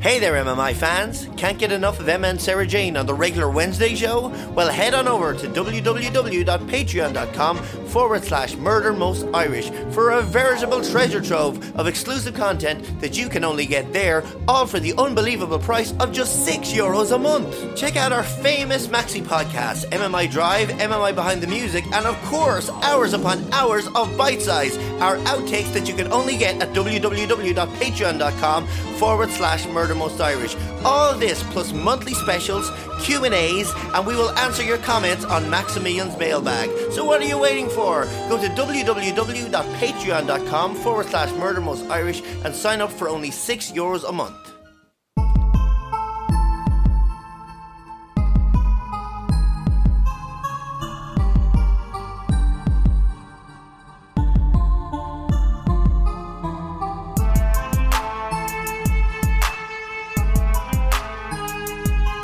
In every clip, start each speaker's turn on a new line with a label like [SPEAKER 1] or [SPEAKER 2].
[SPEAKER 1] Hey there, MMI fans! Can't get enough of Emma and Sarah Jane on the regular Wednesday show? Well, head on over to www.patreon.com forward slash murder most Irish for a veritable treasure trove of exclusive content that you can only get there, all for the unbelievable price of just 6 euros a month. Check out our famous maxi podcasts, MMI Drive, MMI Behind the Music, and of course, hours upon hours of bite size, our outtakes that you can only get at www.patreon.com forward slash murder most Irish. All this plus monthly specials, Q&As, and we will answer your comments on Maximilian's mailbag. So what are you waiting for? Go to www.patreon.com forward slash murder most Irish and sign up for only 6 euros a month.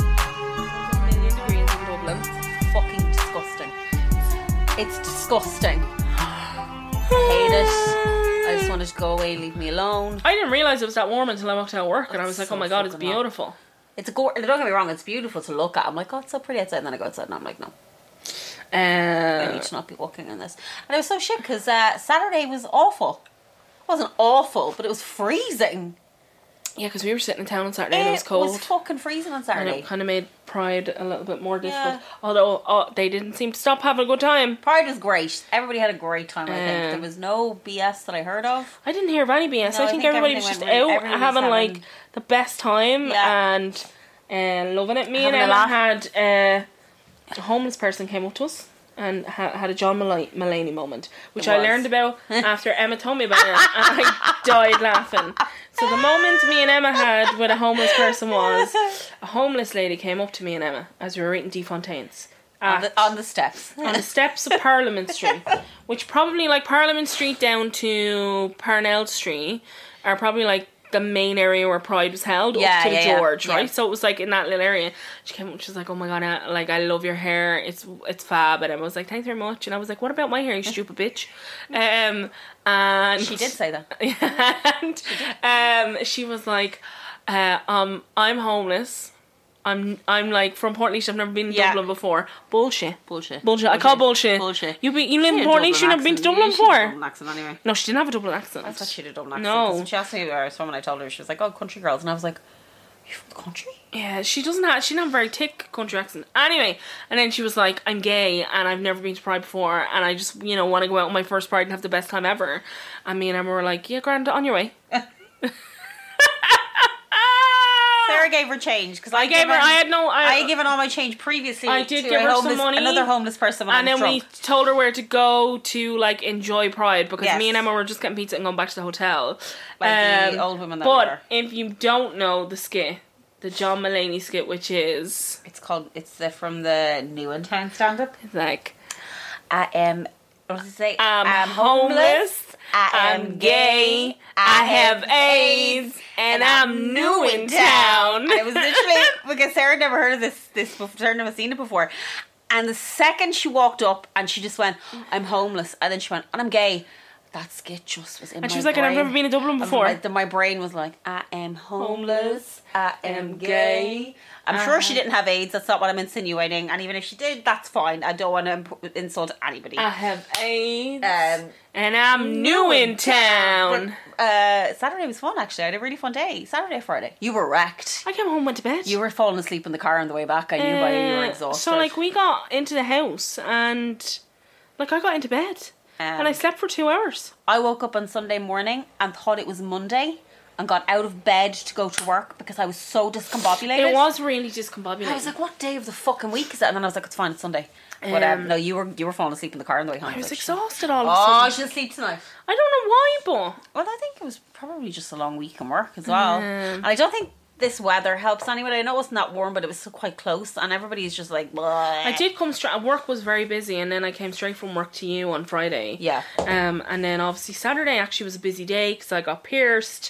[SPEAKER 2] million degrees in Dublin. It's fucking disgusting. It's disgusting. Hate it. I just wanted to go away, leave me alone.
[SPEAKER 3] I didn't realize it was that warm until I walked out of work, and I
[SPEAKER 2] It's
[SPEAKER 3] was like,
[SPEAKER 2] so
[SPEAKER 3] "Oh my god, it's
[SPEAKER 2] fucking hot.
[SPEAKER 3] beautiful."
[SPEAKER 2] It's a gore. Don't get me wrong. It's beautiful to look at. I'm like, oh, it's so pretty outside. And then I go outside and I'm like, no, I
[SPEAKER 3] Uh,
[SPEAKER 2] need to not be walking in this. And it was so shit because uh, Saturday was awful. It wasn't awful, but it was freezing.
[SPEAKER 3] yeah, because we were sitting in town on Saturday and it was
[SPEAKER 2] It
[SPEAKER 3] cold,
[SPEAKER 2] fucking freezing on
[SPEAKER 3] and
[SPEAKER 2] Saturday.
[SPEAKER 3] it kind of made Pride a little bit more difficult.
[SPEAKER 2] Yeah.
[SPEAKER 3] Although oh, they didn't seem to stop having a good time.
[SPEAKER 2] Pride was great. Everybody had a great time. I think
[SPEAKER 3] Um,
[SPEAKER 2] there was no BS that I heard of.
[SPEAKER 3] I didn't hear of any BS.
[SPEAKER 2] No,
[SPEAKER 3] I,
[SPEAKER 2] I
[SPEAKER 3] think
[SPEAKER 2] think
[SPEAKER 3] everybody
[SPEAKER 2] everything
[SPEAKER 3] was just
[SPEAKER 2] went really-
[SPEAKER 3] out
[SPEAKER 2] everyone was
[SPEAKER 3] having like
[SPEAKER 2] having-
[SPEAKER 3] the best time
[SPEAKER 2] Yeah.
[SPEAKER 3] and uh, loving it. Me
[SPEAKER 2] Having
[SPEAKER 3] and
[SPEAKER 2] a
[SPEAKER 3] Ellen
[SPEAKER 2] laugh.
[SPEAKER 3] had uh, a homeless person came up to us and ha- had a John Mul- Mulaney moment, which
[SPEAKER 2] It
[SPEAKER 3] I
[SPEAKER 2] was.
[SPEAKER 3] learned about after Emma told me about it, and I died laughing. So the moment me and Emma had with a homeless person was a homeless lady came up to me and Emma as we were eating defontaines.
[SPEAKER 2] On Oh, the, on the steps.
[SPEAKER 3] on the steps of Parliament Street, which probably like Parliament Street down to Parnell Street are probably like the main area where Pride was held
[SPEAKER 2] Yeah,
[SPEAKER 3] up to
[SPEAKER 2] yeah,
[SPEAKER 3] the
[SPEAKER 2] yeah,
[SPEAKER 3] George,
[SPEAKER 2] yeah.
[SPEAKER 3] right? So it was like in that little area. She came up, she was like, "Oh my god, I, like I love your hair. It's it's fab." And I was like, "Thanks very much." And I was like, "What about my hair, you stupid bitch?" Um, and
[SPEAKER 2] she did say that.
[SPEAKER 3] and um, she was like, uh, um, "I'm homeless." I'm I'm like from Port I've never been to
[SPEAKER 2] Yeah.
[SPEAKER 3] Dublin before. Bullshit.
[SPEAKER 2] Bullshit.
[SPEAKER 3] Bullshit. I call bullshit.
[SPEAKER 2] Bullshit.
[SPEAKER 3] You be, you live in
[SPEAKER 2] had a
[SPEAKER 3] Portland.
[SPEAKER 2] Dublin
[SPEAKER 3] You've never been to
[SPEAKER 2] accent.
[SPEAKER 3] Dublin
[SPEAKER 2] Yeah, she had a
[SPEAKER 3] before.
[SPEAKER 2] Dublin accent anyway.
[SPEAKER 3] No, she didn't have a Dublin accent.
[SPEAKER 2] I thought she did a Dublin accent.
[SPEAKER 3] No.
[SPEAKER 2] 'cause when She asked me where I was from and I told her she was like, oh, country girls. And I was like, you from the country?
[SPEAKER 3] Yeah, she doesn't have. She didn't have a very thick country accent. Anyway, and then she was like, "I'm gay and I've never been to Pride before, and I just you know want to go out on my first Pride and have the best time ever." And me and Emma were like, "Yeah, grand, on your way."
[SPEAKER 2] Sarah gave her change because I,
[SPEAKER 3] I gave her. I had no. I,
[SPEAKER 2] I had given all my change previously.
[SPEAKER 3] I did
[SPEAKER 2] to
[SPEAKER 3] give
[SPEAKER 2] a
[SPEAKER 3] her some
[SPEAKER 2] homeless-
[SPEAKER 3] money.
[SPEAKER 2] Another homeless person when
[SPEAKER 3] and
[SPEAKER 2] I
[SPEAKER 3] then
[SPEAKER 2] was
[SPEAKER 3] we
[SPEAKER 2] drunk.
[SPEAKER 3] told her where to go to like enjoy Pride because
[SPEAKER 2] Yes.
[SPEAKER 3] me and Emma were just getting pizza and going back to the hotel. Um,
[SPEAKER 2] Like the old women that we
[SPEAKER 3] but
[SPEAKER 2] were.
[SPEAKER 3] if you don't know the skit, the John Mulaney skit, which is
[SPEAKER 2] It's called. It's uh, from the New in Town stand up.
[SPEAKER 3] like
[SPEAKER 2] I am. What does it say?
[SPEAKER 3] I'm,
[SPEAKER 2] I'm
[SPEAKER 3] homeless.
[SPEAKER 2] I
[SPEAKER 3] I'm gay. I have AIDS, and I'm new in town.
[SPEAKER 2] And it was literally because Sarah never heard of this. This before, Sarah never seen it before. And the second she walked up, and she just went, "I'm homeless," and then she went, "And I'm gay." That skit just was in.
[SPEAKER 3] and
[SPEAKER 2] my
[SPEAKER 3] she was like,
[SPEAKER 2] brain.
[SPEAKER 3] "And I've never been to Dublin
[SPEAKER 2] And
[SPEAKER 3] before."
[SPEAKER 2] My, then my brain was like, "I am homeless. I am
[SPEAKER 3] am
[SPEAKER 2] gay."
[SPEAKER 3] gay.
[SPEAKER 2] I'm sure
[SPEAKER 3] Uh-huh.
[SPEAKER 2] she didn't have AIDS. That's not what I'm insinuating. And even if she did, that's fine. I don't want to imp- insult anybody.
[SPEAKER 3] I have AIDS,
[SPEAKER 2] Um,
[SPEAKER 3] and I'm Uh-huh. new in town.
[SPEAKER 2] uh, Saturday was fun actually. I had a really fun day. Saturday, Friday. You were wrecked.
[SPEAKER 3] I came home, went to bed.
[SPEAKER 2] You were falling asleep in the car on the way back. I knew by you. You were
[SPEAKER 3] Uh,
[SPEAKER 2] exhausted.
[SPEAKER 3] So like we got into the house and like I got into bed and I
[SPEAKER 2] Um,
[SPEAKER 3] slept for two hours.
[SPEAKER 2] I woke up on Sunday morning and thought it was Monday and got out of bed to go to work because I was so discombobulated.
[SPEAKER 3] It was really discombobulating.
[SPEAKER 2] I was like, what day of the fucking week is that? And then I was like, it's fine. It's Sunday. But um,
[SPEAKER 3] Um,
[SPEAKER 2] no, you were you were falling asleep in the car on the way home.
[SPEAKER 3] I was
[SPEAKER 2] like,
[SPEAKER 3] exhausted all of a
[SPEAKER 2] Oh,
[SPEAKER 3] sudden.
[SPEAKER 2] she'll sleep tonight.
[SPEAKER 3] I don't know why, but
[SPEAKER 2] Well, I think it was probably just a long week in work as well.
[SPEAKER 3] Mm.
[SPEAKER 2] And I don't think this weather helps anyway. I know it's not warm, but it was still quite close, and everybody's just like, Bleh.
[SPEAKER 3] I did come straight. Work was very busy, and then I came straight from work to you on Friday.
[SPEAKER 2] Yeah.
[SPEAKER 3] Um, and then obviously Saturday actually was a busy day because I got pierced.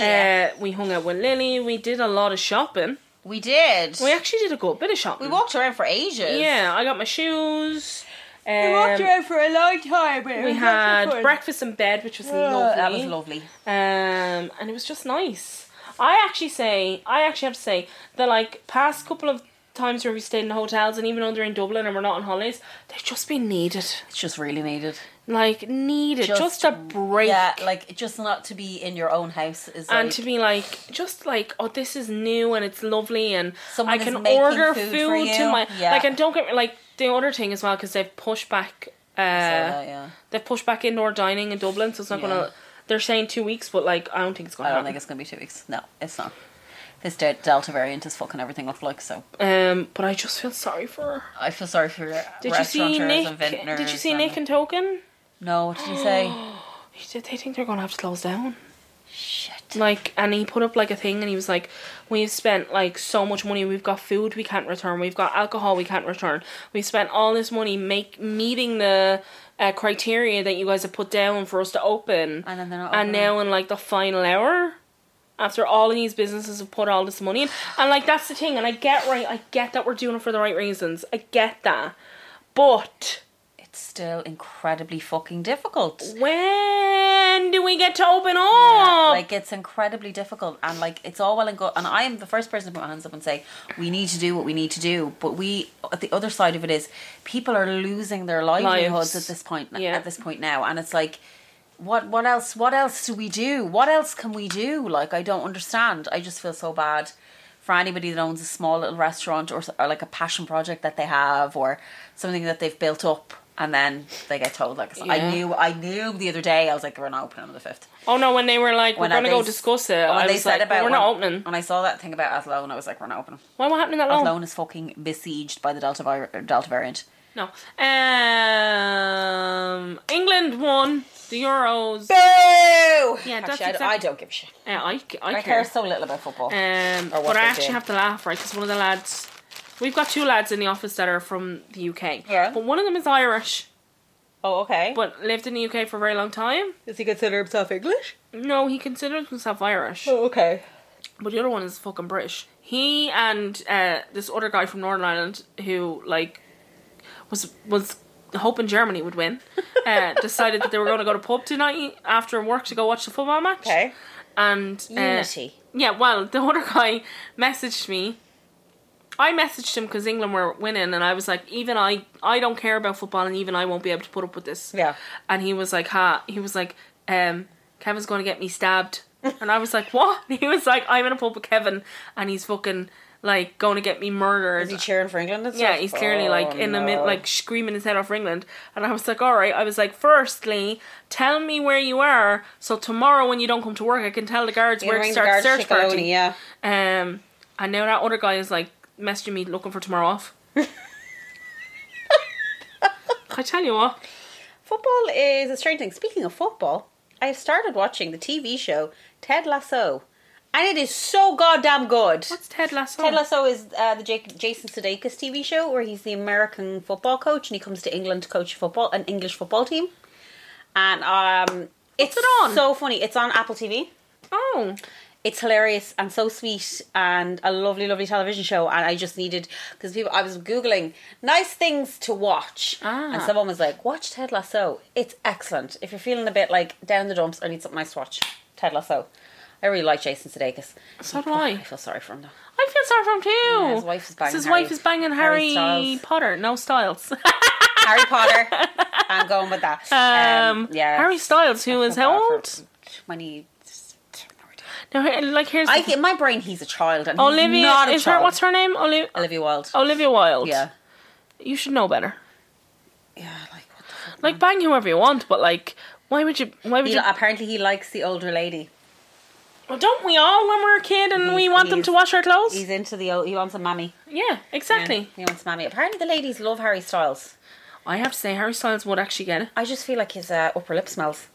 [SPEAKER 2] Yeah.
[SPEAKER 3] Uh, we hung out with Lily. We did a lot of shopping.
[SPEAKER 2] We did.
[SPEAKER 3] We actually did a good bit of shopping.
[SPEAKER 2] We walked around for ages.
[SPEAKER 3] Yeah, I got my shoes.
[SPEAKER 2] We walked
[SPEAKER 3] um,
[SPEAKER 2] around for a long time. It
[SPEAKER 3] We
[SPEAKER 2] was
[SPEAKER 3] had
[SPEAKER 2] actually fun.
[SPEAKER 3] breakfast in bed, which was
[SPEAKER 2] Oh,
[SPEAKER 3] lovely.
[SPEAKER 2] That was lovely.
[SPEAKER 3] Um, and it was just nice. I actually say, I actually have to say that like past couple of times where we stayed in hotels, and even though they're in Dublin and we're not on holidays, they've just been needed,
[SPEAKER 2] It's just really needed.
[SPEAKER 3] like needed, just, a break.
[SPEAKER 2] Yeah, like just not to be in your own house is
[SPEAKER 3] and
[SPEAKER 2] like,
[SPEAKER 3] to be like just like oh this is new and it's lovely and
[SPEAKER 2] Someone
[SPEAKER 3] i
[SPEAKER 2] is
[SPEAKER 3] can
[SPEAKER 2] making
[SPEAKER 3] order
[SPEAKER 2] food
[SPEAKER 3] food,
[SPEAKER 2] for you.
[SPEAKER 3] to my
[SPEAKER 2] Yeah.
[SPEAKER 3] like and don't get me like the other thing as well because they've pushed back uh
[SPEAKER 2] that, yeah.
[SPEAKER 3] they've pushed back indoor dining in dublin so it's not
[SPEAKER 2] Yeah.
[SPEAKER 3] gonna they're saying two weeks but like i don't think it's gonna
[SPEAKER 2] I don't
[SPEAKER 3] happen
[SPEAKER 2] think it's gonna be two weeks. No, it's not. This de- Delta variant is fucking everything up like so.
[SPEAKER 3] um but i just feel sorry for her
[SPEAKER 2] I feel sorry for
[SPEAKER 3] did you see
[SPEAKER 2] restaurateurs
[SPEAKER 3] nick
[SPEAKER 2] and vintners.
[SPEAKER 3] did you see nick
[SPEAKER 2] And,
[SPEAKER 3] and token
[SPEAKER 2] no, what did he say?
[SPEAKER 3] He did- they think they're gonna have to close down
[SPEAKER 2] Shit.
[SPEAKER 3] like and he put up like a thing and he was like we've spent like so much money we've got food we can't return we've got alcohol we can't return we've spent all this money make meeting the uh, criteria that you guys have put down for us to open
[SPEAKER 2] And then they're not.
[SPEAKER 3] and
[SPEAKER 2] opening.
[SPEAKER 3] now in like the final hour after all of these businesses have put all this money in and like that's the thing and i get right i get that we're doing it for the right reasons i get that but
[SPEAKER 2] it's still incredibly fucking difficult.
[SPEAKER 3] when do we get to open up
[SPEAKER 2] Yeah, like it's incredibly difficult, and like it's all well and good. And I am the first person to put my hands up and say we need to do what we need to do. But we, at the other side of it, is people are losing their livelihoods
[SPEAKER 3] Lives.
[SPEAKER 2] at this point.
[SPEAKER 3] Yeah.
[SPEAKER 2] At this point now, and it's like, what? What else? What else do we do? What else can we do? Like I don't understand. I just feel so bad. For anybody that owns a small little restaurant or, s- or like a passion project that they have or something that they've built up, and then they get told like I
[SPEAKER 3] Yeah.
[SPEAKER 2] knew I knew the other day I was like we're not opening on the fifth.
[SPEAKER 3] Oh no! When they were like,
[SPEAKER 2] When
[SPEAKER 3] "We're gonna
[SPEAKER 2] they
[SPEAKER 3] go
[SPEAKER 2] s-
[SPEAKER 3] discuss it,"
[SPEAKER 2] But when
[SPEAKER 3] I
[SPEAKER 2] they
[SPEAKER 3] was
[SPEAKER 2] said
[SPEAKER 3] like,
[SPEAKER 2] about
[SPEAKER 3] "We're not
[SPEAKER 2] when-
[SPEAKER 3] opening."
[SPEAKER 2] When I saw that thing about Athlone, I was like, we're not opening.
[SPEAKER 3] Why am I happening that long?
[SPEAKER 2] Athlone is fucking besieged by the Delta vir- Delta variant.
[SPEAKER 3] No. Um, England won the Euros.
[SPEAKER 2] Boo! Yeah,
[SPEAKER 3] that's
[SPEAKER 2] actually, I d-
[SPEAKER 3] exact-
[SPEAKER 2] I don't give a shit.
[SPEAKER 3] Yeah, I, c- I
[SPEAKER 2] I
[SPEAKER 3] care.
[SPEAKER 2] care so little about football.
[SPEAKER 3] Um,
[SPEAKER 2] Or what
[SPEAKER 3] but I
[SPEAKER 2] they
[SPEAKER 3] actually
[SPEAKER 2] did.
[SPEAKER 3] have to laugh, right? Because one of the lads, we've got two lads in the office that are from the UK.
[SPEAKER 2] Yeah.
[SPEAKER 3] But one of them is Irish,
[SPEAKER 2] oh, okay.
[SPEAKER 3] but lived in the UK for a very long time.
[SPEAKER 2] Does he consider himself English?
[SPEAKER 3] No, he considers himself Irish,
[SPEAKER 2] Oh, okay.
[SPEAKER 3] but the other one is fucking British. He and uh, this other guy from Northern Ireland who like was was hoping Germany would win, uh, decided that they were going to go to pub tonight after work to go watch the football match.
[SPEAKER 2] Okay.
[SPEAKER 3] And uh,
[SPEAKER 2] Unity.
[SPEAKER 3] yeah, well, the other guy messaged me. I messaged him because England were winning, and I was like, even I, I don't care about football, and even I won't be able to put up with this.
[SPEAKER 2] Yeah.
[SPEAKER 3] And he was like, ha, he was like, um, Kevin's going to get me stabbed. And I was like, what? he was like, I'm in a pub with Kevin, and he's fucking like going to get me murdered.
[SPEAKER 2] Is he cheering for England? And
[SPEAKER 3] Yeah,
[SPEAKER 2] stuff?
[SPEAKER 3] he's clearly
[SPEAKER 2] Oh,
[SPEAKER 3] like in the mid,
[SPEAKER 2] no.
[SPEAKER 3] like screaming his head off for England. And I was like, all right. I was like, firstly, tell me where you are, so tomorrow when you don't come to work, I can tell the guards
[SPEAKER 2] You
[SPEAKER 3] where to
[SPEAKER 2] ring the
[SPEAKER 3] start the
[SPEAKER 2] guards,
[SPEAKER 3] search
[SPEAKER 2] Chicoloni,
[SPEAKER 3] party.
[SPEAKER 2] Yeah.
[SPEAKER 3] Um, and now that other guy is like messaging me looking for tomorrow off. I tell you what,
[SPEAKER 2] Football is a strange thing. Speaking of football, I started watching the TV show Ted Lasso, and it is so goddamn good.
[SPEAKER 3] what's Ted Lasso?
[SPEAKER 2] Ted Lasso is uh, the Jake, Jason Sudeikis TV show where he's the American football coach and he comes to England to coach football an English football team. And um, it's
[SPEAKER 3] it on?
[SPEAKER 2] so funny. It's on Apple TV.
[SPEAKER 3] Oh,
[SPEAKER 2] It's hilarious and so sweet and a lovely, lovely television show. And I just needed because people I was googling nice things to watch,
[SPEAKER 3] Ah.
[SPEAKER 2] and someone was like, "Watch Ted Lasso. It's excellent. If you're feeling a bit like down the dumps or need something nice to watch, Ted Lasso." I really like Jason Sudeikis.
[SPEAKER 3] so do
[SPEAKER 2] I
[SPEAKER 3] I.
[SPEAKER 2] feel sorry for him though.
[SPEAKER 3] I feel sorry for him too.
[SPEAKER 2] Yeah, his wife is banging
[SPEAKER 3] his
[SPEAKER 2] Harry-
[SPEAKER 3] wife is banging
[SPEAKER 2] Harry
[SPEAKER 3] Harry,
[SPEAKER 2] Styles.
[SPEAKER 3] Potter, no Styles.
[SPEAKER 2] Harry Potter. I'm going with that.
[SPEAKER 3] Um, Harry Styles, who is how old?
[SPEAKER 2] Twenty.
[SPEAKER 3] Now, he- like here's
[SPEAKER 2] I
[SPEAKER 3] the-
[SPEAKER 2] in my brain he's a child and
[SPEAKER 3] Olivia.
[SPEAKER 2] he's not a
[SPEAKER 3] is
[SPEAKER 2] child.
[SPEAKER 3] her what's her name? Olivia.
[SPEAKER 2] Olivia Wilde.
[SPEAKER 3] Olivia Wilde.
[SPEAKER 2] Yeah.
[SPEAKER 3] you should know better.
[SPEAKER 2] Yeah, like what the fuck?
[SPEAKER 3] Like bang whoever you want, but like, why would you? Why would
[SPEAKER 2] He,
[SPEAKER 3] you?
[SPEAKER 2] apparently he likes the older lady.
[SPEAKER 3] Well, don't we all when we're a kid and we
[SPEAKER 2] He's-
[SPEAKER 3] want them
[SPEAKER 2] he's-
[SPEAKER 3] to wash our clothes?
[SPEAKER 2] He's into the old he wants a mammy.
[SPEAKER 3] Yeah, exactly.
[SPEAKER 2] He wants mammy. Apparently the ladies love Harry Styles.
[SPEAKER 3] I have to say, Harry Styles would actually get it.
[SPEAKER 2] I just feel like his uh, upper lip smells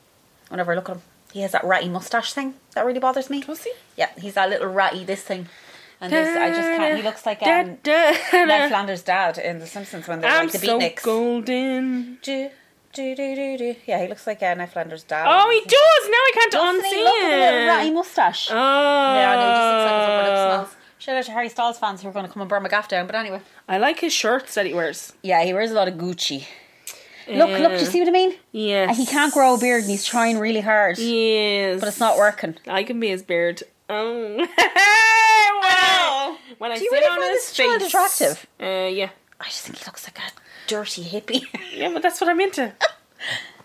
[SPEAKER 2] whenever I look at him. He has that ratty mustache thing that really bothers me.
[SPEAKER 3] Was he?
[SPEAKER 2] Yeah, he's that little ratty this thing. And this I just can't he looks like um, Ned Flanders' dad in The Simpsons when they're
[SPEAKER 3] I'm
[SPEAKER 2] like the
[SPEAKER 3] so
[SPEAKER 2] beatniks.
[SPEAKER 3] golden.
[SPEAKER 2] do, do, do, do, do. Yeah, he looks like uh, Ned Flanders' dad.
[SPEAKER 3] Oh, he does! Now I can't
[SPEAKER 2] Doesn't he look with a little
[SPEAKER 3] unsee
[SPEAKER 2] ratty
[SPEAKER 3] it.
[SPEAKER 2] mustache.
[SPEAKER 3] Oh.
[SPEAKER 2] Yeah, no, he just looks like his upper lip smells. Shout out to Harry Styles fans who are going to come and burn my gaff down. But anyway,
[SPEAKER 3] Ah. I like his shirts that he wears.
[SPEAKER 2] yeah, he wears a lot of Gucci. Look, look, do you
[SPEAKER 3] Yeah.
[SPEAKER 2] see what I mean?
[SPEAKER 3] Yes.
[SPEAKER 2] He can't grow a beard and he's trying really hard,
[SPEAKER 3] Yes.
[SPEAKER 2] but it's not working.
[SPEAKER 3] I can be his beard. Oh. when I, when I
[SPEAKER 2] Do you
[SPEAKER 3] sit
[SPEAKER 2] really
[SPEAKER 3] on
[SPEAKER 2] find
[SPEAKER 3] his
[SPEAKER 2] this
[SPEAKER 3] face.
[SPEAKER 2] child attractive?
[SPEAKER 3] Uh, yeah.
[SPEAKER 2] I just think he looks like a dirty hippie.
[SPEAKER 3] Yeah, but that's what I'm into.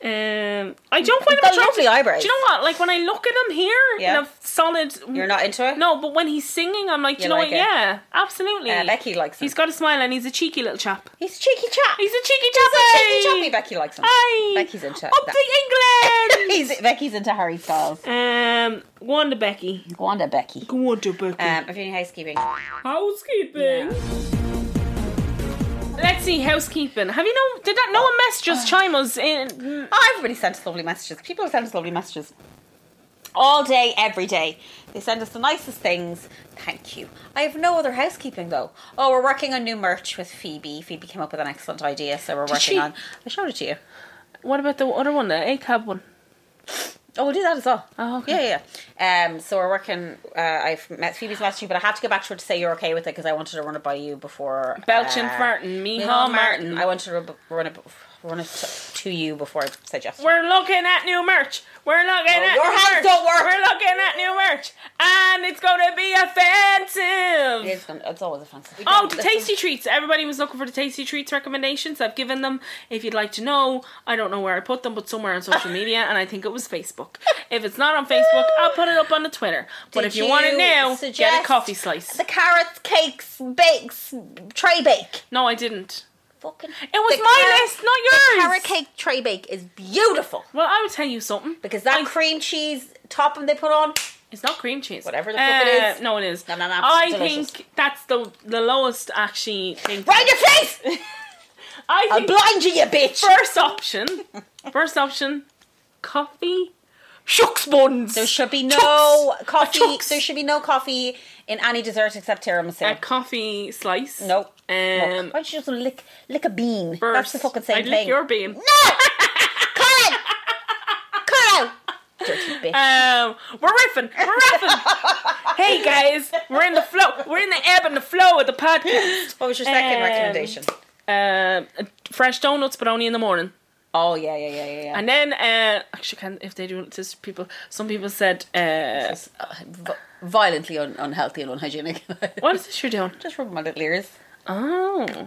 [SPEAKER 3] Um, I don't find him
[SPEAKER 2] got
[SPEAKER 3] attractive.
[SPEAKER 2] lovely eyebrows.
[SPEAKER 3] Do you know what? Like when I look at him here,
[SPEAKER 2] Yeah.
[SPEAKER 3] in a solid.
[SPEAKER 2] You're not into it?
[SPEAKER 3] No, but when he's singing, I'm like,
[SPEAKER 2] You
[SPEAKER 3] do you know
[SPEAKER 2] like
[SPEAKER 3] what?
[SPEAKER 2] it?
[SPEAKER 3] Yeah, absolutely.
[SPEAKER 2] Uh, Becky likes him.
[SPEAKER 3] He's got a smile and he's a cheeky little chap.
[SPEAKER 2] He's a cheeky chap.
[SPEAKER 3] He's a cheeky
[SPEAKER 2] Cheeky
[SPEAKER 3] chappy.
[SPEAKER 2] choppy. Becky likes him.
[SPEAKER 3] Hi.
[SPEAKER 2] Becky's into
[SPEAKER 3] Up to England.
[SPEAKER 2] He's, Becky's into Harry Styles.
[SPEAKER 3] um, go on to Becky. Uh,
[SPEAKER 2] Go on to Becky.
[SPEAKER 3] Go on to Becky.
[SPEAKER 2] Um, if you're in housekeeping,
[SPEAKER 3] housekeeping.
[SPEAKER 2] Yeah.
[SPEAKER 3] Let's see housekeeping. Have you know? Did that no one mess just chime us in?
[SPEAKER 2] oh, everybody sent us lovely messages. People send us lovely messages all day, every day. They send us the nicest things. Thank you. I have no other housekeeping though. Oh, we're working on new merch with Phoebe. Phoebe came up with an excellent idea, so we're working
[SPEAKER 3] she?
[SPEAKER 2] on. I showed it to you.
[SPEAKER 3] What about the other one, the ACAB one?
[SPEAKER 2] Oh, we'll do that as well.
[SPEAKER 3] Oh, okay.
[SPEAKER 2] Yeah, yeah. Um, so we're working. Uh, I've met Phoebe's messaging, but I have to go back to her to say you're okay with it because I wanted to run it by you before.
[SPEAKER 3] Belchin
[SPEAKER 2] uh,
[SPEAKER 3] Martin, Micheál
[SPEAKER 2] Micheál
[SPEAKER 3] Martin.
[SPEAKER 2] I wanted to rub- run it, run it to, to you before I said yes.
[SPEAKER 3] We're looking at new merch. We're looking at
[SPEAKER 2] your
[SPEAKER 3] new
[SPEAKER 2] hands
[SPEAKER 3] merch.
[SPEAKER 2] don't work.
[SPEAKER 3] We're looking at new merch, and it's going to be offensive.
[SPEAKER 2] It's, gonna, it's always offensive.
[SPEAKER 3] Oh, the tasty treats. Everybody was looking for the tasty treats recommendations. I've given them. If you'd like to know, I don't know where I put them, but somewhere on social media, and I think it was Facebook. If it's not on Facebook, I'll put it up on the Twitter. but
[SPEAKER 2] Did
[SPEAKER 3] if you, want it now, get a
[SPEAKER 2] suggest
[SPEAKER 3] coffee slice.
[SPEAKER 2] The carrot cakes, bakes, tray bake.
[SPEAKER 3] no, I didn't.
[SPEAKER 2] Fucking.
[SPEAKER 3] It was
[SPEAKER 2] the
[SPEAKER 3] my
[SPEAKER 2] carrot-
[SPEAKER 3] list, not
[SPEAKER 2] The
[SPEAKER 3] yours.
[SPEAKER 2] carrot cake tray bake is beautiful
[SPEAKER 3] Well, I will tell you something.
[SPEAKER 2] because that
[SPEAKER 3] I-
[SPEAKER 2] cream cheese topping they put on.
[SPEAKER 3] It's not cream cheese.
[SPEAKER 2] Whatever the fuck it
[SPEAKER 3] Uh,
[SPEAKER 2] is.
[SPEAKER 3] No, it is.
[SPEAKER 2] Nom, nom, nom.
[SPEAKER 3] I
[SPEAKER 2] Delicious.
[SPEAKER 3] think that's the the lowest actually thing.
[SPEAKER 2] Right in your face!
[SPEAKER 3] I
[SPEAKER 2] I'll
[SPEAKER 3] think
[SPEAKER 2] blind you, you bitch!
[SPEAKER 3] first option. First option, coffee. Shucks buns.
[SPEAKER 2] There should be no coffee.
[SPEAKER 3] chooks.
[SPEAKER 2] There should be no coffee in any dessert except
[SPEAKER 3] a
[SPEAKER 2] tiramisu.
[SPEAKER 3] coffee slice.
[SPEAKER 2] Nope.
[SPEAKER 3] Um,
[SPEAKER 2] Look, why don't you just lick lick a bean? That's
[SPEAKER 3] burst.
[SPEAKER 2] the fucking same
[SPEAKER 3] I'd
[SPEAKER 2] thing.
[SPEAKER 3] Lick your bean.
[SPEAKER 2] No, Colin, Colin, dirty bitch.
[SPEAKER 3] Um, we're riffing. We're riffing. hey guys, we're in the flow. We're in the ebb and the flow of the podcast.
[SPEAKER 2] what was your second
[SPEAKER 3] um,
[SPEAKER 2] recommendation?
[SPEAKER 3] Um, fresh donuts, but only in the morning.
[SPEAKER 2] Oh yeah, yeah, yeah, yeah. yeah.
[SPEAKER 3] And then, uh, actually, can if they do it to people, some people said, uh,
[SPEAKER 2] It's, uh, vi- violently un- unhealthy and unhygienic.
[SPEAKER 3] "What is this you're doing?"
[SPEAKER 2] just rub my little ears.
[SPEAKER 3] Oh, um,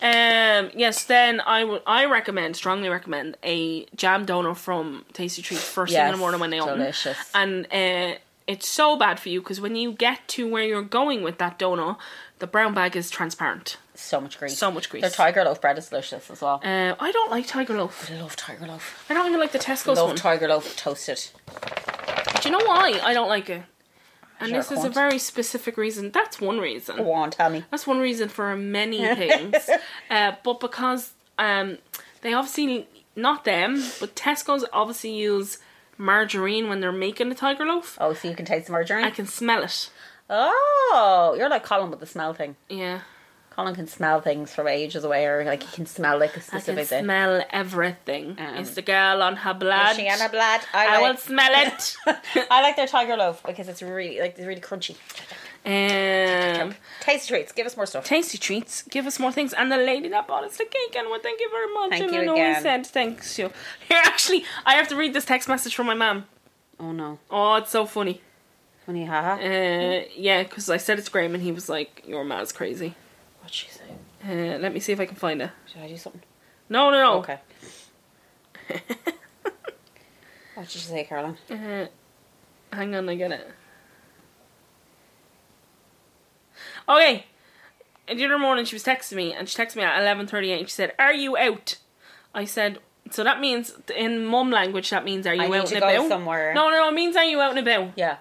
[SPEAKER 3] yes. Then I would, I recommend, strongly recommend a jam donut from Tasty Treats first thing in
[SPEAKER 2] Yes,
[SPEAKER 3] the morning when they open.
[SPEAKER 2] delicious.
[SPEAKER 3] And uh, it's so bad for you because when you get to where you're going with that donut, the brown bag is transparent.
[SPEAKER 2] So much grease.
[SPEAKER 3] So much grease.
[SPEAKER 2] Their tiger loaf bread is delicious as well.
[SPEAKER 3] Uh, I don't like tiger loaf.
[SPEAKER 2] I love tiger loaf.
[SPEAKER 3] I don't even like the Tesco's
[SPEAKER 2] Love
[SPEAKER 3] one.
[SPEAKER 2] tiger loaf toasted.
[SPEAKER 3] Do you know why I don't like it? And
[SPEAKER 2] Sure, Oh.
[SPEAKER 3] this is a
[SPEAKER 2] cunt.
[SPEAKER 3] very specific reason. That's one reason.
[SPEAKER 2] Go on, tell me.
[SPEAKER 3] That's one reason for many things. uh, but because um, they obviously, not them, but Tesco's obviously use margarine when they're making the tiger loaf.
[SPEAKER 2] Oh, so you can taste the margarine.
[SPEAKER 3] I can smell it.
[SPEAKER 2] Oh, you're like Colin with the smell thing.
[SPEAKER 3] Yeah.
[SPEAKER 2] Colin can smell things from ages away, or like he can smell like a
[SPEAKER 3] I can
[SPEAKER 2] specific thing.
[SPEAKER 3] smell everything.
[SPEAKER 2] Um,
[SPEAKER 3] it's the girl on her blood.
[SPEAKER 2] Oceana blood.
[SPEAKER 3] I
[SPEAKER 2] I
[SPEAKER 3] will
[SPEAKER 2] like,
[SPEAKER 3] smell it.
[SPEAKER 2] I like their tiger loaf because it's really like it's really crunchy.
[SPEAKER 3] um,
[SPEAKER 2] Taste treats. Give us more stuff.
[SPEAKER 3] tasty treats. Give us more things. And the lady that bought us the cake, and well, thank you very much.
[SPEAKER 2] Thank
[SPEAKER 3] and
[SPEAKER 2] you
[SPEAKER 3] I know I
[SPEAKER 2] again.
[SPEAKER 3] said thanks you. Here, actually, I have to read this text message from my mum.
[SPEAKER 2] Oh no,
[SPEAKER 3] Oh, it's so funny.
[SPEAKER 2] honey, haha.
[SPEAKER 3] Uh, yeah, because I said it to Graham and he was like, "Your ma's crazy."
[SPEAKER 2] What'd she say?
[SPEAKER 3] Uh, let me see if I can find it.
[SPEAKER 2] Should I do something?
[SPEAKER 3] No, no, no.
[SPEAKER 2] Okay. What did you say, Caroline?
[SPEAKER 3] Uh, hang on, I get it. Okay. And the other morning, she was texting me, and she texted me at eleven thirty-eight. and She said, "Are you out?" I said, "So that means in mum language, that means are you
[SPEAKER 2] I
[SPEAKER 3] out
[SPEAKER 2] need
[SPEAKER 3] and
[SPEAKER 2] to
[SPEAKER 3] about
[SPEAKER 2] go somewhere.
[SPEAKER 3] No, no, no. It means are you out and about,
[SPEAKER 2] Yeah.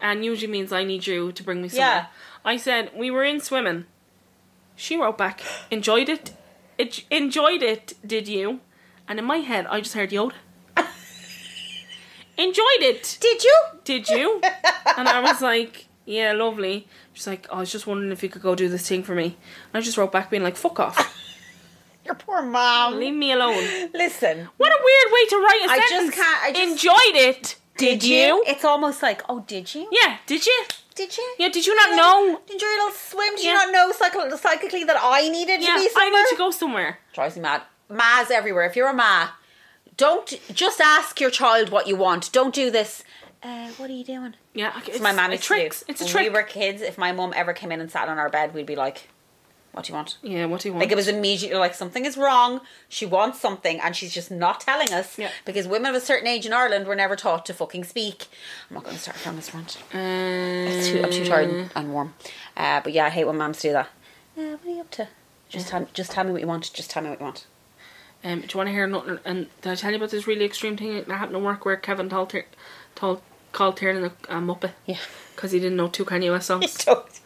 [SPEAKER 3] and usually means I need you to bring me
[SPEAKER 2] Yeah.
[SPEAKER 3] somewhere. I said we were in swimming. She wrote back, enjoyed it, it enjoyed it. Did you? And in my head, I just heard Yoda. enjoyed it.
[SPEAKER 2] Did you?
[SPEAKER 3] Did you? And I was like, yeah, lovely. She's like, "Oh, I was just wondering if you could go do this thing for me. And I just wrote back, being like, fuck off,
[SPEAKER 2] Your poor mom.
[SPEAKER 3] leave me alone.
[SPEAKER 2] Listen.
[SPEAKER 3] What a weird way to write a
[SPEAKER 2] I just
[SPEAKER 3] sentence.
[SPEAKER 2] can't- I just-
[SPEAKER 3] Enjoyed it. Did, you?
[SPEAKER 2] It's almost like, oh, did you?
[SPEAKER 3] Yeah. Did you?
[SPEAKER 2] Did you?
[SPEAKER 3] Yeah. Did you not know?
[SPEAKER 2] Did your little swim? Did
[SPEAKER 3] Yeah.
[SPEAKER 2] you not know psycho- psychically that I needed
[SPEAKER 3] Yeah.
[SPEAKER 2] to be
[SPEAKER 3] I
[SPEAKER 2] somewhere?
[SPEAKER 3] need to go somewhere.
[SPEAKER 2] Drives me mad. Ma's everywhere. If you're a ma, don't just ask your child what you want. Don't do this. uh, what are you doing?
[SPEAKER 3] Yeah, okay,
[SPEAKER 2] It's my mum
[SPEAKER 3] It's
[SPEAKER 2] used to do.
[SPEAKER 3] tricks. It's a
[SPEAKER 2] when
[SPEAKER 3] trick.
[SPEAKER 2] we were kids, if my mum ever came in and sat on our bed, we'd be like, what do you want?
[SPEAKER 3] yeah, what do you want?
[SPEAKER 2] Like it was immediately like something is wrong. She wants something, and she's just not telling us.
[SPEAKER 3] Yeah.
[SPEAKER 2] Because women of a certain age in Ireland were never taught to fucking speak. I'm not going to start on this front. It's too, I'm too
[SPEAKER 3] Mm.
[SPEAKER 2] tired and warm. Uh, but yeah, I hate when mums do that. Uh, what are you up to? Just
[SPEAKER 3] Mm.
[SPEAKER 2] tell, just tell me what you want. Just tell me what you want.
[SPEAKER 3] Um, do you want to hear nothing? And did I tell you about this really extreme thing that happened at work where Kevin Talter, Tal, called Tiernan a, a muppet?
[SPEAKER 2] Yeah.
[SPEAKER 3] Because he didn't know two Kanye West songs.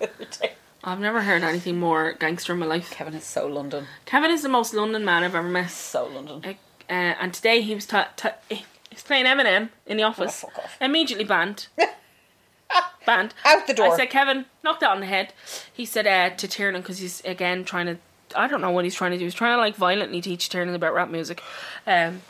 [SPEAKER 3] I've never heard anything more gangster in my life.
[SPEAKER 2] Kevin is so London.
[SPEAKER 3] Kevin is the most London man I've ever met.
[SPEAKER 2] So London.
[SPEAKER 3] Uh, and today he was ta- ta- eh, he was playing Eminem in the office.
[SPEAKER 2] Oh, fuck off.
[SPEAKER 3] Immediately banned. banned.
[SPEAKER 2] Out the door.
[SPEAKER 3] I said, Kevin, knock that on the head. He said uh, to Tiernan because he's again trying to. I don't know what he's trying to do. He's trying to like violently teach Tiernan about rap music, um,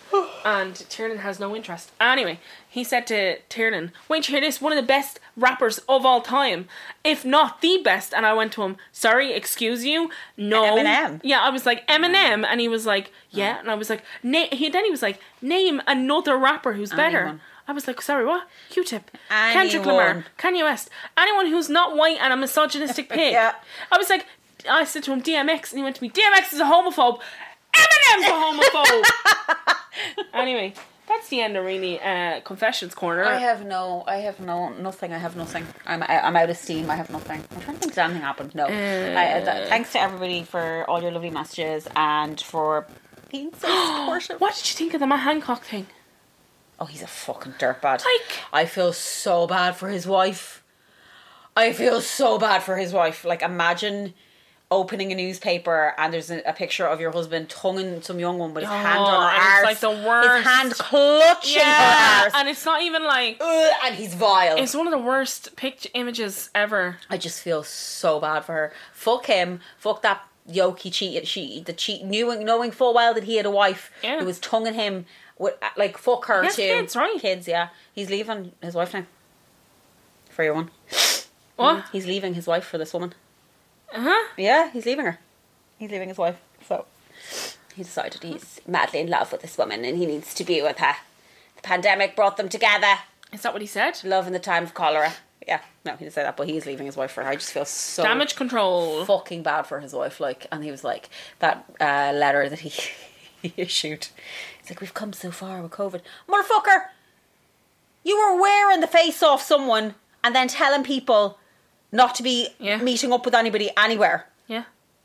[SPEAKER 3] and Tiernan has no interest. Anyway, he said to Tiernan, "Wait, you hear this? One of the best rappers of all time, if not the best." And I went to him, "Sorry, excuse you, no."
[SPEAKER 2] Eminem.
[SPEAKER 3] Yeah, I was like Eminem, and he was like,
[SPEAKER 2] Uh-huh.
[SPEAKER 3] "Yeah," and I was like, "Name." He then he was like, "Name another rapper who's better."
[SPEAKER 2] Anyone.
[SPEAKER 3] I was like, "Sorry, what? Q-Tip, Kendrick
[SPEAKER 2] Anyone.
[SPEAKER 3] Lamar, Kanye West, anyone who's not white and a misogynistic pig.
[SPEAKER 2] Yeah.
[SPEAKER 3] I was like, I said to him, DMX, and he went to me, DMX is a homophobe. Eminem's a homophobe. anyway, that's the end of Rini uh, Confessions Corner.
[SPEAKER 2] I have no, I have no, nothing. I have nothing. I'm, I, I'm out of steam. I have nothing. I'm trying to think if anything happened. No. I, uh, th- thanks to everybody for all your lovely messages and for being so supportive.
[SPEAKER 3] what did you think of the Matt Hancock thing?
[SPEAKER 2] Oh, he's a fucking dirtbag.
[SPEAKER 3] Like-
[SPEAKER 2] I feel so bad for his wife. I feel so bad for his wife. Like, imagine opening a newspaper and there's a, a picture of your husband tonguing some young one with his hand on her
[SPEAKER 3] Oh, and it's,
[SPEAKER 2] arse.
[SPEAKER 3] like, the worst.
[SPEAKER 2] His hand clutching her arse.
[SPEAKER 3] and it's not even like
[SPEAKER 2] Ugh, and he's vile.
[SPEAKER 3] it's one of the worst picture images ever.
[SPEAKER 2] I just feel so bad for her. Fuck him. Fuck that Yoki cheated. She the cheat knowing knowing full well that he had a wife
[SPEAKER 3] Yeah.
[SPEAKER 2] who was tonguing him. With, like fuck her
[SPEAKER 3] He has
[SPEAKER 2] too.
[SPEAKER 3] kids, right?
[SPEAKER 2] Kids, yeah. He's leaving his wife now. For your one,
[SPEAKER 3] What?
[SPEAKER 2] he's leaving his wife for this woman.
[SPEAKER 3] Huh?
[SPEAKER 2] Yeah, he's leaving her. He's leaving his wife. So he decided he's madly in love with this woman and he needs to be with her. The pandemic brought them together.
[SPEAKER 3] Is that what he said?
[SPEAKER 2] Love in the time of cholera. Yeah, no, he didn't say that, but he's leaving his wife for her. I just feel so
[SPEAKER 3] Damage control.
[SPEAKER 2] fucking bad for his wife. Like, and he was like that uh, letter that he, he issued. It's like we've come so far with COVID, motherfucker. You were wearing the face off someone and then telling people not to be
[SPEAKER 3] Yeah.
[SPEAKER 2] meeting up with anybody anywhere.
[SPEAKER 3] Yeah.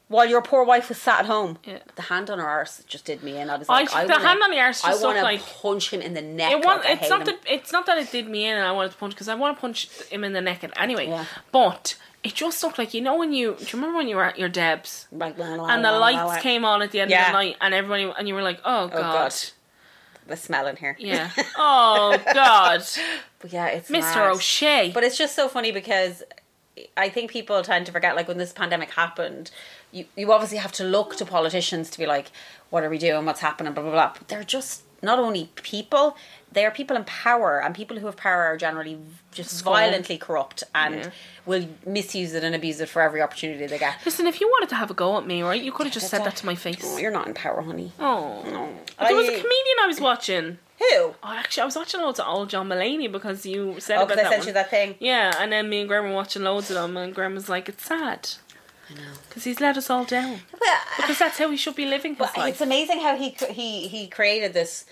[SPEAKER 2] While your poor wife was sat at home,
[SPEAKER 3] Yeah.
[SPEAKER 2] the hand on her arse just did me in. I was
[SPEAKER 3] I-
[SPEAKER 2] like, I,
[SPEAKER 3] the
[SPEAKER 2] wanna,
[SPEAKER 3] hand on the arse
[SPEAKER 2] I
[SPEAKER 3] just
[SPEAKER 2] want to
[SPEAKER 3] looked like-
[SPEAKER 2] punch him in the neck.
[SPEAKER 3] It was,
[SPEAKER 2] like I
[SPEAKER 3] it's
[SPEAKER 2] hate
[SPEAKER 3] not
[SPEAKER 2] him.
[SPEAKER 3] that it's not that it did me in and I wanted to punch because I want to punch him in the neck and anyway.
[SPEAKER 2] Yeah.
[SPEAKER 3] But it just looked like you know when you do you remember when you were at your Debs
[SPEAKER 2] Like, blah, blah,
[SPEAKER 3] and the
[SPEAKER 2] blah, blah,
[SPEAKER 3] lights
[SPEAKER 2] blah.
[SPEAKER 3] came on at the end
[SPEAKER 2] Yeah.
[SPEAKER 3] of the night and everybody and you were like oh god,
[SPEAKER 2] God. The smell in here.
[SPEAKER 3] yeah oh god
[SPEAKER 2] But yeah, it's
[SPEAKER 3] Mr
[SPEAKER 2] mad.
[SPEAKER 3] O'Shea
[SPEAKER 2] But it's just so funny because I think people tend to forget, like when this pandemic happened, you, you obviously have to look to politicians to be like, what are we doing? What's happening? Blah, blah, blah. But they're just not only people, they are people in power, and people who have power are generally just violently corrupt and
[SPEAKER 3] Yeah.
[SPEAKER 2] will misuse it and abuse it for every opportunity they get.
[SPEAKER 3] listen if you wanted to have a go at me right you could have just said that to my
[SPEAKER 2] Oh,
[SPEAKER 3] face
[SPEAKER 2] you're not in power, honey.
[SPEAKER 3] oh
[SPEAKER 2] No.
[SPEAKER 3] there was a
[SPEAKER 2] I-
[SPEAKER 3] comedian I was watching
[SPEAKER 2] Who?
[SPEAKER 3] oh actually I was watching loads of old John Mulaney because you
[SPEAKER 2] Oh,
[SPEAKER 3] said about
[SPEAKER 2] because
[SPEAKER 3] that
[SPEAKER 2] I sent
[SPEAKER 3] one.
[SPEAKER 2] you that thing.
[SPEAKER 3] Yeah, and then me and Graham were watching loads of them, and Graham was like, "It's sad." Because he's let us all down.
[SPEAKER 2] Well,
[SPEAKER 3] Because that's how he should be living his
[SPEAKER 2] But it's
[SPEAKER 3] life.
[SPEAKER 2] amazing how he he he created this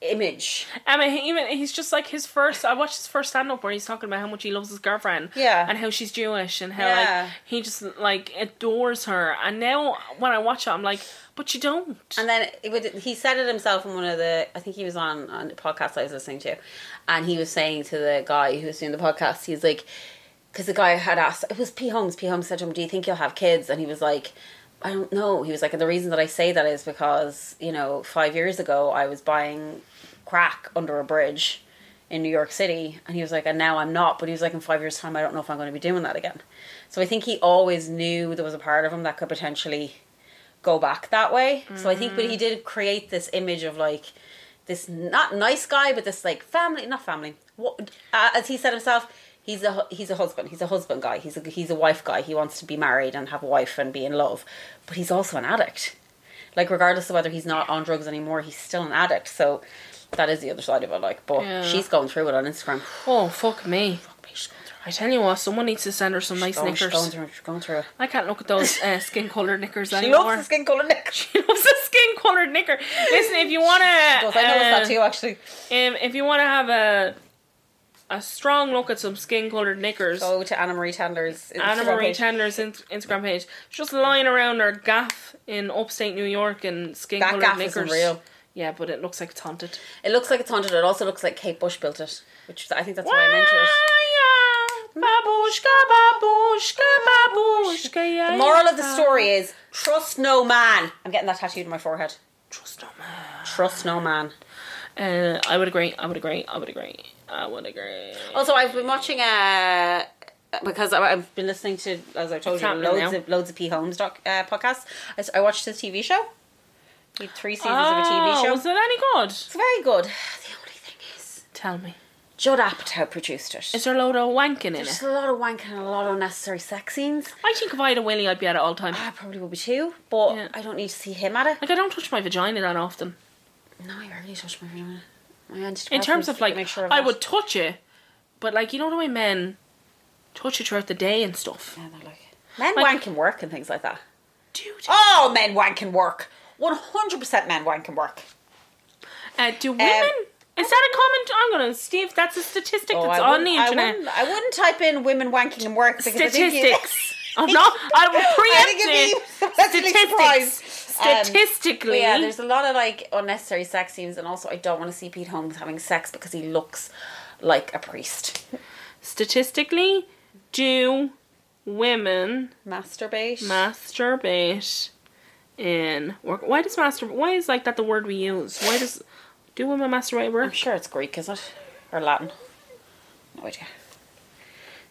[SPEAKER 2] image.
[SPEAKER 3] I mean, he even he's just like his first. I watched his first stand up where he's talking about how much he loves his girlfriend.
[SPEAKER 2] Yeah.
[SPEAKER 3] And how she's Jewish and how
[SPEAKER 2] Yeah.
[SPEAKER 3] like he just like adores her. And now when I watch it, I'm like, but you don't.
[SPEAKER 2] And then it would, he said it himself in one of the, I think he was on, on a podcast I was listening to. And he was saying to the guy who was doing the podcast, he's like, because the guy had asked, it was P. Holmes. P. Holmes said to him, Do you think you'll have kids? And he was like, I don't know. He was like, And the reason that I say that is because, you know, five years ago I was buying crack under a bridge in New York City. And he was like, And now I'm not. But he was like, In five years' time, I don't know if I'm going to be doing that again. So I think he always knew there was a part of him that could potentially go back that way. So I think, but
[SPEAKER 3] Mm.
[SPEAKER 2] he did create this image of like this not nice guy, but this like family, not family. What uh, as he said himself, he's a hu- he's a husband. He's a husband guy. He's a he's a wife guy. He wants to be married and have a wife and be in love, but he's also an addict. Like regardless of whether he's not on drugs anymore, he's still an addict. So that is the other side of it. Like, but
[SPEAKER 3] Yeah.
[SPEAKER 2] she's going through it on Instagram.
[SPEAKER 3] Oh, fuck me.
[SPEAKER 2] She's going through it.
[SPEAKER 3] I tell you what, someone needs to send her some nice
[SPEAKER 2] Going- she's
[SPEAKER 3] knickers.
[SPEAKER 2] going through it. She's going through it.
[SPEAKER 3] I can't look at those uh, skin colored knickers
[SPEAKER 2] She
[SPEAKER 3] anymore.
[SPEAKER 2] loves the skin colour knickers.
[SPEAKER 3] She loves a skin colored knicker. Listen, if you uh, want to,
[SPEAKER 2] I noticed that too, actually.
[SPEAKER 3] Um, if you want to have a a strong look at some skin colored knickers,
[SPEAKER 2] Go to Anna Marie Tander's Oh, Instagram
[SPEAKER 3] Anna Marie
[SPEAKER 2] page.
[SPEAKER 3] Tanner's in- Instagram page, she's just lying around her gaff in upstate New York in skin
[SPEAKER 2] That
[SPEAKER 3] colored
[SPEAKER 2] gaff
[SPEAKER 3] knickers.
[SPEAKER 2] isn't real.
[SPEAKER 3] Yeah, but it looks like it's haunted.
[SPEAKER 2] It looks like it's haunted. It also looks like Kate Bush built it, which I think that's why
[SPEAKER 3] Why,
[SPEAKER 2] I'm into it.
[SPEAKER 3] yeah, babushka, babushka, babushka, yeah,
[SPEAKER 2] The moral of the
[SPEAKER 3] yeah.
[SPEAKER 2] story is trust no man. I'm getting that tattooed on my forehead.
[SPEAKER 3] Trust no man.
[SPEAKER 2] Trust no man.
[SPEAKER 3] Uh, I would agree. I would agree. I would agree. I would agree.
[SPEAKER 2] Also, I've been watching uh because I- I've been listening to, as I told
[SPEAKER 3] It's
[SPEAKER 2] you,
[SPEAKER 3] happening
[SPEAKER 2] loads
[SPEAKER 3] now.
[SPEAKER 2] of loads of P Holmes doc uh, podcasts. I, s- I watched this TV show. We had three seasons of a TV show.
[SPEAKER 3] Oh, Was it any good?
[SPEAKER 2] It's very good. The only thing is,
[SPEAKER 3] Tell me.
[SPEAKER 2] Judd Apatow produced it.
[SPEAKER 3] Is there a load of wanking in
[SPEAKER 2] There's
[SPEAKER 3] it?
[SPEAKER 2] a lot of wanking and a lot of unnecessary sex scenes.
[SPEAKER 3] I think if I had a willy, I'd be at it all the time.
[SPEAKER 2] I probably will be too, but
[SPEAKER 3] Yeah.
[SPEAKER 2] I don't need to see him at it.
[SPEAKER 3] Like I don't touch my vagina that often.
[SPEAKER 2] No, I rarely touch my vagina. My antidepressants
[SPEAKER 3] In terms of like,
[SPEAKER 2] make sure of
[SPEAKER 3] I
[SPEAKER 2] that.
[SPEAKER 3] would touch it, but like you know the way men touch it throughout the day and stuff.
[SPEAKER 2] Yeah, they're like men
[SPEAKER 3] Like-
[SPEAKER 2] wank can work and things like that.
[SPEAKER 3] Dude,
[SPEAKER 2] Oh, men wank can work. One hundred percent men wank can work.
[SPEAKER 3] uh, do
[SPEAKER 2] Um,
[SPEAKER 3] women? is that a comment? I'm gonna Steve. That's a statistic that's
[SPEAKER 2] Oh, I
[SPEAKER 3] on the
[SPEAKER 2] wouldn't- I
[SPEAKER 3] internet.
[SPEAKER 2] wouldn't, I wouldn't type in women wanking and work because
[SPEAKER 3] Statistics. Oh no! I
[SPEAKER 2] I think
[SPEAKER 3] will
[SPEAKER 2] it'd
[SPEAKER 3] preempt
[SPEAKER 2] be
[SPEAKER 3] it.
[SPEAKER 2] pleasantly surprised. Um, But
[SPEAKER 3] Statistically,
[SPEAKER 2] yeah, there's a lot of like unnecessary sex scenes, and also I don't want to see Pete Holmes having sex because he looks like a priest.
[SPEAKER 3] statistically, do women
[SPEAKER 2] Masturbate.
[SPEAKER 3] masturbate in work. Why does masturb? Why is like that the word we use? Why does do women masturbate at
[SPEAKER 2] I'm
[SPEAKER 3] work?
[SPEAKER 2] sure it's Greek, is it? Or Latin? No idea.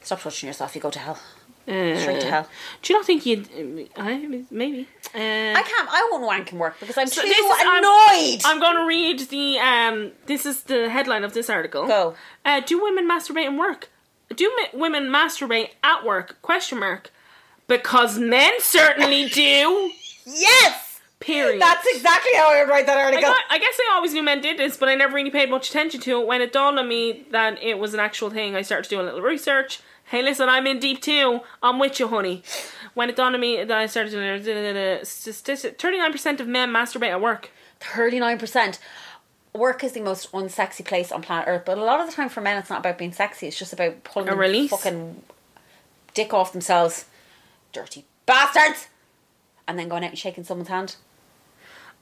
[SPEAKER 2] Stop touching yourself. You go to hell. Straight to
[SPEAKER 3] Uh,
[SPEAKER 2] hell.
[SPEAKER 3] Do you not think you'd? I maybe. Uh,
[SPEAKER 2] I can't. I won't wank and work because I'm
[SPEAKER 3] So
[SPEAKER 2] too
[SPEAKER 3] this is- I'm-
[SPEAKER 2] annoyed.
[SPEAKER 3] I'm going to read the um. This is the headline of this article.
[SPEAKER 2] Go.
[SPEAKER 3] Uh, do women masturbate in work? Do mi- women masturbate at work? Question mark. Because men certainly do.
[SPEAKER 2] yes,
[SPEAKER 3] Period.
[SPEAKER 2] that's exactly how I would write that
[SPEAKER 3] I,
[SPEAKER 2] article.
[SPEAKER 3] got, I guess I always knew men did this, but I never really paid much attention to it. When it dawned on me that it was an actual thing, I started to do a little research. Hey, listen, I'm in deep too. I'm with you, honey. When it dawned on me that I started to thirty-nine percent of men masturbate at work.
[SPEAKER 2] Thirty-nine percent. Work is the most unsexy place on planet Earth, but a lot of the time for men, it's not about being sexy. It's just about pulling
[SPEAKER 3] A
[SPEAKER 2] the
[SPEAKER 3] release.
[SPEAKER 2] fucking dick off themselves, dirty bastards, and then going out and shaking someone's hand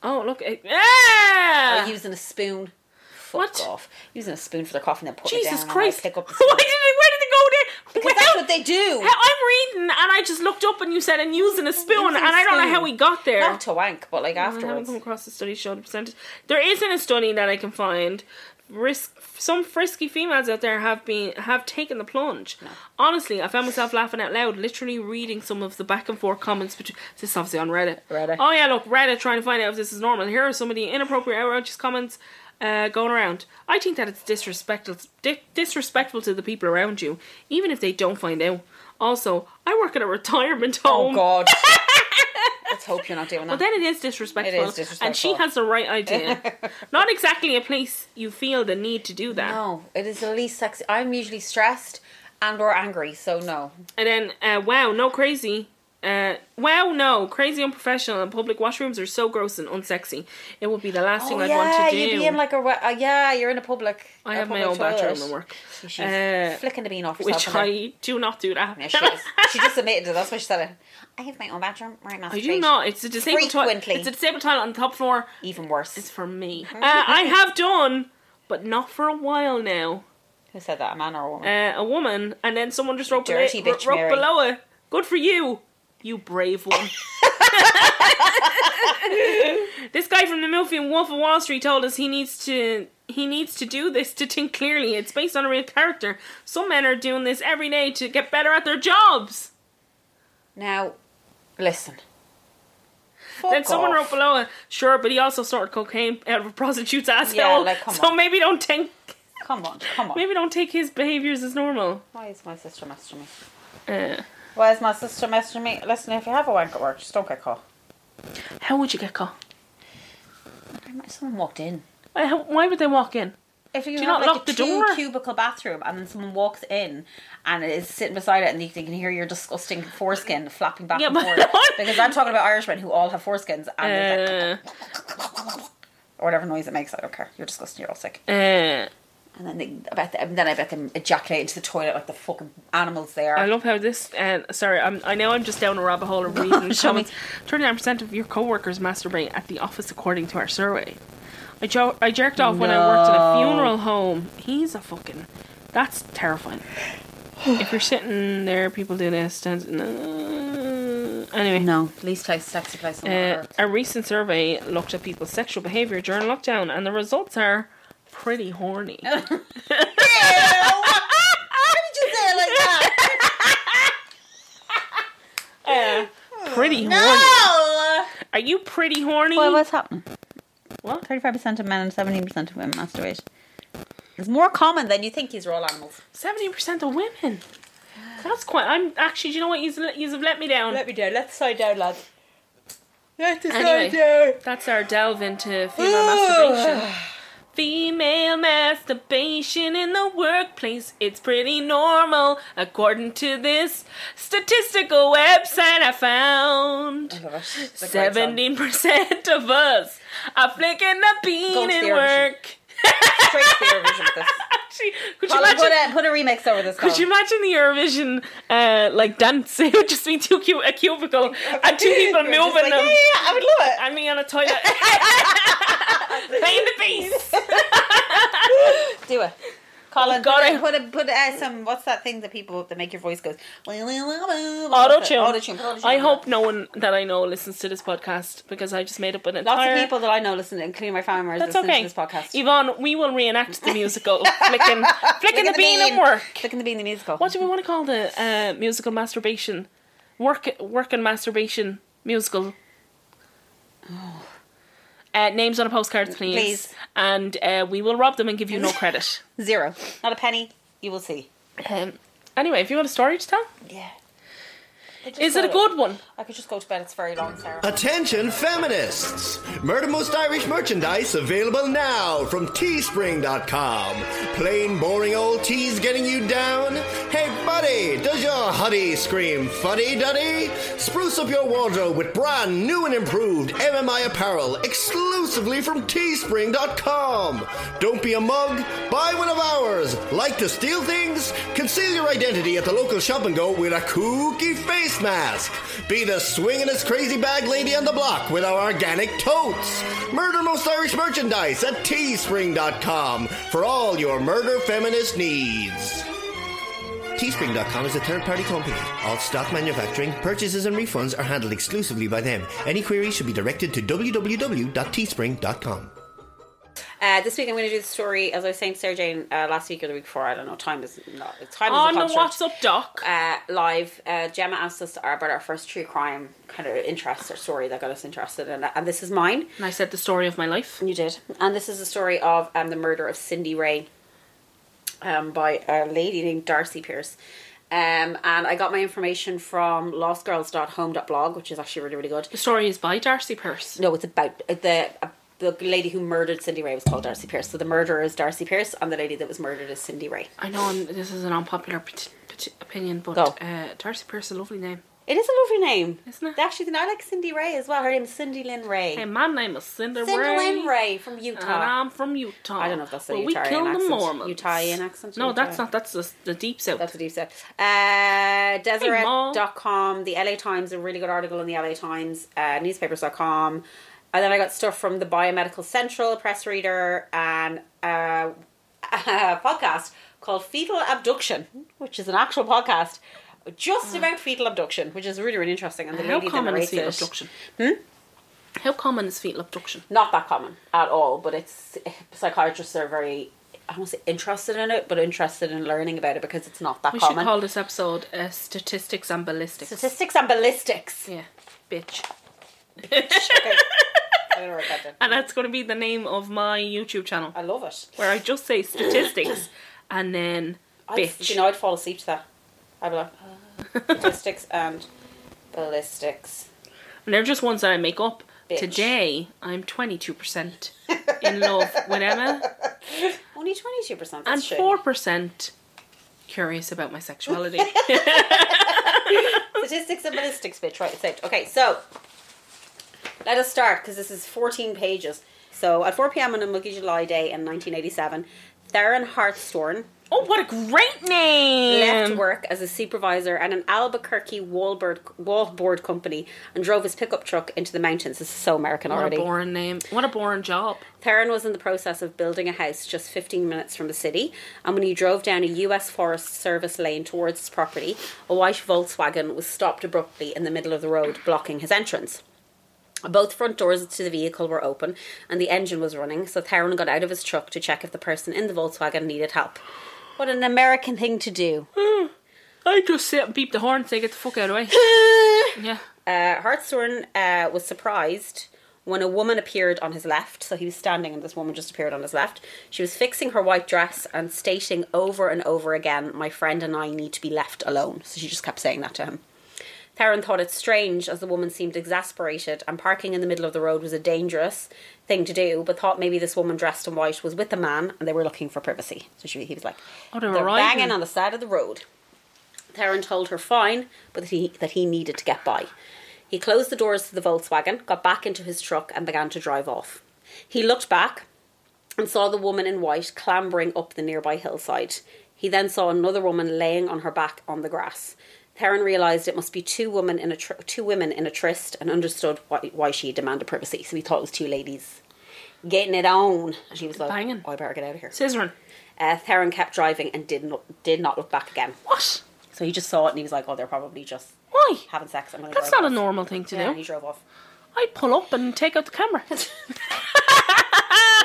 [SPEAKER 3] Oh, look! It,
[SPEAKER 2] or
[SPEAKER 3] yeah!
[SPEAKER 2] using a spoon. Fuck
[SPEAKER 3] Ah. What?
[SPEAKER 2] off! Using a spoon for their coffee and then putting it down.
[SPEAKER 3] Jesus
[SPEAKER 2] and I
[SPEAKER 3] Christ!
[SPEAKER 2] Pick up the
[SPEAKER 3] Why
[SPEAKER 2] spoon.
[SPEAKER 3] did it? Where did it go there?
[SPEAKER 2] Because that's what they do.
[SPEAKER 3] I'm reading, and I just looked up, and you said, "and using a spoon,"
[SPEAKER 2] Using a
[SPEAKER 3] and I don't know
[SPEAKER 2] spoon.
[SPEAKER 3] how we got there.
[SPEAKER 2] Not to wank, but like
[SPEAKER 3] I haven't
[SPEAKER 2] afterwards.
[SPEAKER 3] come across a study showing the percentage. There isn't a study that I can find. Risk some frisky females out there have been have taken the plunge. Honestly, I found myself laughing out loud, literally reading some of the back and forth comments between. This is obviously on Reddit.
[SPEAKER 2] Reddit.
[SPEAKER 3] Oh yeah, look Reddit trying to find out if this is normal. Here are some of the inappropriate, outrageous comments. Uh, going around, I think that it's disrespectful, di- disrespectful to the people around you, even if they don't find out. Also, I work at a retirement home.
[SPEAKER 2] Oh God. Let's hope you're not doing that.
[SPEAKER 3] But then it is disrespectful.
[SPEAKER 2] It is disrespectful.
[SPEAKER 3] And she has the right idea. Not exactly a place you feel the need to do that.
[SPEAKER 2] no, it is the least sexy. I'm usually stressed and or angry, so no.
[SPEAKER 3] And then, uh, wow, no crazy. Uh, wow, no, crazy unprofessional and public washrooms are so gross and unsexy. It would be the last thing I'd want to do.
[SPEAKER 2] Oh, you'd be in like a wa- uh, yeah. You're in a public.
[SPEAKER 3] I
[SPEAKER 2] a
[SPEAKER 3] have my own
[SPEAKER 2] public toilet.
[SPEAKER 3] bathroom at work,
[SPEAKER 2] She's
[SPEAKER 3] Uh,
[SPEAKER 2] flicking the bean off herself.
[SPEAKER 3] which
[SPEAKER 2] in there.
[SPEAKER 3] I do not do that.
[SPEAKER 2] Yeah, she, is. she just admitted it. That's why she said it. I have my own bathroom. Right,
[SPEAKER 3] I do not. It's a disabled toilet.
[SPEAKER 2] Frequently.
[SPEAKER 3] It's a disabled toilet on the top floor.
[SPEAKER 2] Even worse.
[SPEAKER 3] It's for me. Uh, I have done, but not for a while now.
[SPEAKER 2] Who said that? A man or a woman?
[SPEAKER 3] uh, a woman, and then someone just wrote,
[SPEAKER 2] Dirty
[SPEAKER 3] bela-
[SPEAKER 2] bitch,
[SPEAKER 3] wrote
[SPEAKER 2] Mary.
[SPEAKER 3] below her, good for you, you brave one. this guy from the movie Wolf of Wall Street told us he needs to he needs to do this to think clearly. It's based on a real character. Some men are doing this every day to get better at their jobs.
[SPEAKER 2] now, listen.
[SPEAKER 3] then
[SPEAKER 2] Fuck
[SPEAKER 3] someone
[SPEAKER 2] off.
[SPEAKER 3] wrote below it, sure, but he also sorted cocaine out of a prostitute's asshole.
[SPEAKER 2] like, come
[SPEAKER 3] so
[SPEAKER 2] on.
[SPEAKER 3] maybe don't take
[SPEAKER 2] Come on, come on.
[SPEAKER 3] maybe don't take his behaviors as normal.
[SPEAKER 2] Why is my sister messaging me?
[SPEAKER 3] Uh,
[SPEAKER 2] Why is my sister messaging me? Listen, if you have a wank at work, just don't get caught.
[SPEAKER 3] how would you get caught?
[SPEAKER 2] I might- Someone walked in.
[SPEAKER 3] Why- uh, how- Why would they walk in?
[SPEAKER 2] If you,
[SPEAKER 3] Do you
[SPEAKER 2] have
[SPEAKER 3] not
[SPEAKER 2] like
[SPEAKER 3] lock
[SPEAKER 2] a
[SPEAKER 3] the
[SPEAKER 2] two
[SPEAKER 3] door?
[SPEAKER 2] cubicle bathroom and then someone walks in and is sitting beside it and you can hear your disgusting foreskin flapping back
[SPEAKER 3] Yeah,
[SPEAKER 2] and
[SPEAKER 3] but-
[SPEAKER 2] forth. because I'm talking about Irishmen who all have foreskins and they're
[SPEAKER 3] Uh,
[SPEAKER 2] like, or whatever noise it makes. I don't care. You're disgusting. You're all sick.
[SPEAKER 3] uh,
[SPEAKER 2] And then they, I bet and then I bet them ejaculate into the toilet like the fucking animals there.
[SPEAKER 3] I love how this. Uh, sorry, I'm, I know I'm just down a rabbit hole of reading
[SPEAKER 2] Oh, Show me.
[SPEAKER 3] comments. Twenty-nine percent of your coworkers masturbate at the office, according to our survey. I, jo- I jerked off when I worked at a
[SPEAKER 2] No.
[SPEAKER 3] funeral home. He's a fucking. That's terrifying. if you're sitting there, people do this. Stands, no. Anyway,
[SPEAKER 2] no, Eh. least place, sexy place on
[SPEAKER 3] Uh,
[SPEAKER 2] earth.
[SPEAKER 3] a recent survey looked at people's sexual behavior during lockdown, and the results are pretty horny.
[SPEAKER 2] Why did you say it like that?
[SPEAKER 3] pretty horny.
[SPEAKER 2] No.
[SPEAKER 3] Are you pretty horny?
[SPEAKER 2] Well, what's happening?
[SPEAKER 3] What?
[SPEAKER 2] Thirty-five percent of men and seventeen percent of women masturbate. It's more common than you think. These are all animals.
[SPEAKER 3] Seventy percent of women. That's quite. I'm actually. Do you know what? You've let, you've let me down.
[SPEAKER 2] me down. Let's side down, lad. Let's
[SPEAKER 3] Anyway.
[SPEAKER 2] down.
[SPEAKER 3] That's our delve into female
[SPEAKER 2] Ooh.
[SPEAKER 3] masturbation. Female masturbation in the workplace, it's pretty normal, according to this statistical website I found.
[SPEAKER 2] I love it. It's a great
[SPEAKER 3] Seventeen percent of us are flicking the
[SPEAKER 2] Go
[SPEAKER 3] bean
[SPEAKER 2] to the
[SPEAKER 3] in
[SPEAKER 2] Eurovision.
[SPEAKER 3] work.
[SPEAKER 2] song. Straight to the Eurovision with this.
[SPEAKER 3] Actually, could you
[SPEAKER 2] Colin,
[SPEAKER 3] imagine?
[SPEAKER 2] put a, put a remix over this.
[SPEAKER 3] Could
[SPEAKER 2] song.
[SPEAKER 3] you imagine the Eurovision uh, like dance? It would just be two cu- a cubicle and two people
[SPEAKER 2] We're just like,
[SPEAKER 3] moving them.
[SPEAKER 2] Yeah, yeah, yeah, I would love it.
[SPEAKER 3] And me on a toilet playing the bass.
[SPEAKER 2] Do it. Colin,
[SPEAKER 3] God, I-
[SPEAKER 2] put, a, put, a, put uh, some. What's that thing that people that make your voice goes? Auto
[SPEAKER 3] Auto-tune.
[SPEAKER 2] Auto tune.
[SPEAKER 3] I hope no one that I know listens to this podcast because I just made up an
[SPEAKER 2] Lots
[SPEAKER 3] entire.
[SPEAKER 2] of people that I know listen, including my family, members,
[SPEAKER 3] That's
[SPEAKER 2] listen
[SPEAKER 3] okay.
[SPEAKER 2] to this podcast.
[SPEAKER 3] Yvonne, we will reenact the musical flicking, flicking the, bean at work.
[SPEAKER 2] Flicking the bean the musical.
[SPEAKER 3] What do we want to call the uh, musical masturbation? Work, work and masturbation musical. Uh, names on a postcard, Oh. please.
[SPEAKER 2] Please.
[SPEAKER 3] And uh, we will rob them and give you no credit.
[SPEAKER 2] Zero. Not a penny. You will see.
[SPEAKER 3] um, anyway, if you want a story to tell,
[SPEAKER 2] Yeah.
[SPEAKER 3] is it a good one?
[SPEAKER 2] I could just go to bed. It's very long, Sarah.
[SPEAKER 1] Attention feminists! Murder Most Irish merchandise available now from teespring.com. Plain boring old tea's getting you down? Hey buddy, does your huddy scream fuddy duddy? Spruce up your wardrobe with brand new and improved MMI apparel exclusively from teespring.com. Don't be a mug, buy one of ours. Like to steal things? Conceal your identity at the local shop and go with a kooky face mask. Be the swingin'est crazy bag lady on the block with our organic totes. Murder Most Irish merchandise at teespring.com for all your murder feminist needs. Teespring.com is a third party company. All stock manufacturing, purchases, and refunds are handled exclusively by them. Any queries should be directed to www.teespring.com.
[SPEAKER 2] Uh, this week I'm going to do the story, as I was saying to Sarah Jane uh, last week or the week before. I don't know. Time is not. Time is
[SPEAKER 3] On
[SPEAKER 2] a
[SPEAKER 3] the
[SPEAKER 2] construct.
[SPEAKER 3] WhatsApp doc.
[SPEAKER 2] uh, live. Uh, Gemma asked us about our first true crime kind of interest or story that got us interested in it. And this is mine.
[SPEAKER 3] And I said the story of my life.
[SPEAKER 2] You did. And this is the story of um, the murder of Cindy Ray um, by a lady named Darcy Pierce. Um, and I got my information from lostgirls.home.blog, which is actually really, really good.
[SPEAKER 3] The story is by Darcy Purse.
[SPEAKER 2] No, it's about uh, the uh, the lady who murdered Cindy Ray was called Darcy Pierce. So the murderer is Darcy Pierce, and the lady that was murdered is Cindy Ray.
[SPEAKER 3] I know um, this is an unpopular pet- pet- opinion, but
[SPEAKER 2] Go.
[SPEAKER 3] uh, Darcy Purse is a lovely name.
[SPEAKER 2] It is a lovely name,
[SPEAKER 3] Isn't it?
[SPEAKER 2] Actually, I like Cindy Ray as well. Her name is Cindy Lynn Ray.
[SPEAKER 3] Hey, my name is Cinder
[SPEAKER 2] Cindy Lynn
[SPEAKER 3] Ray.
[SPEAKER 2] Ray from Utah.
[SPEAKER 3] And I'm from Utah.
[SPEAKER 2] Uh, I don't know if that's a
[SPEAKER 3] Well,
[SPEAKER 2] Utahan
[SPEAKER 3] we killed
[SPEAKER 2] accent.
[SPEAKER 3] the Mormons.
[SPEAKER 2] Utahian accent?
[SPEAKER 3] No,
[SPEAKER 2] Utah-
[SPEAKER 3] that's not. That's the, the deep south.
[SPEAKER 2] That's what you said. Uh,
[SPEAKER 3] Ma.
[SPEAKER 2] Deseret.com, the LA Times, a really good article in the LA Times, uh, newspapers.com. And then I got stuff from the Biomedical Central, Press Reader, and uh, a podcast called Fetal Abduction, which is an actual podcast just about fetal abduction, which is really, really interesting. And the
[SPEAKER 3] Ah. How
[SPEAKER 2] lady that
[SPEAKER 3] common is
[SPEAKER 2] narrates
[SPEAKER 3] fetal
[SPEAKER 2] it,
[SPEAKER 3] abduction? Hmm? How common is fetal abduction?
[SPEAKER 2] not that common at all, but it's psychiatrists are very, I don't want to say interested in it, but interested in learning about it because it's not that
[SPEAKER 3] We
[SPEAKER 2] common.
[SPEAKER 3] should call this episode uh, "Statistics and Ballistics."
[SPEAKER 2] Statistics and ballistics.
[SPEAKER 3] yeah, bitch.
[SPEAKER 2] Okay. I'm gonna write that down.
[SPEAKER 3] And that's going to be the name of my YouTube channel,
[SPEAKER 2] I love it.
[SPEAKER 3] where I just say statistics and then
[SPEAKER 2] I'd,
[SPEAKER 3] bitch.
[SPEAKER 2] you know, I'd fall asleep to that. I'd be like, statistics and ballistics.
[SPEAKER 3] and they're just ones that I make up
[SPEAKER 4] bitch.
[SPEAKER 3] Today, I'm 22% in love with Emma
[SPEAKER 2] Only 22%.
[SPEAKER 3] and
[SPEAKER 2] That's shit.
[SPEAKER 3] 4% curious about my sexuality.
[SPEAKER 2] Statistics and ballistics, bitch. Right, it's out. Okay, so let us start because this is 14 pages. So at 4 p.m. on a muggy July day in 1987, Theron Hartshorn
[SPEAKER 3] oh, what a great name!
[SPEAKER 2] left work as a supervisor at an Albuquerque wallboard, wallboard company and drove his pickup truck into the mountains. This is so American
[SPEAKER 3] What a
[SPEAKER 2] already.
[SPEAKER 3] boring name. What a boring job.
[SPEAKER 2] Theron was in the process of building a house just 15 minutes from the city, and when he drove down a U.S. Forest Service lane towards his property, a white Volkswagen was stopped abruptly in the middle of the road, blocking his entrance. Both front doors to the vehicle were open, and the engine was running, so Theron got out of his truck to check if the person in the Volkswagen needed help. What an American thing to do.
[SPEAKER 3] I just sit and beep the horn say get the fuck out of the way. yeah.
[SPEAKER 2] Uh, Hartshorn uh, was surprised when a woman appeared on his left. So he was standing, and this woman just appeared on his left. She was fixing her white dress and stating over and over again, "My friend and I need to be left alone." So she just kept saying that to him. Theron thought it strange, as the woman seemed exasperated, and parking in the middle of the road was a dangerous thing to do. But thought maybe this woman dressed in white was with a man, and they were looking for privacy. So she, he was like,
[SPEAKER 3] Oh, they were
[SPEAKER 2] "They're
[SPEAKER 3] riding.
[SPEAKER 2] banging on the side of the road." Theron told her fine, but that he, that he needed to get by. He closed the doors to the Volkswagen, got back into his truck, and began to drive off. He looked back and saw the woman in white clambering up the nearby hillside. He then saw another woman laying on her back on the grass. Theron realized it must be two women in a tr- two women in a tryst and understood why, why she demanded privacy. So he thought it was two ladies getting it on, and she was like,
[SPEAKER 3] Banging.
[SPEAKER 2] "Oh, I better get out of here."
[SPEAKER 3] Scissoring.
[SPEAKER 2] Uh, Theron kept driving and did not did not look back again.
[SPEAKER 3] What?
[SPEAKER 2] So he just saw it and he was like, "Oh, they're probably just
[SPEAKER 3] Why?
[SPEAKER 2] having sex." I'm gonna
[SPEAKER 3] That's
[SPEAKER 2] drive
[SPEAKER 3] not a
[SPEAKER 2] off."
[SPEAKER 3] normal thing to
[SPEAKER 2] Yeah, and
[SPEAKER 3] do.
[SPEAKER 2] he drove off.
[SPEAKER 3] I'd pull up and take out the camera.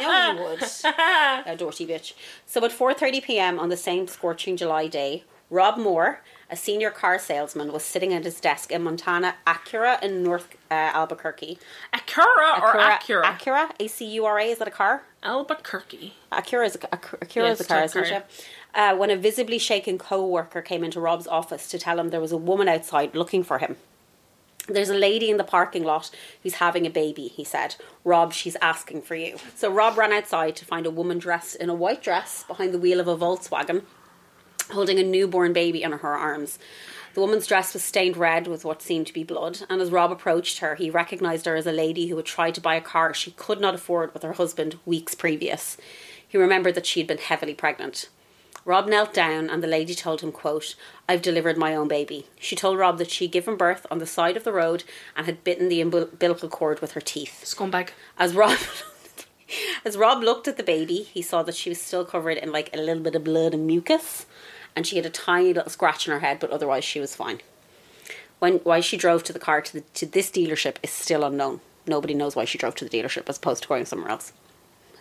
[SPEAKER 2] No, you would. a dirty bitch. So at 4:30 p.m. on the same scorching July day, Rob Moore, a senior car salesman, was sitting at his desk in Montana Acura in North uh, Albuquerque.
[SPEAKER 3] Acura or Acura?
[SPEAKER 2] Acura, A C U R A. Is that a car?
[SPEAKER 3] Albuquerque.
[SPEAKER 2] Acura is a, Ac- Acura
[SPEAKER 3] Yeah,
[SPEAKER 2] is a
[SPEAKER 3] it's
[SPEAKER 2] car,
[SPEAKER 3] a
[SPEAKER 2] isn't
[SPEAKER 3] car.
[SPEAKER 2] it? Uh, when a visibly shaken co-worker came into Rob's office to tell him there was a woman outside looking for him. There's a lady in the parking lot who's having a baby, he said. Rob, she's asking for you. So Rob ran outside to find a woman dressed in a white dress behind the wheel of a Volkswagen, holding a newborn baby in her arms. The woman's dress was stained red with what seemed to be blood, and as Rob approached her, he recognized her as a lady who had tried to buy a car she could not afford with her husband weeks previous. He remembered that she had been heavily pregnant. Rob knelt down and the lady told him, quote, I've delivered my own baby. She told Rob that she'd given birth on the side of the road and had bitten the umbilical cord with her teeth.
[SPEAKER 3] Scumbag.
[SPEAKER 2] As Rob as Rob looked at the baby, he saw that she was still covered in like a little bit of blood and mucus, and she had a tiny little scratch on her head, but otherwise she was fine. When why she drove to the car to the, to this dealership is still unknown. Nobody knows why she drove to the dealership as opposed to going somewhere else.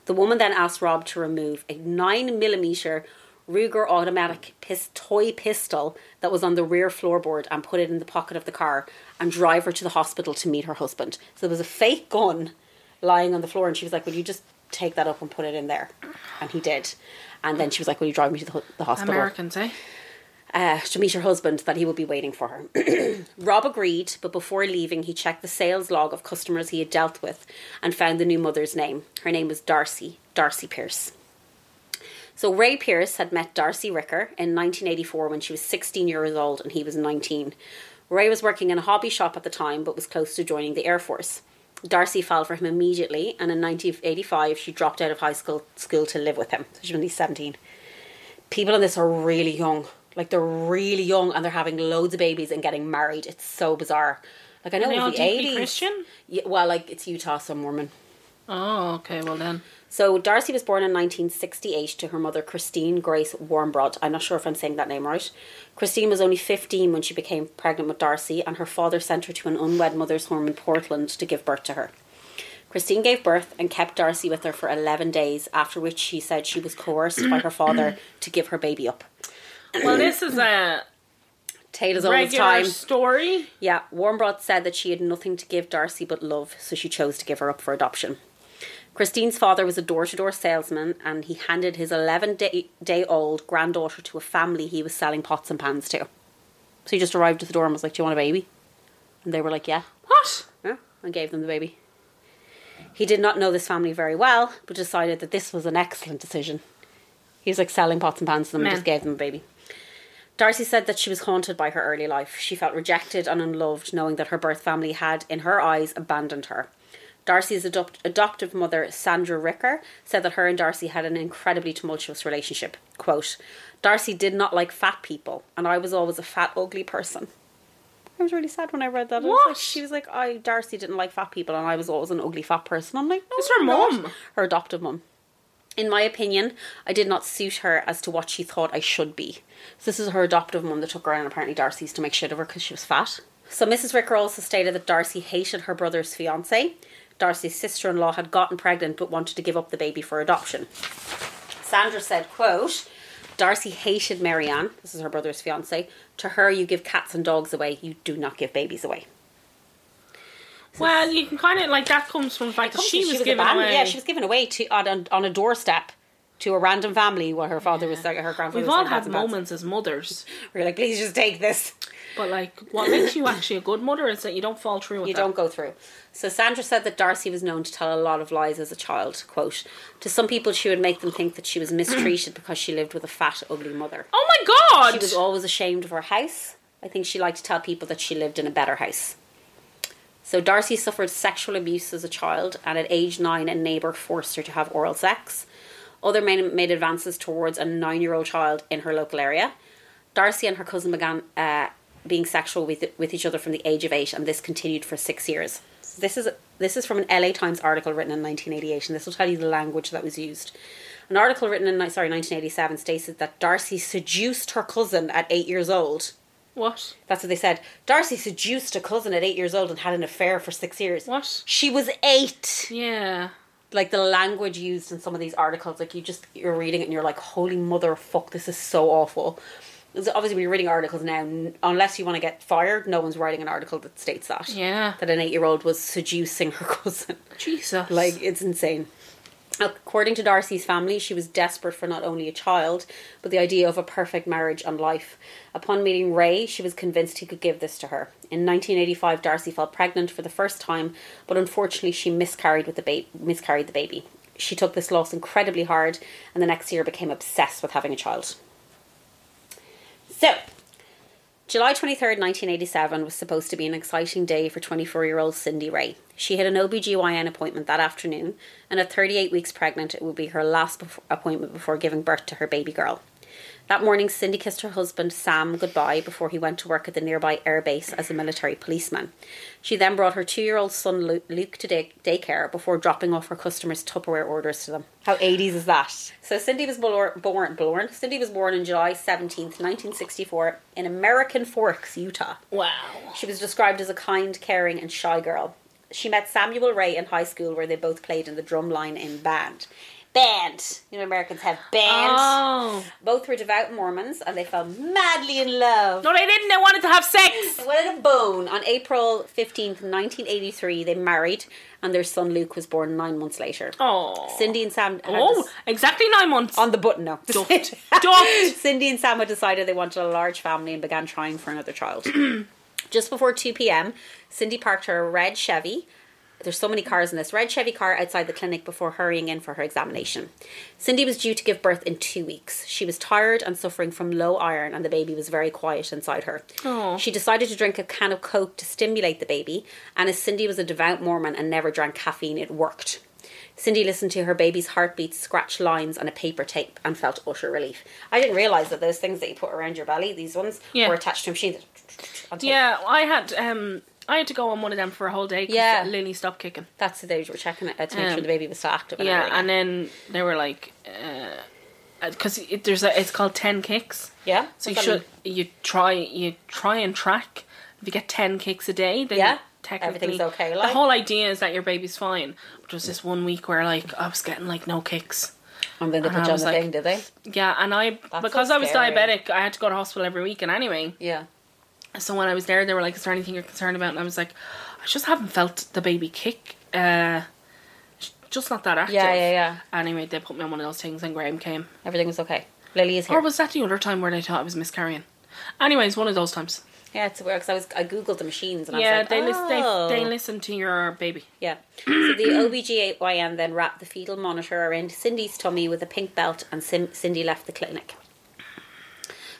[SPEAKER 2] The woman then asked Rob to remove a 9mm Ruger automatic pis- toy pistol that was on the rear floorboard and put it in the pocket of the car and drive her to the hospital to meet her husband. So there was a fake gun lying on the floor and she was like, Will you just take that up and put it in there? And he did. And then she was like, Will you drive me to the, ho- the hospital?
[SPEAKER 3] Americans, eh?
[SPEAKER 2] uh, to meet her husband that he would be waiting for her. Rob agreed, but before leaving, he checked the sales log of customers he had dealt with and found the new mother's name. Her name was Darcy, Darcy Pierce. So Ray Pierce had met Darcy Ricker in 1984 when she was 16 years old and he was 19. Ray was working in a hobby shop at the time but was close to joining the Air Force. Darcy fell for him immediately and in 1985 she dropped out of high school, school to live with him. So she was only 17 people in this are really young. Like they're really young and they're having loads of babies and getting married. It's so bizarre. Like I know
[SPEAKER 3] they
[SPEAKER 2] it
[SPEAKER 3] all
[SPEAKER 2] was the
[SPEAKER 3] deeply
[SPEAKER 2] eighties.
[SPEAKER 3] Christian?
[SPEAKER 2] Yeah, well, like it's Utah, some Mormon.
[SPEAKER 3] Oh, okay, well then.
[SPEAKER 2] So Darcy was born in 1968 to her mother Christine Grace Warmbrod. I'm not sure if I'm saying that name right. Christine was only 15 when she became pregnant with Darcy, and her father sent her to an unwed mother's home in Portland to give birth to her. Christine gave birth and kept Darcy with her for 11 days, after which she said she was coerced by her father to give her baby up.
[SPEAKER 3] Well, this is a
[SPEAKER 2] Tale as old as
[SPEAKER 3] regular
[SPEAKER 2] time.
[SPEAKER 3] story.
[SPEAKER 2] Yeah, Warmbrot said that she had nothing to give Darcy but love, so she chose to give her up for adoption. Christine's father was a door to door salesman and he handed his 11 day, day old granddaughter to a family he was selling pots and pans to. So he just arrived at the door and was like, Do you want a baby? And they were like, Yeah.
[SPEAKER 3] What?
[SPEAKER 2] yeah. And gave them the baby. He did not know this family very well, but decided that this was an excellent decision. He was like selling pots and pans to them
[SPEAKER 3] Man.
[SPEAKER 2] and just gave them a baby. Darcy said that she was haunted by her early life. She felt rejected and unloved, knowing that her birth family had, in her eyes, abandoned her. Darcy's adopt- adoptive mother, Sandra Ricker, said that her and Darcy had an incredibly tumultuous relationship. Quote, Darcy did not like fat people, and I was always a fat, ugly person. I was really sad when I read that. I was like-
[SPEAKER 3] What?
[SPEAKER 2] she was like, I Darcy didn't like fat people, and I was always an ugly fat person. I'm like, no,
[SPEAKER 3] It's her
[SPEAKER 2] you're not.
[SPEAKER 3] mum.
[SPEAKER 2] Oh her adoptive mum. In my opinion, I did not suit her as to what she thought I should be. So this is her adoptive mum that took her in, apparently Darcy's to make shit of her because she was fat. So Mrs. Ricker also stated that Darcy hated her brother's fiance. Darcy's sister-in-law had gotten pregnant but wanted to give up the baby for adoption. Sandra said, quote, Darcy hated Marianne, this is her brother's fiance. To her you give cats and dogs away, you do not give babies away.
[SPEAKER 3] Well, you can kind of like that comes from the fact that she, was, given
[SPEAKER 2] abandoned-
[SPEAKER 3] away.
[SPEAKER 2] Yeah, she was given away to on, on, on a doorstep to a random family while her father was her grandfather.
[SPEAKER 3] We've
[SPEAKER 2] was
[SPEAKER 3] all
[SPEAKER 2] selling
[SPEAKER 3] had
[SPEAKER 2] pots and pans.
[SPEAKER 3] moments as mothers,
[SPEAKER 2] where you're like, please just take this.
[SPEAKER 3] but like what makes you actually a good mother is that you don't fall through with
[SPEAKER 2] You
[SPEAKER 3] that.
[SPEAKER 2] don't go through. So Sandra said that Darcy was known to tell a lot of lies as a child. Quote: To some people, she would make them think that she was mistreated because she lived with a fat, ugly mother.
[SPEAKER 3] Oh my
[SPEAKER 2] She
[SPEAKER 3] god!
[SPEAKER 2] was always ashamed of her house. I think she liked to tell people that she lived in a better house. So Darcy suffered sexual abuse as a child, and at age nine, a neighbour forced her to have oral sex. Other men made advances towards a nine-year-old child in her local area. Darcy and her cousin began uh, being sexual with with each other from the age of eight, and this continued for six years. So this is this is from an LA Times article written in 1988, and this will tell you the language that was used. An article written in ni- sorry 1987 states that Darcy seduced her cousin at eight years old.
[SPEAKER 3] what?
[SPEAKER 2] That's what they said. Darcy seduced a cousin at eight years old and had an affair for six years.
[SPEAKER 3] What?
[SPEAKER 2] She was eight.
[SPEAKER 3] Yeah.
[SPEAKER 2] Like the language used in some of these articles, like you just you're reading it and you're like, holy mother of fuck, this is so awful. Because obviously, when you're reading articles now, n- unless you want to get fired, no one's writing an article that states that.
[SPEAKER 3] Yeah.
[SPEAKER 2] That an eight year old was seducing her cousin.
[SPEAKER 3] Jesus.
[SPEAKER 2] Like it's insane. According to Darcy's family, she was desperate for not only a child, but the idea of a perfect marriage and life. Upon meeting Ray, she was convinced he could give this to her. In 1985, Darcy fell pregnant for the first time, but unfortunately, she miscarried with the ba- miscarried the baby. She took this loss incredibly hard, and the next year became obsessed with having a child. So, July 23rd, 1987 was supposed to be an exciting day for 24 year old Cindy Ray. She had an OBGYN appointment that afternoon, and at 38 weeks pregnant, it would be her last bef- appointment before giving birth to her baby girl. That morning, Cindy kissed her husband Sam goodbye before he went to work at the nearby air base as a military policeman. She then brought her two year old son Lu- Luke to day- daycare before dropping off her customers' Tupperware orders to them. How 80s is that? So, Cindy was bor- born, born. Cindy was born on July 17th, 1964, in American Forks, Utah.
[SPEAKER 3] wow.
[SPEAKER 2] She was described as a kind, caring, and shy girl. She met Samuel Ray in high school, where they both played in the drumline in band. Band! You know, Americans have band.
[SPEAKER 3] Oh.
[SPEAKER 2] Both were devout Mormons and they fell madly in love.
[SPEAKER 3] No, they didn't. They wanted to have sex.
[SPEAKER 2] They wanted a bone. On April 15th, 1983, they married and their son Luke was born nine months later.
[SPEAKER 3] Oh.
[SPEAKER 2] Cindy and Sam. had
[SPEAKER 3] Oh,
[SPEAKER 2] this-
[SPEAKER 3] exactly nine months.
[SPEAKER 2] on the button, no.
[SPEAKER 3] Duffed. Duffed.
[SPEAKER 2] Cindy and Sam had decided they wanted a large family and began trying for another child. Just before 2 p.m., Cindy parked her red Chevy. There's so many cars in this red Chevy car outside the clinic before hurrying in for her examination. Cindy was due to give birth in two weeks. She was tired and suffering from low iron, and the baby was very quiet inside her. She decided to drink a can of Coke to stimulate the baby, and as Cindy was a devout Mormon and never drank caffeine, it worked. Cindy listened to her baby's heartbeat, scratch lines on a paper tape, and felt utter relief. I didn't realize that those things that you put around your belly, these ones,
[SPEAKER 3] Yeah.
[SPEAKER 2] were attached to a machine. That on tape.
[SPEAKER 3] Yeah, I had um, I had to go on one of them for a whole day. 'cause
[SPEAKER 2] Yeah.
[SPEAKER 3] Lily stopped kicking.
[SPEAKER 2] That's the days you were checking it uh, to make
[SPEAKER 3] Um,
[SPEAKER 2] sure the baby was still active. And
[SPEAKER 3] Yeah,
[SPEAKER 2] everything.
[SPEAKER 3] and then they were like, because it there's a, it's called ten kicks.
[SPEAKER 2] yeah.
[SPEAKER 3] So you
[SPEAKER 2] What's that
[SPEAKER 3] should you try you try and track. If you get ten kicks a day, then
[SPEAKER 2] Yeah,
[SPEAKER 3] you technically
[SPEAKER 2] everything's okay,
[SPEAKER 3] The
[SPEAKER 2] like.
[SPEAKER 3] whole idea is that your baby's fine. But there was this one week where like I was getting like no kicks.
[SPEAKER 2] mean? And then they
[SPEAKER 3] and
[SPEAKER 2] put
[SPEAKER 3] I
[SPEAKER 2] you on
[SPEAKER 3] was
[SPEAKER 2] the
[SPEAKER 3] like-
[SPEAKER 2] thing, did they?
[SPEAKER 3] Yeah, and I
[SPEAKER 2] so
[SPEAKER 3] because I was
[SPEAKER 2] scary.
[SPEAKER 3] diabetic, I had to go to hospital every weekend anyway.
[SPEAKER 2] Yeah.
[SPEAKER 3] So when I was there, they were like, "Is there anything you're concerned about?" And I was like, "I just haven't felt the baby kick. Uh, sh- just not that active."
[SPEAKER 2] Yeah, yeah, yeah.
[SPEAKER 3] Anyway, they put me on one of those things, and Graham came.
[SPEAKER 2] Everything was okay. Lily is here.
[SPEAKER 3] Or was that the other time where they thought I was miscarrying? Anyways, one of those times.
[SPEAKER 2] Yeah, it's weird because I was I googled the machines and I
[SPEAKER 3] Yeah,
[SPEAKER 2] was like,
[SPEAKER 3] they, lis-
[SPEAKER 2] oh.
[SPEAKER 3] they, they listen to your baby.
[SPEAKER 2] Yeah. So the OBGYN then wrapped the fetal monitor around Cindy's tummy with a pink belt, and Sim- Cindy left the clinic.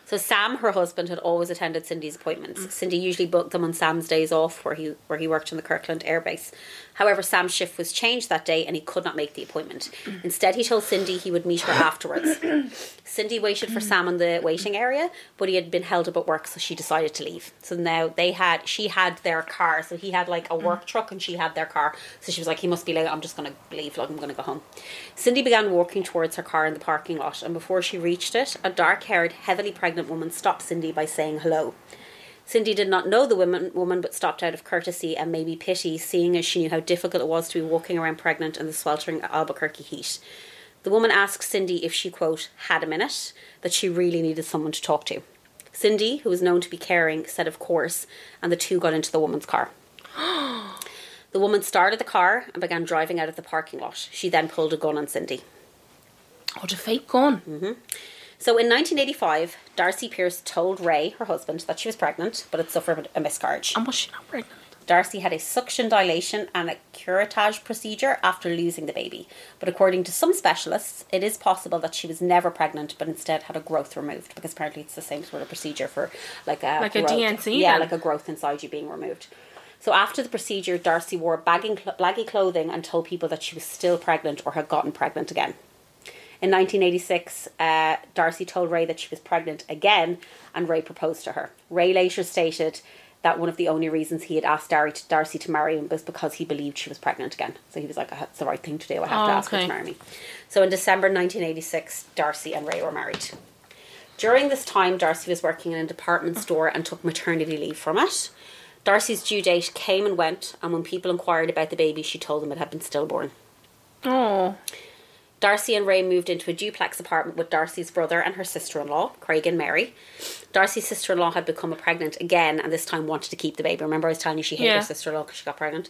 [SPEAKER 2] So Sam, her husband, had always attended Cindy's appointments. Cindy usually booked them on Sam's days off, where he where he worked in the Kirkland Air Base. However, Sam's shift was changed that day, and he could not make the appointment.
[SPEAKER 3] Mm.
[SPEAKER 2] Instead, he told Cindy he would meet her afterwards. Cindy waited for Sam in the waiting area, but he had been held up at work, so she decided to leave. So now they had, she had their car. So he had like a work truck and she had their car. So she was like, he must be late. I'm just going to leave. Like, I'm going to go home. Cindy began walking towards her car in the parking lot. And before she reached it, a dark haired, heavily pregnant woman stopped Cindy by saying hello. Cindy did not know the woman, woman, but stopped out of courtesy and maybe pity, seeing as she knew how difficult it was to be walking around pregnant in the sweltering Albuquerque heat. The woman asked Cindy if she, quote, had a minute, that she really needed someone to talk to. Cindy, who was known to be caring, said, of course, and the two got into the woman's car. the woman started the car and began driving out of the parking lot. She then pulled a gun on Cindy.
[SPEAKER 3] What a fake gun.
[SPEAKER 2] Mm. So in 1985, Darcy Pierce told Ray, her husband, that she was pregnant, but had suffered a miscarriage.
[SPEAKER 3] And was she not pregnant?
[SPEAKER 2] Darcy had a suction dilation and a curettage procedure after losing the baby. But according to some specialists, it is possible that she was never pregnant but instead had a growth removed because apparently it's the same sort of procedure for like a
[SPEAKER 3] Like a
[SPEAKER 2] growth.
[SPEAKER 3] DNC
[SPEAKER 2] Yeah,
[SPEAKER 3] then?
[SPEAKER 2] like a growth inside you being removed. So after the procedure, Darcy wore bagging cl- baggy clothing and told people that she was still pregnant or had gotten pregnant again. In 1986, uh, Darcy told Ray that she was pregnant again, and Ray proposed to her. Ray later stated that one of the only reasons he had asked Dar- Darcy to marry him was because he believed she was pregnant again. So he was like, "Uh, "It's the right thing to do. I have to
[SPEAKER 3] Oh,
[SPEAKER 2] ask her to
[SPEAKER 3] okay.
[SPEAKER 2] marry me." So in December 1986, Darcy and Ray were married. During this time, Darcy was working in a department store and took maternity leave from it. Darcy's due date came and went, and when people inquired about the baby, she told them it had been stillborn.
[SPEAKER 3] Oh.
[SPEAKER 2] Darcy and Ray moved into a duplex apartment with Darcy's brother and her sister in law, Craig and Mary. Darcy's sister in law had become pregnant again and this time wanted to keep the baby. Remember, I was telling you she hated
[SPEAKER 3] Yeah.
[SPEAKER 2] her sister in law because she got pregnant?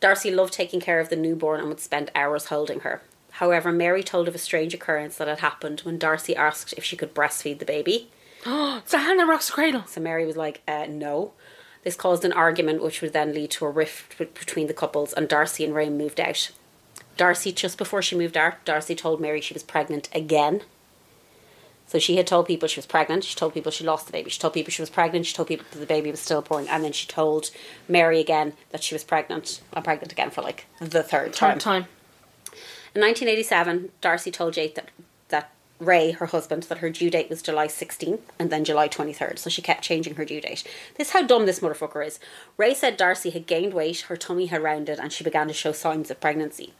[SPEAKER 2] Darcy loved taking care of the newborn and would spend hours holding her. However, Mary told of a strange occurrence that had happened when Darcy asked if she could breastfeed the baby.
[SPEAKER 3] So Hannah rocks the cradle.
[SPEAKER 2] So Mary was like, uh, no. This caused an argument, which would then lead to a rift be- between the couples, and Darcy and Ray moved out. Darcy, just before she moved out, Darcy told Mary she was pregnant again. So she had told people she was pregnant. She told people she lost the baby. She told people she was pregnant. She told people that the baby was still born, and then she told Mary again that she was pregnant. I'm pregnant again for like the third time.
[SPEAKER 3] Third time.
[SPEAKER 2] In 1987, Darcy told Jake that, that Ray, her husband, that her due date was July 16th and then July 23rd, so she kept changing her due date. This is how dumb this motherfucker is. Ray said Darcy had gained weight, her tummy had rounded, and she began to show signs of pregnancy.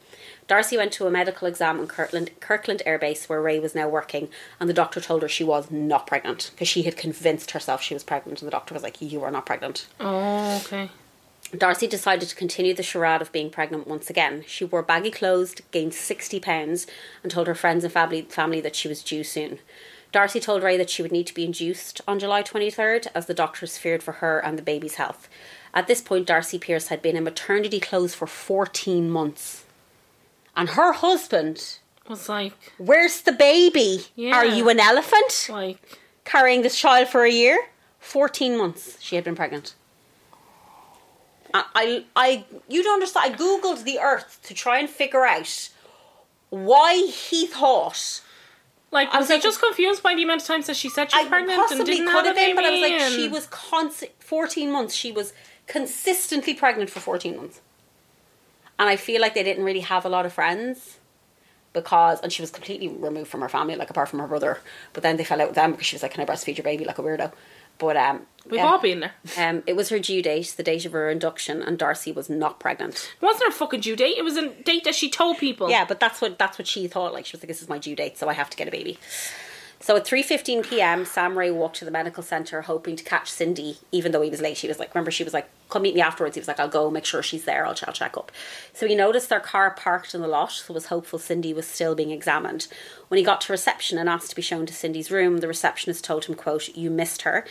[SPEAKER 2] Darcy went to a medical exam in Kirkland, Kirkland Air Base, where Ray was now working, and the doctor told her she was not pregnant because she had convinced herself she was pregnant, and the doctor was like, You are not pregnant.
[SPEAKER 3] Oh, okay.
[SPEAKER 2] Darcy decided to continue the charade of being pregnant once again. She wore baggy clothes, gained 60 pounds, and told her friends and family, family that she was due soon. Darcy told Ray that she would need to be induced on July 23rd, as the doctors feared for her and the baby's health. At this point, Darcy Pierce had been in maternity clothes for 14 months. And her husband,
[SPEAKER 3] Was like,
[SPEAKER 2] where's the baby?
[SPEAKER 3] Yeah.
[SPEAKER 2] Are you an elephant?
[SPEAKER 3] like,
[SPEAKER 2] carrying this child for a year. 14 months she had been pregnant. I, I, I, you don't understand. I googled the earth to try and figure out why he thought.
[SPEAKER 3] like,
[SPEAKER 2] I
[SPEAKER 3] I
[SPEAKER 2] was
[SPEAKER 3] was, I
[SPEAKER 2] like-
[SPEAKER 3] just confused by the amount of times that she said she was
[SPEAKER 2] I
[SPEAKER 3] pregnant and
[SPEAKER 2] possibly
[SPEAKER 3] didn't
[SPEAKER 2] could have
[SPEAKER 3] have, a baby.
[SPEAKER 2] been, but I was like,
[SPEAKER 3] and-
[SPEAKER 2] she was constant. 14 months. She was consistently pregnant for 14 months. And I feel like they didn't really have a lot of friends because, and she was completely removed from her family, like apart from her brother. But then they fell out with them because she was like, can I breastfeed your baby like a weirdo? But, um,
[SPEAKER 3] We've
[SPEAKER 2] yeah.
[SPEAKER 3] all been there.
[SPEAKER 2] Um, it was her due date, the date of her induction, and Darcy was not pregnant.
[SPEAKER 3] It wasn't her fucking due date. It was a date that she told people.
[SPEAKER 2] Yeah, but that's what that's what she thought. Like she was like, "This is my due date, so I have to get a baby." So at three fifteen p.m., Sam Ray walked to the medical center, hoping to catch Cindy. Even though he was late, she was like, "Remember, she was like, come meet me afterwards." He was like, "I'll go, make sure she's there. I'll, I'll check up." So he noticed their car parked in the lot, so was hopeful Cindy was still being examined. When he got to reception and asked to be shown to Cindy's room, the receptionist told him, "Quote: You missed her.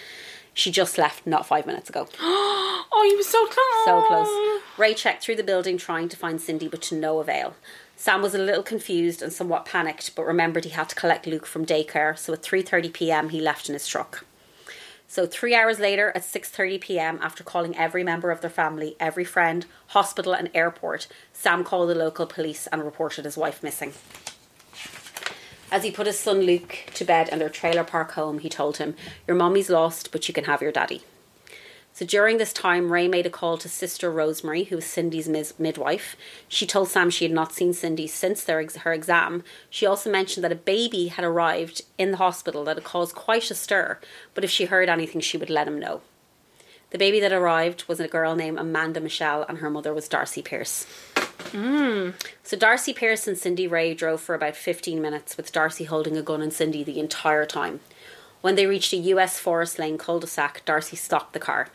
[SPEAKER 2] She just left not five minutes ago."
[SPEAKER 3] Oh, he was so close.
[SPEAKER 2] So close. Ray checked through the building trying to find Cindy, but to no avail. Sam was a little confused and somewhat panicked, but remembered he had to collect Luke from daycare, so at 3:30 p.m. he left in his truck. So 3 hours later at 6:30 p.m. after calling every member of their family, every friend, hospital and airport, Sam called the local police and reported his wife missing. As he put his son Luke to bed in their trailer park home, he told him, Your mommy's lost, but you can have your daddy. So during this time, Ray made a call to Sister Rosemary, who was Cindy's mis- midwife. She told Sam she had not seen Cindy since their ex- her exam. She also mentioned that a baby had arrived in the hospital that had caused quite a stir, but if she heard anything, she would let him know. The baby that arrived was a girl named Amanda Michelle, and her mother was Darcy Pierce. So Darcy Pierce and Cindy Ray drove for about 15 minutes with Darcy holding a gun on Cindy the entire time. When they reached a US Forest Lane cul-de-sac, Darcy stopped the car.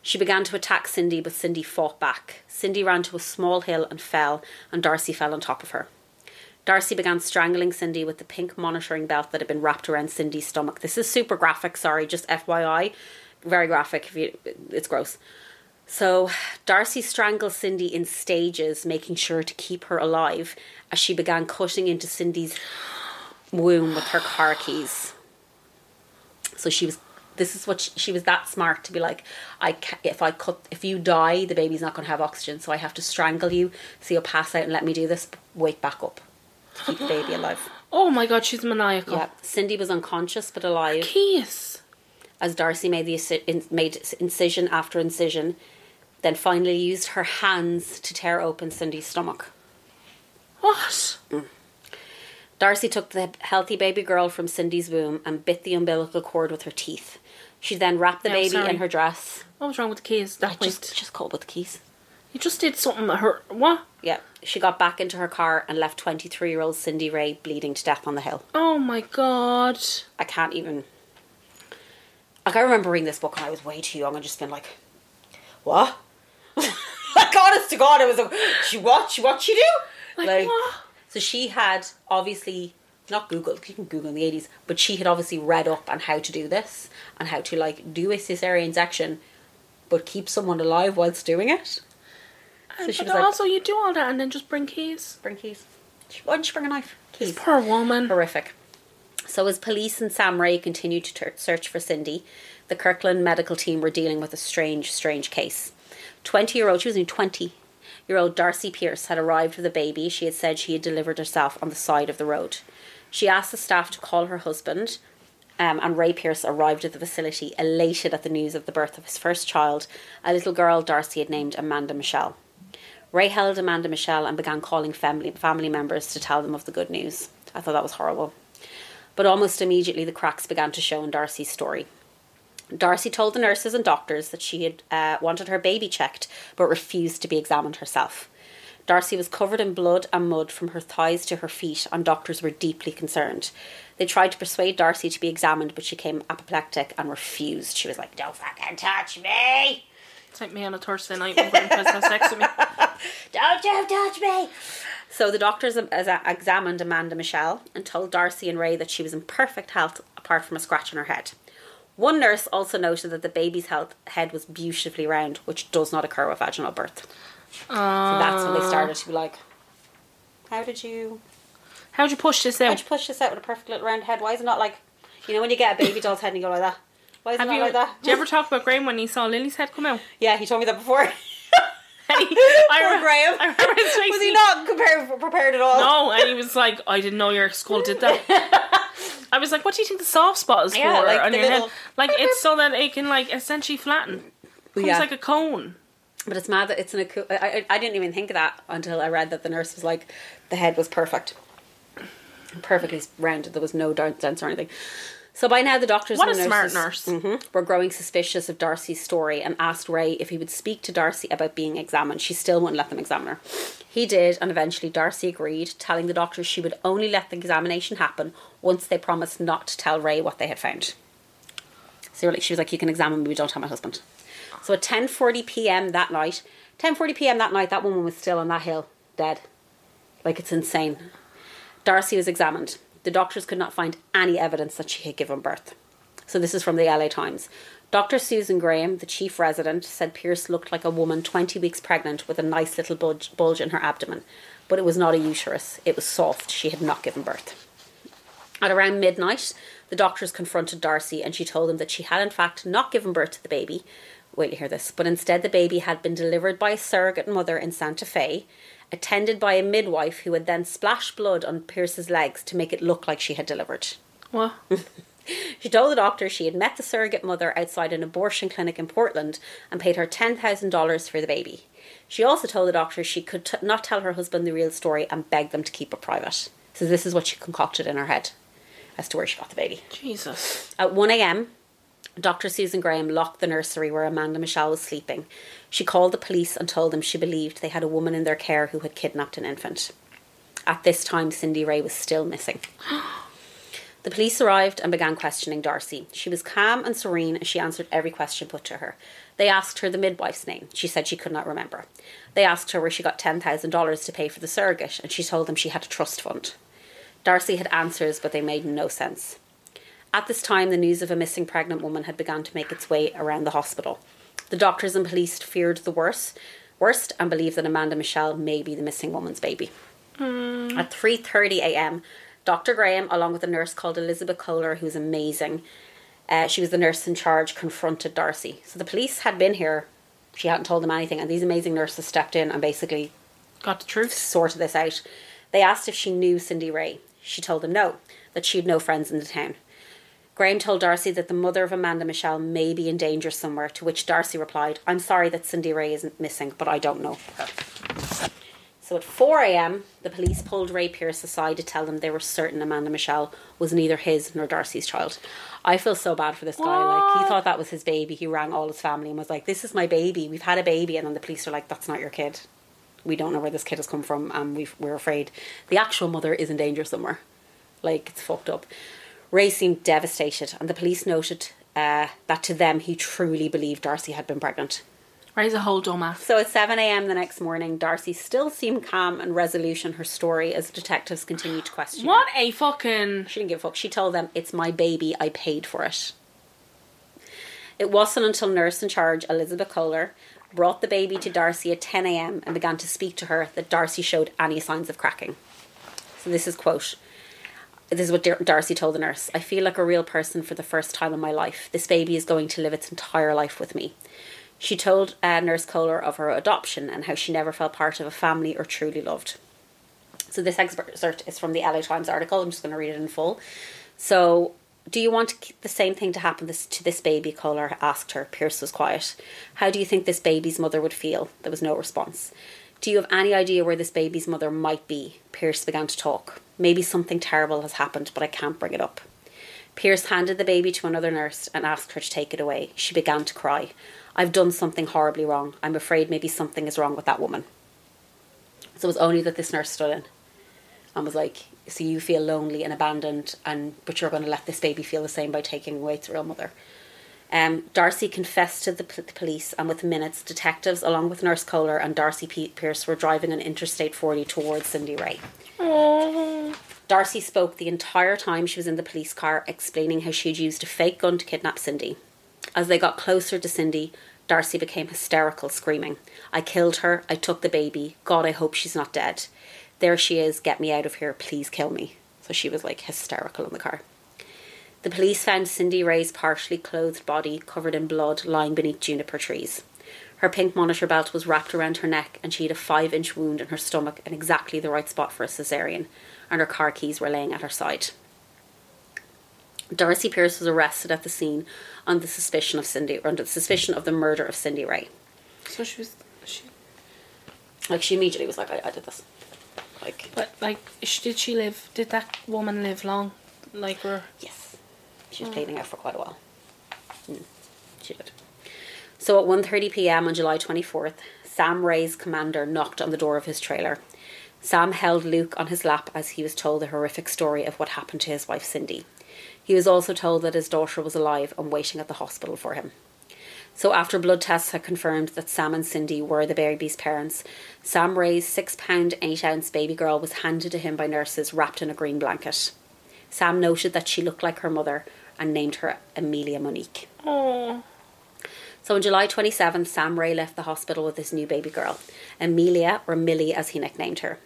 [SPEAKER 2] She began to attack Cindy, but Cindy fought back. Cindy ran to a small hill and fell, and Darcy fell on top of her. Darcy began strangling Cindy with the pink monitoring belt that had been wrapped around Cindy's stomach. This is super graphic, sorry, just FYI. Very graphic, if you, it's gross. So, Darcy strangled Cindy in stages, making sure to keep her alive as she began cutting into Cindy's womb with her car keys. So she was. This is what she, she was that smart to be like. I ca- if I cut if you die, the baby's not going to have oxygen, so I have to strangle you so you'll pass out and let me do this. but Wake back up, to keep the baby alive.
[SPEAKER 3] Oh my god, she's maniacal.
[SPEAKER 2] Yeah, Cindy was unconscious but alive
[SPEAKER 3] Keys.
[SPEAKER 2] as Darcy made the inci- in- made incision after incision, then finally used her hands to tear open Cindy's stomach.
[SPEAKER 3] What?
[SPEAKER 2] Darcy took the healthy baby girl from Cindy's womb and bit the umbilical cord with her teeth. She then wrapped the
[SPEAKER 3] Yeah, I'm
[SPEAKER 2] baby
[SPEAKER 3] sorry.
[SPEAKER 2] in her dress.
[SPEAKER 3] What was wrong with the keys? That
[SPEAKER 2] I
[SPEAKER 3] point.
[SPEAKER 2] just just call with the keys.
[SPEAKER 3] you just did something that hurt. What?
[SPEAKER 2] Yeah, she got back into her car and left 23 year old Cindy Ray bleeding to death on the hill.
[SPEAKER 3] Oh my god.
[SPEAKER 2] I can't even. Like, I remember reading this book and I was way too young and just been like, what? like, honest to God, it was like, she what? She what she do?
[SPEAKER 3] Like, what?
[SPEAKER 2] So she had obviously, not Google, you can Google in the 80s, but she had obviously read up on how to do this and how to, like, do a cesarean section but keep someone alive whilst doing it.
[SPEAKER 3] And-
[SPEAKER 2] she
[SPEAKER 3] but
[SPEAKER 2] was like-
[SPEAKER 3] also, you do all that and then just bring keys.
[SPEAKER 2] Bring keys. She- Why didn't she bring a knife? Keys.
[SPEAKER 3] Poor woman.
[SPEAKER 2] horrific. So, as police and Sam Ray continued to ter- search for Cindy, the Kirkland medical team were dealing with a strange, strange case. 20 year old, she was only 20 year old Darcy Pierce had arrived with a baby she had said she had delivered herself on the side of the road. She asked the staff to call her husband, um, and Ray Pierce arrived at the facility elated at the news of the birth of his first child, a little girl Darcy had named Amanda Michelle. Ray held Amanda Michelle and began calling family family members to tell them of the good news. I thought that was horrible. But almost immediately the cracks began to show in Darcy's story. Darcy told the nurses and doctors that she had uh, wanted her baby checked but refused to be examined herself. Darcy was covered in blood and mud from her thighs to her feet, and doctors were deeply concerned. They tried to persuade Darcy to be examined, but she came apoplectic and refused. She was like, Don't fucking touch me!
[SPEAKER 3] It's like me on a Thursday night when grandpa's has sex with me.
[SPEAKER 2] Don't you touch me! So the doctors um, exa- examined Amanda Michelle and told Darcy and Ray that she was in perfect health apart from a scratch on her head. One nurse also noted that the baby's health, head was beautifully round, which does not occur with vaginal birth. so that's when
[SPEAKER 3] Ah.
[SPEAKER 2] they started to be like, How did you
[SPEAKER 3] How'd you push this
[SPEAKER 2] how'd
[SPEAKER 3] out?
[SPEAKER 2] you push this out with a perfect little round head? Why is it not like, you know, when you get a baby doll's head and you go like that? Why is it
[SPEAKER 3] Have
[SPEAKER 2] not
[SPEAKER 3] you,
[SPEAKER 2] like that?
[SPEAKER 3] did you ever talk about Graham when he saw Lily's head come out?
[SPEAKER 2] yeah, he told me that before.
[SPEAKER 3] Hey, I
[SPEAKER 2] Poor
[SPEAKER 3] remember-
[SPEAKER 2] Graham.
[SPEAKER 3] I remember his face.
[SPEAKER 2] Was he not prepared, prepared at all?
[SPEAKER 3] No, and he was like, I didn't know your school did that. I was like, what do you think the soft spot is for
[SPEAKER 2] Yeah, like
[SPEAKER 3] on
[SPEAKER 2] the
[SPEAKER 3] your head?
[SPEAKER 2] little-
[SPEAKER 3] Like, it's so that it can, like, essentially flatten. It's
[SPEAKER 2] Yeah.
[SPEAKER 3] like a cone.
[SPEAKER 2] But it's mad that it's in a cool. I, I, I didn't even think of that until I read that the nurse was like, the head was perfect, perfectly rounded. There was no dent- dents or anything. So by now the doctors
[SPEAKER 3] What
[SPEAKER 2] and
[SPEAKER 3] a
[SPEAKER 2] the
[SPEAKER 3] smart
[SPEAKER 2] nurses
[SPEAKER 3] nurse.
[SPEAKER 2] Mhm, were growing suspicious of Darcy's story and asked Ray if he would speak to Darcy about being examined. She still wouldn't let them examine her. He did, and eventually Darcy agreed, telling the doctors she would only let the examination happen once they promised not to tell Ray what they had found. So like, she was like, "You can examine me, but don't tell my husband." So at ten forty p.m. that night, ten forty p.m. that night, that woman was still on that hill, dead. Like it's insane. Darcy was examined. The doctors could not find any evidence that she had given birth. So this is from the LA Times. Dr. Susan Graham, the chief resident, said Pierce looked like a woman 20 weeks pregnant with a nice little bulge, bulge in her abdomen, but it was not a uterus. It was soft. She had not given birth. At around midnight, the doctors confronted Darcy and she told them that she had, in fact, not given birth to the baby. Wait, you hear this. But instead, the baby had been delivered by a surrogate mother in Santa Fe, attended by a midwife who had then splashed blood on Pierce's legs to make it look like she had delivered.
[SPEAKER 3] What?
[SPEAKER 2] She told the doctor she had met the surrogate mother outside an abortion clinic in Portland and paid her $10,000 for the baby. She also told the doctor she could t- not tell her husband the real story and begged them to keep it private. So, this is what she concocted in her head as to where she got the baby.
[SPEAKER 3] Jesus.
[SPEAKER 2] At 1 a.m., Dr. Susan Graham locked the nursery where Amanda Michelle was sleeping. She called the police and told them she believed they had a woman in their care who had kidnapped an infant. At this time, Cindy Ray was still missing. The police arrived and began questioning Darcy. She was calm and serene and she answered every question put to her. They asked her the midwife's name. She said she could not remember. They asked her where she got $10,000 to pay for the surrogate and she told them she had a trust fund. Darcy had answers, but they made no sense. At this time, the news of a missing pregnant woman had begun to make its way around the hospital. The doctors and police feared the worst, worst and believed that Amanda Michelle may be the missing woman's baby. At 3:30 a.m., Dr. Graham, along with a nurse called Elizabeth Kohler, who's amazing, uh, she was the nurse in charge, confronted Darcy. So the police had been here; she hadn't told them anything, and these amazing nurses stepped in and basically
[SPEAKER 3] Got the truth.
[SPEAKER 2] sorted this out. They asked if she knew Cindy Ray. She told them no, that she had no friends in the town. Graham told Darcy that the mother of Amanda Michelle may be in danger somewhere, to which Darcy replied, I'm sorry that Cindy Ray isn't missing, but I don't know her. So at 4 a.m., the police pulled Ray Pierce aside to tell them they were certain Amanda Michelle was neither his nor Darcy's child. I feel so bad for this guy. Like, he
[SPEAKER 3] What?
[SPEAKER 2] thought that was his baby. He rang all his family and was like, This is my baby. We've had a baby. And then the police were like, That's not your kid we don't know where this kid has come from and we've, we're afraid the actual mother is in danger somewhere. Like, it's fucked up. Ray seemed devastated, and the police noted uh, that to them he truly believed Darcy had been pregnant.
[SPEAKER 3] Ray's a whole dumbass.
[SPEAKER 2] So at 7 a.m. the next morning, Darcy still seemed calm and resolute in her story as detectives continued to question her.
[SPEAKER 3] What a fucking.
[SPEAKER 2] She didn't give a fuck. She told them, It's my baby. I paid for it. It wasn't until nurse in charge, Elizabeth Kohler, brought the baby to Darcy at 10 a.m. and began to speak to her that Darcy showed any signs of cracking. So this is quote. This is what Dar- Darcy told the nurse. I feel like a real person for the first time in my life. This baby is going to live its entire life with me. She told uh, Nurse Kohler of her adoption and how she never felt part of a family or truly loved. So this excerpt is from the LA Times article. I'm just going to read it in full. So, do you want to keep the same thing to happen this, to this baby? Kohler asked her. Pierce was quiet. How do you think this baby's mother would feel? There was no response. Do you have any idea where this baby's mother might be? Pierce began to talk. Maybe something terrible has happened, but I can't bring it up. Pierce handed the baby to another nurse and asked her to take it away. She began to cry. I've done something horribly wrong. I'm afraid maybe something is wrong with that woman. So it was only that this nurse stood in and was like, "So you feel lonely and abandoned, and but you're going to let this baby feel the same by taking away its real mother." Um, Darcy confessed to the, p- the police, and within minutes, detectives, along with Nurse Kohler and Darcy P- Pierce, were driving on Interstate 40 towards Cindy Ray.
[SPEAKER 3] Oh.
[SPEAKER 2] Darcy spoke the entire time she was in the police car, explaining how she had used a fake gun to kidnap Cindy. As they got closer to Cindy, Darcy became hysterical, screaming, I killed her, I took the baby, God, I hope she's not dead. There she is, get me out of here, please kill me. So she was like hysterical in the car. The police found Cindy Ray's partially clothed body covered in blood lying beneath juniper trees. Her pink monitor belt was wrapped around her neck, and she had a five inch wound in her stomach in exactly the right spot for a caesarean, and her car keys were laying at her side. Darcy Pierce was arrested at the scene on the suspicion of Cindy under the suspicion of the murder of Cindy Ray.
[SPEAKER 3] So she was. She,
[SPEAKER 2] Like she immediately was like, I, I did this. Like
[SPEAKER 3] but, like, sh- did she live? Did that woman live long? Like, we're.
[SPEAKER 2] Yes. She was pleading out for quite a while. Mm, She did. So at 1.30 p.m. on July 24th, Sam Ray's commander knocked on the door of his trailer. Sam held Luke on his lap as he was told the horrific story of what happened to his wife Cindy. He was also told that his daughter was alive and waiting at the hospital for him. So after blood tests had confirmed that Sam and Cindy were the baby's parents, Sam Ray's six pound eight ounce baby girl was handed to him by nurses wrapped in a green blanket. Sam noted that she looked like her mother and named her Amelia Monique.
[SPEAKER 3] Oh.
[SPEAKER 2] So on July 27th, Sam Ray left the hospital with his new baby girl, Amelia or Millie as he nicknamed her.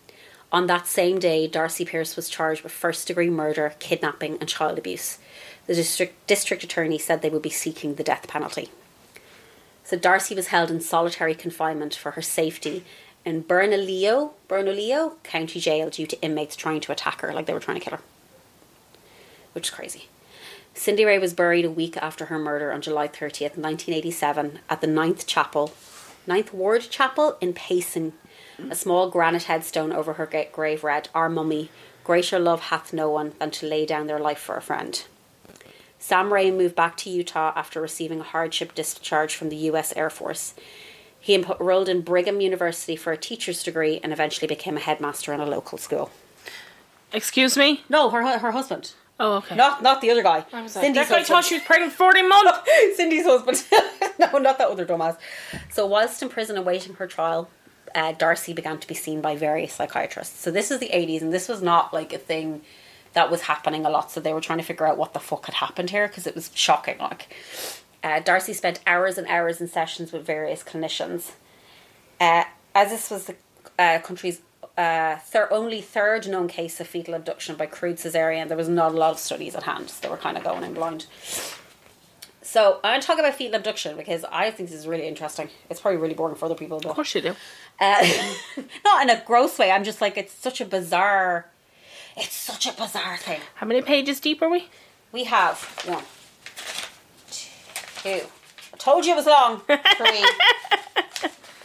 [SPEAKER 2] On that same day, Darcy Pierce was charged with first degree murder, kidnapping, and child abuse. The district, district attorney said they would be seeking the death penalty. So Darcy was held in solitary confinement for her safety in Bernalillo, Bernalillo County Jail due to inmates trying to attack her, like they were trying to kill her, which is crazy. Cindy Ray was buried a week after her murder on July 30th, 1987, at the Ninth Chapel, Ninth Ward Chapel in Payson. A small granite headstone over her ga- grave read, Our mummy, greater love hath no one than to lay down their life for a friend. Sam Ray moved back to Utah after receiving a hardship discharge from the U.S. Air Force. He em- enrolled in Brigham University for a teacher's degree and eventually became a headmaster in a local school.
[SPEAKER 3] Excuse me?
[SPEAKER 2] No, her, hu- her husband.
[SPEAKER 3] Oh, okay.
[SPEAKER 2] Not not the other guy.
[SPEAKER 3] I was like,
[SPEAKER 2] Cindy's
[SPEAKER 3] that guy
[SPEAKER 2] husband.
[SPEAKER 3] thought she was pregnant 40 months.
[SPEAKER 2] Cindy's husband. no, not that other dumbass. So, whilst in prison awaiting her trial, uh, Darcy began to be seen by various psychiatrists. So, this is the 80s, and this was not like a thing that was happening a lot. So, they were trying to figure out what the fuck had happened here because it was shocking. Like, uh, Darcy spent hours and hours in sessions with various clinicians. Uh, as this was the uh, country's uh, thir- only third known case of fetal abduction by crude cesarean, there was not a lot of studies at hand, so they were kind of going in blind. So I'm going to talk about fetal abduction because I think this is really interesting. It's probably really boring for other people,
[SPEAKER 3] Of
[SPEAKER 2] but
[SPEAKER 3] course you do.
[SPEAKER 2] uh, not in a gross way. I'm just like it's such a bizarre, it's such a bizarre thing.
[SPEAKER 3] How many pages deep are we?
[SPEAKER 2] We have one, two. I told you it was long. Three,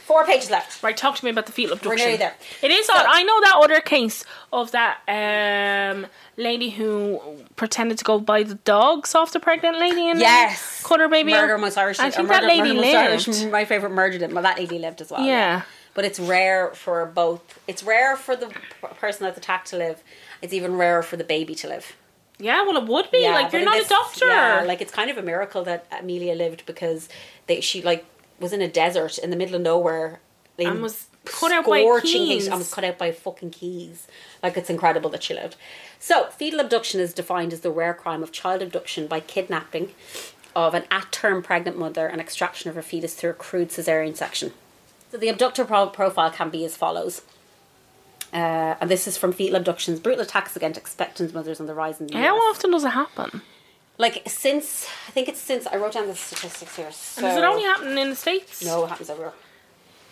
[SPEAKER 2] four pages left.
[SPEAKER 3] Right, talk to me about the fetal abduction.
[SPEAKER 2] nearly there.
[SPEAKER 3] It is odd. I know that other case of that um, lady who pretended to go buy the dogs off the pregnant lady and
[SPEAKER 2] Yes.
[SPEAKER 3] cut her baby.
[SPEAKER 2] Murder
[SPEAKER 3] out.
[SPEAKER 2] most Irish.
[SPEAKER 3] I
[SPEAKER 2] or
[SPEAKER 3] think
[SPEAKER 2] murder,
[SPEAKER 3] that lady
[SPEAKER 2] murder most Irish,
[SPEAKER 3] lived.
[SPEAKER 2] my favorite murder did, but that lady lived as well.
[SPEAKER 3] Yeah.
[SPEAKER 2] But it's rare for both. It's rare for the p- person that's attacked to live. It's even rarer for the baby to live.
[SPEAKER 3] Yeah, well, it would be. like,
[SPEAKER 2] but
[SPEAKER 3] you're
[SPEAKER 2] in
[SPEAKER 3] not
[SPEAKER 2] this-
[SPEAKER 3] a doctor.
[SPEAKER 2] Yeah, like it's kind of a miracle that Amelia lived because they she like was in a desert in the middle of nowhere. in
[SPEAKER 3] And was cut out by
[SPEAKER 2] scorching heat
[SPEAKER 3] keys.
[SPEAKER 2] And was cut out by fucking keys. Like it's incredible that she lived. So fetal abduction is defined as the rare crime of child abduction by kidnapping of an at-term pregnant mother and extraction of her fetus through a crude cesarean section. So the abductor pro- profile can be as follows. Uh, and this is from fetal abductions, brutal attacks against expectant mothers on the rise in the
[SPEAKER 3] How
[SPEAKER 2] US
[SPEAKER 3] often does it happen?
[SPEAKER 2] like since I think it's since I wrote down the statistics here. So
[SPEAKER 3] Does it only happen in the States?
[SPEAKER 2] No, it happens everywhere.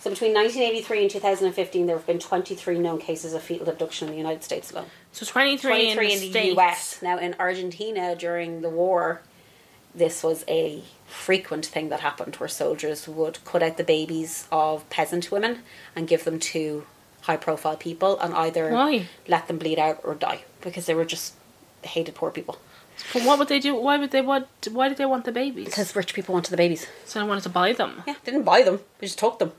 [SPEAKER 2] So between 1983 and 2015, there have been 23 known cases of fetal abduction in the United States alone.
[SPEAKER 3] So 23,
[SPEAKER 2] 23
[SPEAKER 3] in the, States.
[SPEAKER 2] U.S. Now in Argentina during the war, this was a frequent thing that happened, where soldiers would cut out the babies of peasant women and give them to high-profile people, and either
[SPEAKER 3] Why?
[SPEAKER 2] let them bleed out or die because they were just they hated poor people
[SPEAKER 3] But what would they do? Why would they want? Why did they want the babies?
[SPEAKER 2] because rich people wanted the babies.
[SPEAKER 3] so they wanted to buy them.
[SPEAKER 2] Yeah, didn't buy them. They just took them.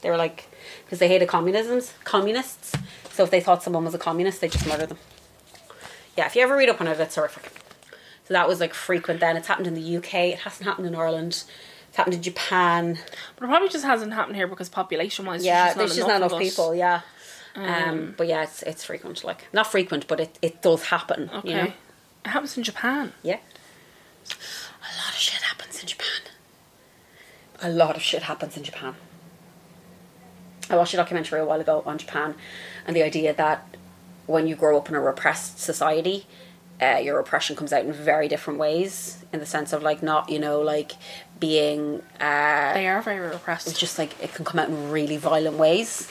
[SPEAKER 2] They were like, because they hated communisms, communists. So if they thought someone was a communist, they just murdered them. Yeah, if you ever read up on it, it's horrific. So that was like frequent then. It's happened in the UK. It hasn't happened in Ireland. It's happened in Japan.
[SPEAKER 3] But it probably just hasn't happened here because population-wise,
[SPEAKER 2] Yeah,
[SPEAKER 3] there's
[SPEAKER 2] there's
[SPEAKER 3] just
[SPEAKER 2] just
[SPEAKER 3] not
[SPEAKER 2] not
[SPEAKER 3] enough,
[SPEAKER 2] enough
[SPEAKER 3] of us.
[SPEAKER 2] people. Yeah. Um, but yeah, it's it's frequent. Like not frequent, but it, it does happen.
[SPEAKER 3] Okay,
[SPEAKER 2] You know?
[SPEAKER 3] it happens in Japan.
[SPEAKER 2] Yeah. A lot of shit happens in Japan. A lot of shit happens in Japan. I watched a documentary a while ago on Japan and the idea that when you grow up in a repressed society, uh, your repression comes out in very different ways in the sense of like not, you know, like being uh,
[SPEAKER 3] They are very repressed. Uh,
[SPEAKER 2] just like it can come out in really violent ways,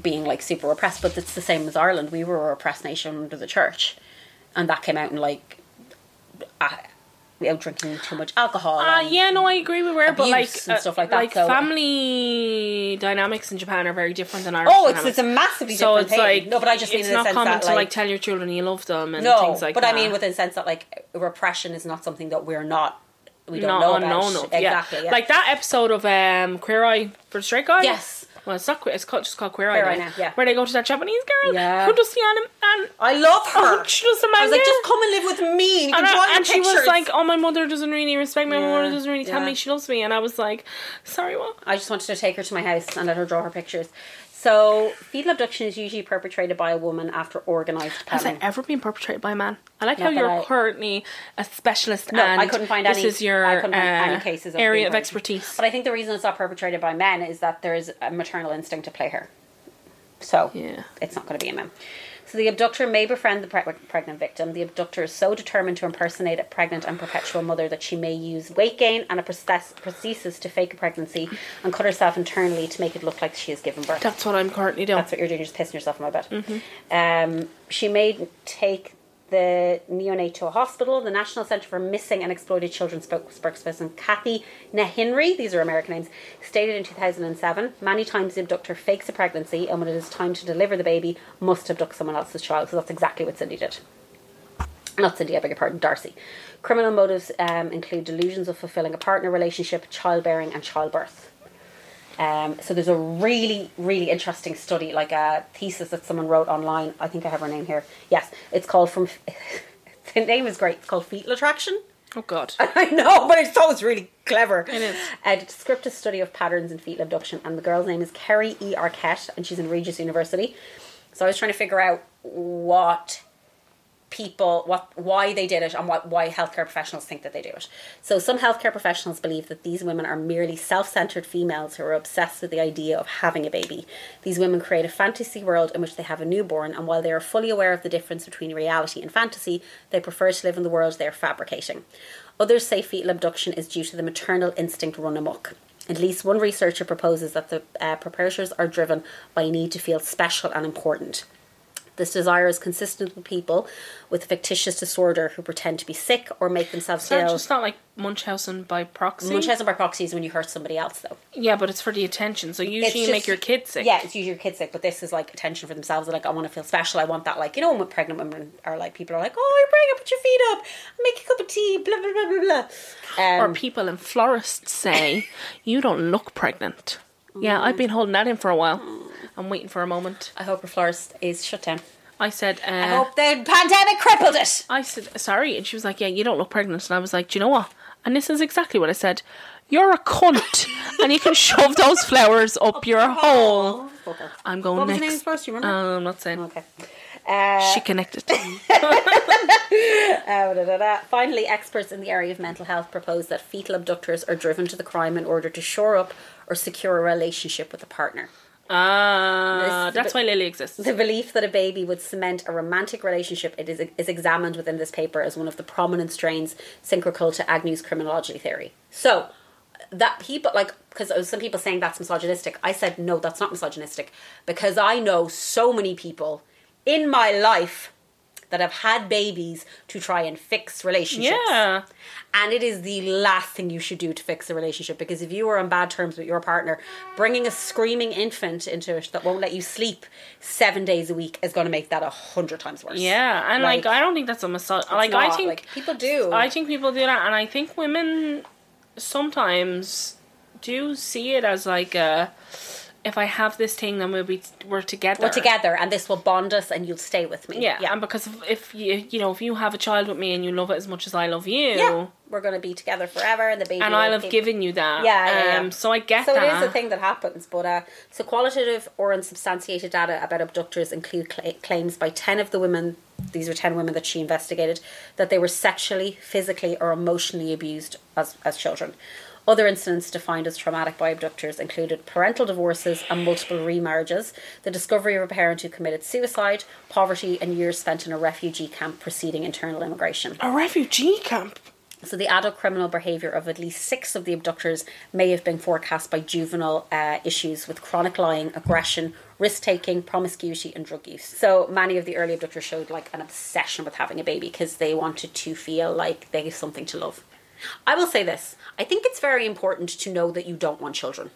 [SPEAKER 2] being like super repressed. But it's the same as Ireland. We were a repressed nation under the church, and that came out in like uh, out drinking too much alcohol.
[SPEAKER 3] Ah,
[SPEAKER 2] and-
[SPEAKER 3] yeah, no, I agree with where, but like uh,
[SPEAKER 2] abuse and stuff like that,
[SPEAKER 3] Like
[SPEAKER 2] so-
[SPEAKER 3] family dynamics in Japan are very different than Irish.
[SPEAKER 2] Oh, it's
[SPEAKER 3] dynamics.
[SPEAKER 2] it's a massively
[SPEAKER 3] so
[SPEAKER 2] different
[SPEAKER 3] it's
[SPEAKER 2] thing.
[SPEAKER 3] like
[SPEAKER 2] no, but I just mean
[SPEAKER 3] it's
[SPEAKER 2] in the
[SPEAKER 3] not
[SPEAKER 2] sense
[SPEAKER 3] common
[SPEAKER 2] that,
[SPEAKER 3] to like, tell your children you love them and
[SPEAKER 2] no,
[SPEAKER 3] things like
[SPEAKER 2] but
[SPEAKER 3] that.
[SPEAKER 2] I mean within the sense that like repression is not something that we're not we don't
[SPEAKER 3] not
[SPEAKER 2] know
[SPEAKER 3] unknown
[SPEAKER 2] about
[SPEAKER 3] of yeah.
[SPEAKER 2] exactly yeah.
[SPEAKER 3] Like that episode of um, Queer Eye for Straight Guy.
[SPEAKER 2] Yes.
[SPEAKER 3] Well, it's not. Queer, it's called, just called Queer,
[SPEAKER 2] Queer
[SPEAKER 3] Eye
[SPEAKER 2] Eye
[SPEAKER 3] now.
[SPEAKER 2] now, yeah.
[SPEAKER 3] Where they go to that Japanese girl
[SPEAKER 2] Yeah.
[SPEAKER 3] who does the anim and
[SPEAKER 2] I love her.
[SPEAKER 3] Oh, she does the
[SPEAKER 2] I was like,
[SPEAKER 3] manga.
[SPEAKER 2] just come and live with me. And you can
[SPEAKER 3] and,
[SPEAKER 2] draw
[SPEAKER 3] I-
[SPEAKER 2] your
[SPEAKER 3] and she was
[SPEAKER 2] pictures."
[SPEAKER 3] like, "Oh, my mother doesn't really respect me. My
[SPEAKER 2] Yeah,
[SPEAKER 3] mother doesn't really tell
[SPEAKER 2] yeah.
[SPEAKER 3] me she loves me." And I was like, "Sorry, what?"
[SPEAKER 2] I just wanted to take her to my house and let her draw her pictures. So, fetal abduction is usually perpetrated by a woman after organised
[SPEAKER 3] Has
[SPEAKER 2] planning.
[SPEAKER 3] it ever been perpetrated by a man? I like
[SPEAKER 2] Mm. Not
[SPEAKER 3] how
[SPEAKER 2] that
[SPEAKER 3] you're
[SPEAKER 2] I-
[SPEAKER 3] currently a specialist.
[SPEAKER 2] No,
[SPEAKER 3] and
[SPEAKER 2] I couldn't find
[SPEAKER 3] this
[SPEAKER 2] any.
[SPEAKER 3] is your
[SPEAKER 2] I couldn't find
[SPEAKER 3] uh,
[SPEAKER 2] any cases of
[SPEAKER 3] area
[SPEAKER 2] being
[SPEAKER 3] of
[SPEAKER 2] raped.
[SPEAKER 3] expertise.
[SPEAKER 2] But I think the reason it's not perpetrated by men is that there is a maternal instinct to play her. So
[SPEAKER 3] Yeah.
[SPEAKER 2] it's not going to be a mem. So the abductor may befriend the preg pregnant victim. The abductor is so determined to impersonate a pregnant and perpetual mother that she may use weight gain and a prosthetics prosthesis to fake a pregnancy and cut herself internally to make it look like she has given birth.
[SPEAKER 3] That's what I'm currently doing.
[SPEAKER 2] That's what you're doing. You're just pissing yourself in my bed. Um, she may take the neonate to a hospital. The National Centre for Missing and Exploited Children spokesperson Kathy Nehinry, these are American names, stated in 2007 many times the abductor fakes a pregnancy and when it is time to deliver the baby, must abduct someone else's child. So that's exactly what Cindy did not Cindy, I beg your pardon, Darcy. Criminal motives um, include delusions of fulfilling a partner relationship, childbearing, and childbirth. Um, so there's a really, really interesting study, like a thesis that someone wrote online. I think I have her name here. Yes, it's called from. the name is great. It's called Fetal Attraction.
[SPEAKER 3] Oh God.
[SPEAKER 2] I know, but I thought it was really clever.
[SPEAKER 3] It is.
[SPEAKER 2] A descriptive study of patterns in fetal abduction, and the girl's name is Kerry E. Arquette, and she's in Regis University. So I was trying to figure out what people, what, why they did it, and what, why healthcare professionals think that they do it. So some healthcare professionals believe that these women are merely self-centered females who are obsessed with the idea of having a baby. These women create a fantasy world in which they have a newborn, and while they are fully aware of the difference between reality and fantasy, they prefer to live in the world they are fabricating. Others say fetal abduction is due to the maternal instinct run amok. At least one researcher proposes that the uh, preparators are driven by a need to feel special and important. This desire is consistent with people with fictitious disorder who pretend to be sick or make themselves
[SPEAKER 3] It's not,
[SPEAKER 2] ill.
[SPEAKER 3] just not like Munchausen by proxy.
[SPEAKER 2] Munchausen by proxy is when you hurt somebody else, though.
[SPEAKER 3] Yeah, but it's for the attention. So usually
[SPEAKER 2] It's
[SPEAKER 3] you make
[SPEAKER 2] just-
[SPEAKER 3] your kids sick.
[SPEAKER 2] Yeah, it's usually your kids sick, but this is like attention for themselves. They're like, I want to feel special. I want that, like, you know, when pregnant women are like, people are like, oh, you're pregnant, put your feet up, make a cup of tea, blah, blah, blah, blah, blah. Um,
[SPEAKER 3] Or people in florists say, "You don't look pregnant." Yeah, I've been holding that in for a while. I'm waiting for a moment.
[SPEAKER 2] I hope her florist is shut down.
[SPEAKER 3] I said, uh,
[SPEAKER 2] I hope the pandemic crippled it.
[SPEAKER 3] I said, sorry. And she was like, yeah, you don't look pregnant. And I was like, do you know what? And this is exactly what I said. You're a cunt. and you can shove those flowers up, your hole.
[SPEAKER 2] Oh,
[SPEAKER 3] I'm going
[SPEAKER 2] What was the
[SPEAKER 3] next.
[SPEAKER 2] name of the florist? Do you remember?
[SPEAKER 3] Uh, I'm not saying.
[SPEAKER 2] Um, Okay. Uh,
[SPEAKER 3] She connected.
[SPEAKER 2] uh, da, da, da. Finally, experts in the area of mental health propose that fetal abductors are driven to the crime in order to shore up or secure a relationship with a partner.
[SPEAKER 3] Ah,
[SPEAKER 2] This is a
[SPEAKER 3] that's
[SPEAKER 2] bit-
[SPEAKER 3] why Lily exists.
[SPEAKER 2] The belief that a baby would cement a romantic relationship it is, is examined within this paper as one of the prominent strains syncrical to Agnew's criminology theory. So, that people, like, because some people saying that's misogynistic. I said, no, that's not misogynistic. Because I know so many people in my life that have had babies to try and fix relationships.
[SPEAKER 3] Yeah.
[SPEAKER 2] And it is the last thing you should do to fix a relationship because if you are on bad terms with your partner, bringing a screaming infant into it that won't let you sleep seven days a week is going to make that a hundred times worse.
[SPEAKER 3] Yeah, and like, I don't think that's a massage. Like I
[SPEAKER 2] not,
[SPEAKER 3] think
[SPEAKER 2] like, people do.
[SPEAKER 3] I think people do that, and I think women sometimes do see it as like a. If I have this thing, then we'll be we're together.
[SPEAKER 2] we're together and this will bond us and you'll stay with me.
[SPEAKER 3] Yeah,
[SPEAKER 2] yeah,
[SPEAKER 3] and because if, if you you know if you have a child with me and you love it as much as I love you,
[SPEAKER 2] Yeah, we're going to be together forever and the baby.
[SPEAKER 3] and
[SPEAKER 2] will
[SPEAKER 3] I'll have
[SPEAKER 2] keep-
[SPEAKER 3] given you that.
[SPEAKER 2] Yeah, yeah,
[SPEAKER 3] Um,
[SPEAKER 2] yeah.
[SPEAKER 3] so I get
[SPEAKER 2] So
[SPEAKER 3] that.
[SPEAKER 2] it is a thing that happens, but uh, so qualitative or unsubstantiated data about abductors include cla claims by ten of the women. These were ten women that she investigated that they were sexually, physically, or emotionally abused as as children. Other incidents defined as traumatic by abductors included parental divorces and multiple remarriages, the discovery of a parent who committed suicide, poverty, and years spent in a refugee camp preceding internal immigration.
[SPEAKER 3] A refugee camp.
[SPEAKER 2] So the adult criminal behaviour of at least six of the abductors may have been forecast by juvenile uh, issues with chronic lying, aggression, risk taking, promiscuity, and drug use. So many of the early abductors showed like an obsession with having a baby because they wanted to feel like they have something to love. I will say this: I think it's very important to know that you don't want children,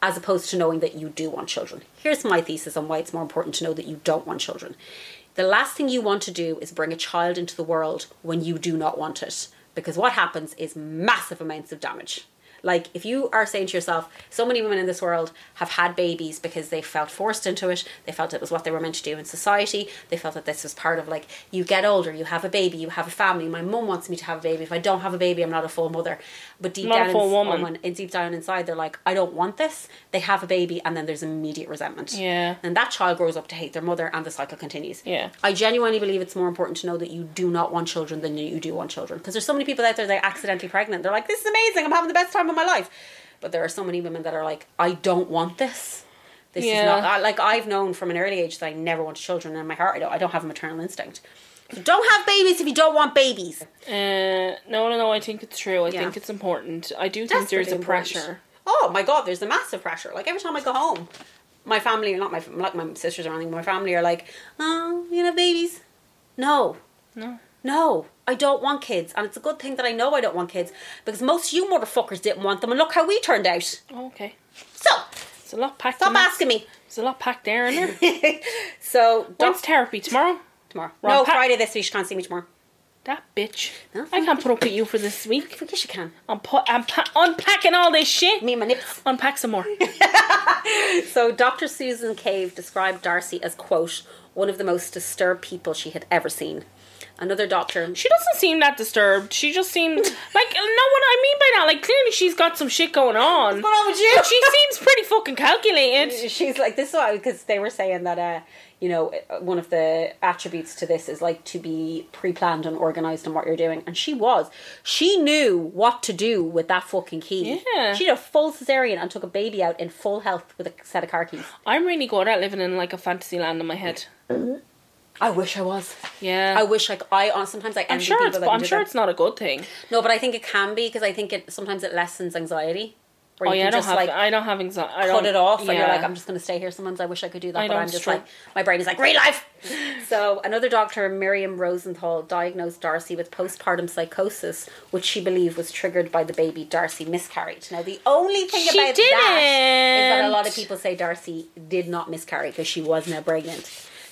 [SPEAKER 2] as opposed to knowing that you do want children. Here's my thesis on why it's more important to know that you don't want children. The last thing you want to do is bring a child into the world when you do not want it, because what happens is massive amounts of damage. Like, if you are saying to yourself, so many women in this world have had babies because they felt forced into it, they felt it was what they were meant to do in society, they felt that this was part of like, you get older, you have a baby, you have a family. My mum wants me to have a baby. If I don't have a baby, I'm not a full mother. But deep
[SPEAKER 3] Not a
[SPEAKER 2] down,
[SPEAKER 3] full
[SPEAKER 2] ins-
[SPEAKER 3] woman.
[SPEAKER 2] someone- and deep down inside, they're like, I don't want this. They have a baby, and then there's immediate resentment.
[SPEAKER 3] Yeah.
[SPEAKER 2] And that child grows up to hate their mother, and the cycle continues.
[SPEAKER 3] Yeah.
[SPEAKER 2] I genuinely believe it's more important to know that you do not want children than you do want children. Because there's so many people out there that are accidentally pregnant. They're like, this is amazing. I'm having the best time of my life. But there are so many women that are like, I don't want this. This
[SPEAKER 3] Yeah.
[SPEAKER 2] is not I, like I've known from an early age that I never wanted children, and in my heart, I don't, I don't have a maternal instinct. So don't have babies if you don't want babies.
[SPEAKER 3] Uh, no, no, no. I think it's true. I
[SPEAKER 2] Yeah.
[SPEAKER 3] think it's important. I do think there's
[SPEAKER 2] Desperately
[SPEAKER 3] a
[SPEAKER 2] important.
[SPEAKER 3] pressure.
[SPEAKER 2] Oh my god, there's a massive pressure. Like every time I go home, my family, not my not my sisters or anything, my family are like, "Oh, you know, babies." No,
[SPEAKER 3] No.
[SPEAKER 2] no, I don't want kids, and it's a good thing that I know I don't want kids because most of you motherfuckers didn't want them, and look how we turned out.
[SPEAKER 3] Oh, okay.
[SPEAKER 2] So
[SPEAKER 3] It's a lot packed.
[SPEAKER 2] stop
[SPEAKER 3] in that-
[SPEAKER 2] asking me.
[SPEAKER 3] There's a lot packed there in there.
[SPEAKER 2] So
[SPEAKER 3] That's
[SPEAKER 2] don't
[SPEAKER 3] therapy tomorrow.
[SPEAKER 2] tomorrow.
[SPEAKER 3] Wrong
[SPEAKER 2] no,
[SPEAKER 3] pack.
[SPEAKER 2] Friday this week. You can't see me tomorrow.
[SPEAKER 3] That bitch.
[SPEAKER 2] No,
[SPEAKER 3] I can't put up with you for this week.
[SPEAKER 2] Yes, you can.
[SPEAKER 3] I'm pu- I'm pa- unpacking all this shit.
[SPEAKER 2] Me and my nips.
[SPEAKER 3] Unpack some more.
[SPEAKER 2] So Dr. Susan Cave described Darcy as quote one of the most disturbed people she had ever seen. Another doctor.
[SPEAKER 3] She doesn't seem that disturbed. She just seemed like no. What I mean by that, like clearly she's got some shit going on.
[SPEAKER 2] What's going on with you?
[SPEAKER 3] But she seems pretty fucking calculated.
[SPEAKER 2] she's like this is why because they were saying that uh you know one of the attributes to this is like to be pre-planned and organized on what you're doing and she was she knew what to do with that fucking key
[SPEAKER 3] Yeah.
[SPEAKER 2] she did a full cesarean and took a baby out in full health with a set of car keys
[SPEAKER 3] I'm really good at living in like a fantasy land in my head.
[SPEAKER 2] i wish i was
[SPEAKER 3] Yeah.
[SPEAKER 2] i wish like i on sometimes i
[SPEAKER 3] I'm
[SPEAKER 2] envy
[SPEAKER 3] sure
[SPEAKER 2] people
[SPEAKER 3] it's
[SPEAKER 2] that can
[SPEAKER 3] I'm
[SPEAKER 2] do
[SPEAKER 3] sure
[SPEAKER 2] that.
[SPEAKER 3] it's not a good thing.
[SPEAKER 2] no but i think it can be because i think it sometimes it lessens anxiety where
[SPEAKER 3] Oh
[SPEAKER 2] you
[SPEAKER 3] yeah, I
[SPEAKER 2] can
[SPEAKER 3] don't
[SPEAKER 2] just
[SPEAKER 3] have
[SPEAKER 2] like
[SPEAKER 3] I don't have anxiety. I
[SPEAKER 2] cut
[SPEAKER 3] don't-
[SPEAKER 2] it off
[SPEAKER 3] Yeah.
[SPEAKER 2] and you're like, I'm just going to stay here. Sometimes I wish I could do that,
[SPEAKER 3] I
[SPEAKER 2] but
[SPEAKER 3] don't
[SPEAKER 2] I'm just
[SPEAKER 3] stri-
[SPEAKER 2] like, my brain is like, real life. so another doctor, Miriam Rosenthal, diagnosed Darcy with postpartum psychosis, which she believed was triggered by the baby Darcy miscarried. Now, the only thing
[SPEAKER 3] She
[SPEAKER 2] about that is that a
[SPEAKER 3] didn't.
[SPEAKER 2] lot of people say Darcy did not miscarry because she was now pregnant.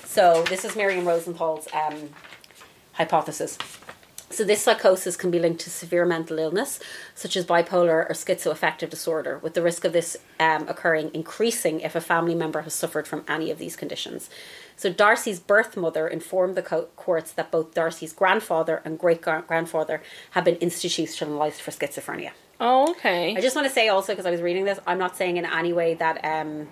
[SPEAKER 2] So this is Miriam Rosenthal's um, hypothesis. So this psychosis can be linked to severe mental illness, such as bipolar or schizoaffective disorder, with the risk of this um, occurring increasing if a family member has suffered from any of these conditions. So Darcy's birth mother informed the co- courts that both Darcy's grandfather and great gra- grandfather had been institutionalized for schizophrenia.
[SPEAKER 3] Oh okay.
[SPEAKER 2] I just want to say also because I was reading this, I'm not saying in any way that um,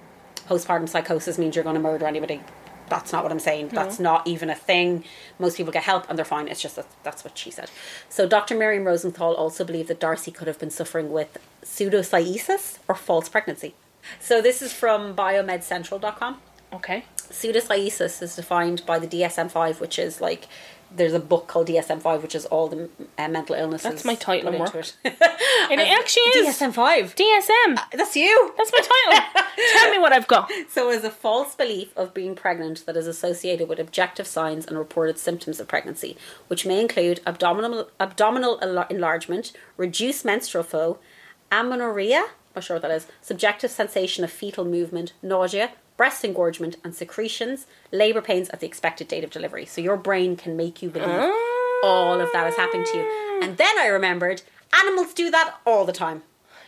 [SPEAKER 2] postpartum psychosis means you're going to murder anybody. That's not what I'm saying. That's not even a thing. Most people get help and they're fine. It's just that that's what she said. So Dr. Miriam Rosenthal also believed that Darcy could have been suffering with pseudocyesis or false pregnancy. So this is from biomedcentral.com
[SPEAKER 3] okay.
[SPEAKER 2] pseudocyesis is defined by the DSM-5, which is like there's a book called DSM-5, which is all the uh, mental illnesses.
[SPEAKER 3] That's my title
[SPEAKER 2] put
[SPEAKER 3] and
[SPEAKER 2] into
[SPEAKER 3] work.
[SPEAKER 2] it.
[SPEAKER 3] And it actually is
[SPEAKER 2] DSM-5.
[SPEAKER 3] DSM.
[SPEAKER 2] That's you.
[SPEAKER 3] That's my title. Tell me what I've got.
[SPEAKER 2] So is a false belief of being pregnant that is associated with objective signs and reported symptoms of pregnancy, which may include abdominal abdominal enlar- enlargement, reduced menstrual flow, amenorrhea, not sure what that is, subjective sensation of fetal movement, nausea, breast engorgement and secretions, labor pains at the expected date of delivery. So your brain can make you believe all of that is happening to you. And then I remembered animals do that all the time.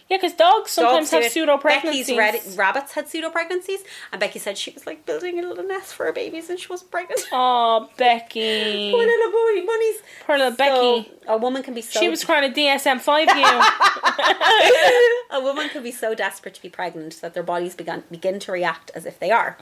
[SPEAKER 3] Yeah, because dogs
[SPEAKER 2] Dogs
[SPEAKER 3] sometimes
[SPEAKER 2] do
[SPEAKER 3] have
[SPEAKER 2] it.
[SPEAKER 3] pseudo pregnancies.
[SPEAKER 2] Becky's red- rabbits had pseudo pregnancies, and Becky said she was like building a little nest for her babies, and she was pregnant.
[SPEAKER 3] Oh, Becky.
[SPEAKER 2] Poor little boy bunnies.
[SPEAKER 3] Poor little Becky.
[SPEAKER 2] So, a woman can be so
[SPEAKER 3] She was crying a DSM five you.
[SPEAKER 2] a woman can be so desperate to be pregnant that their bodies begun, begin to react as if they are.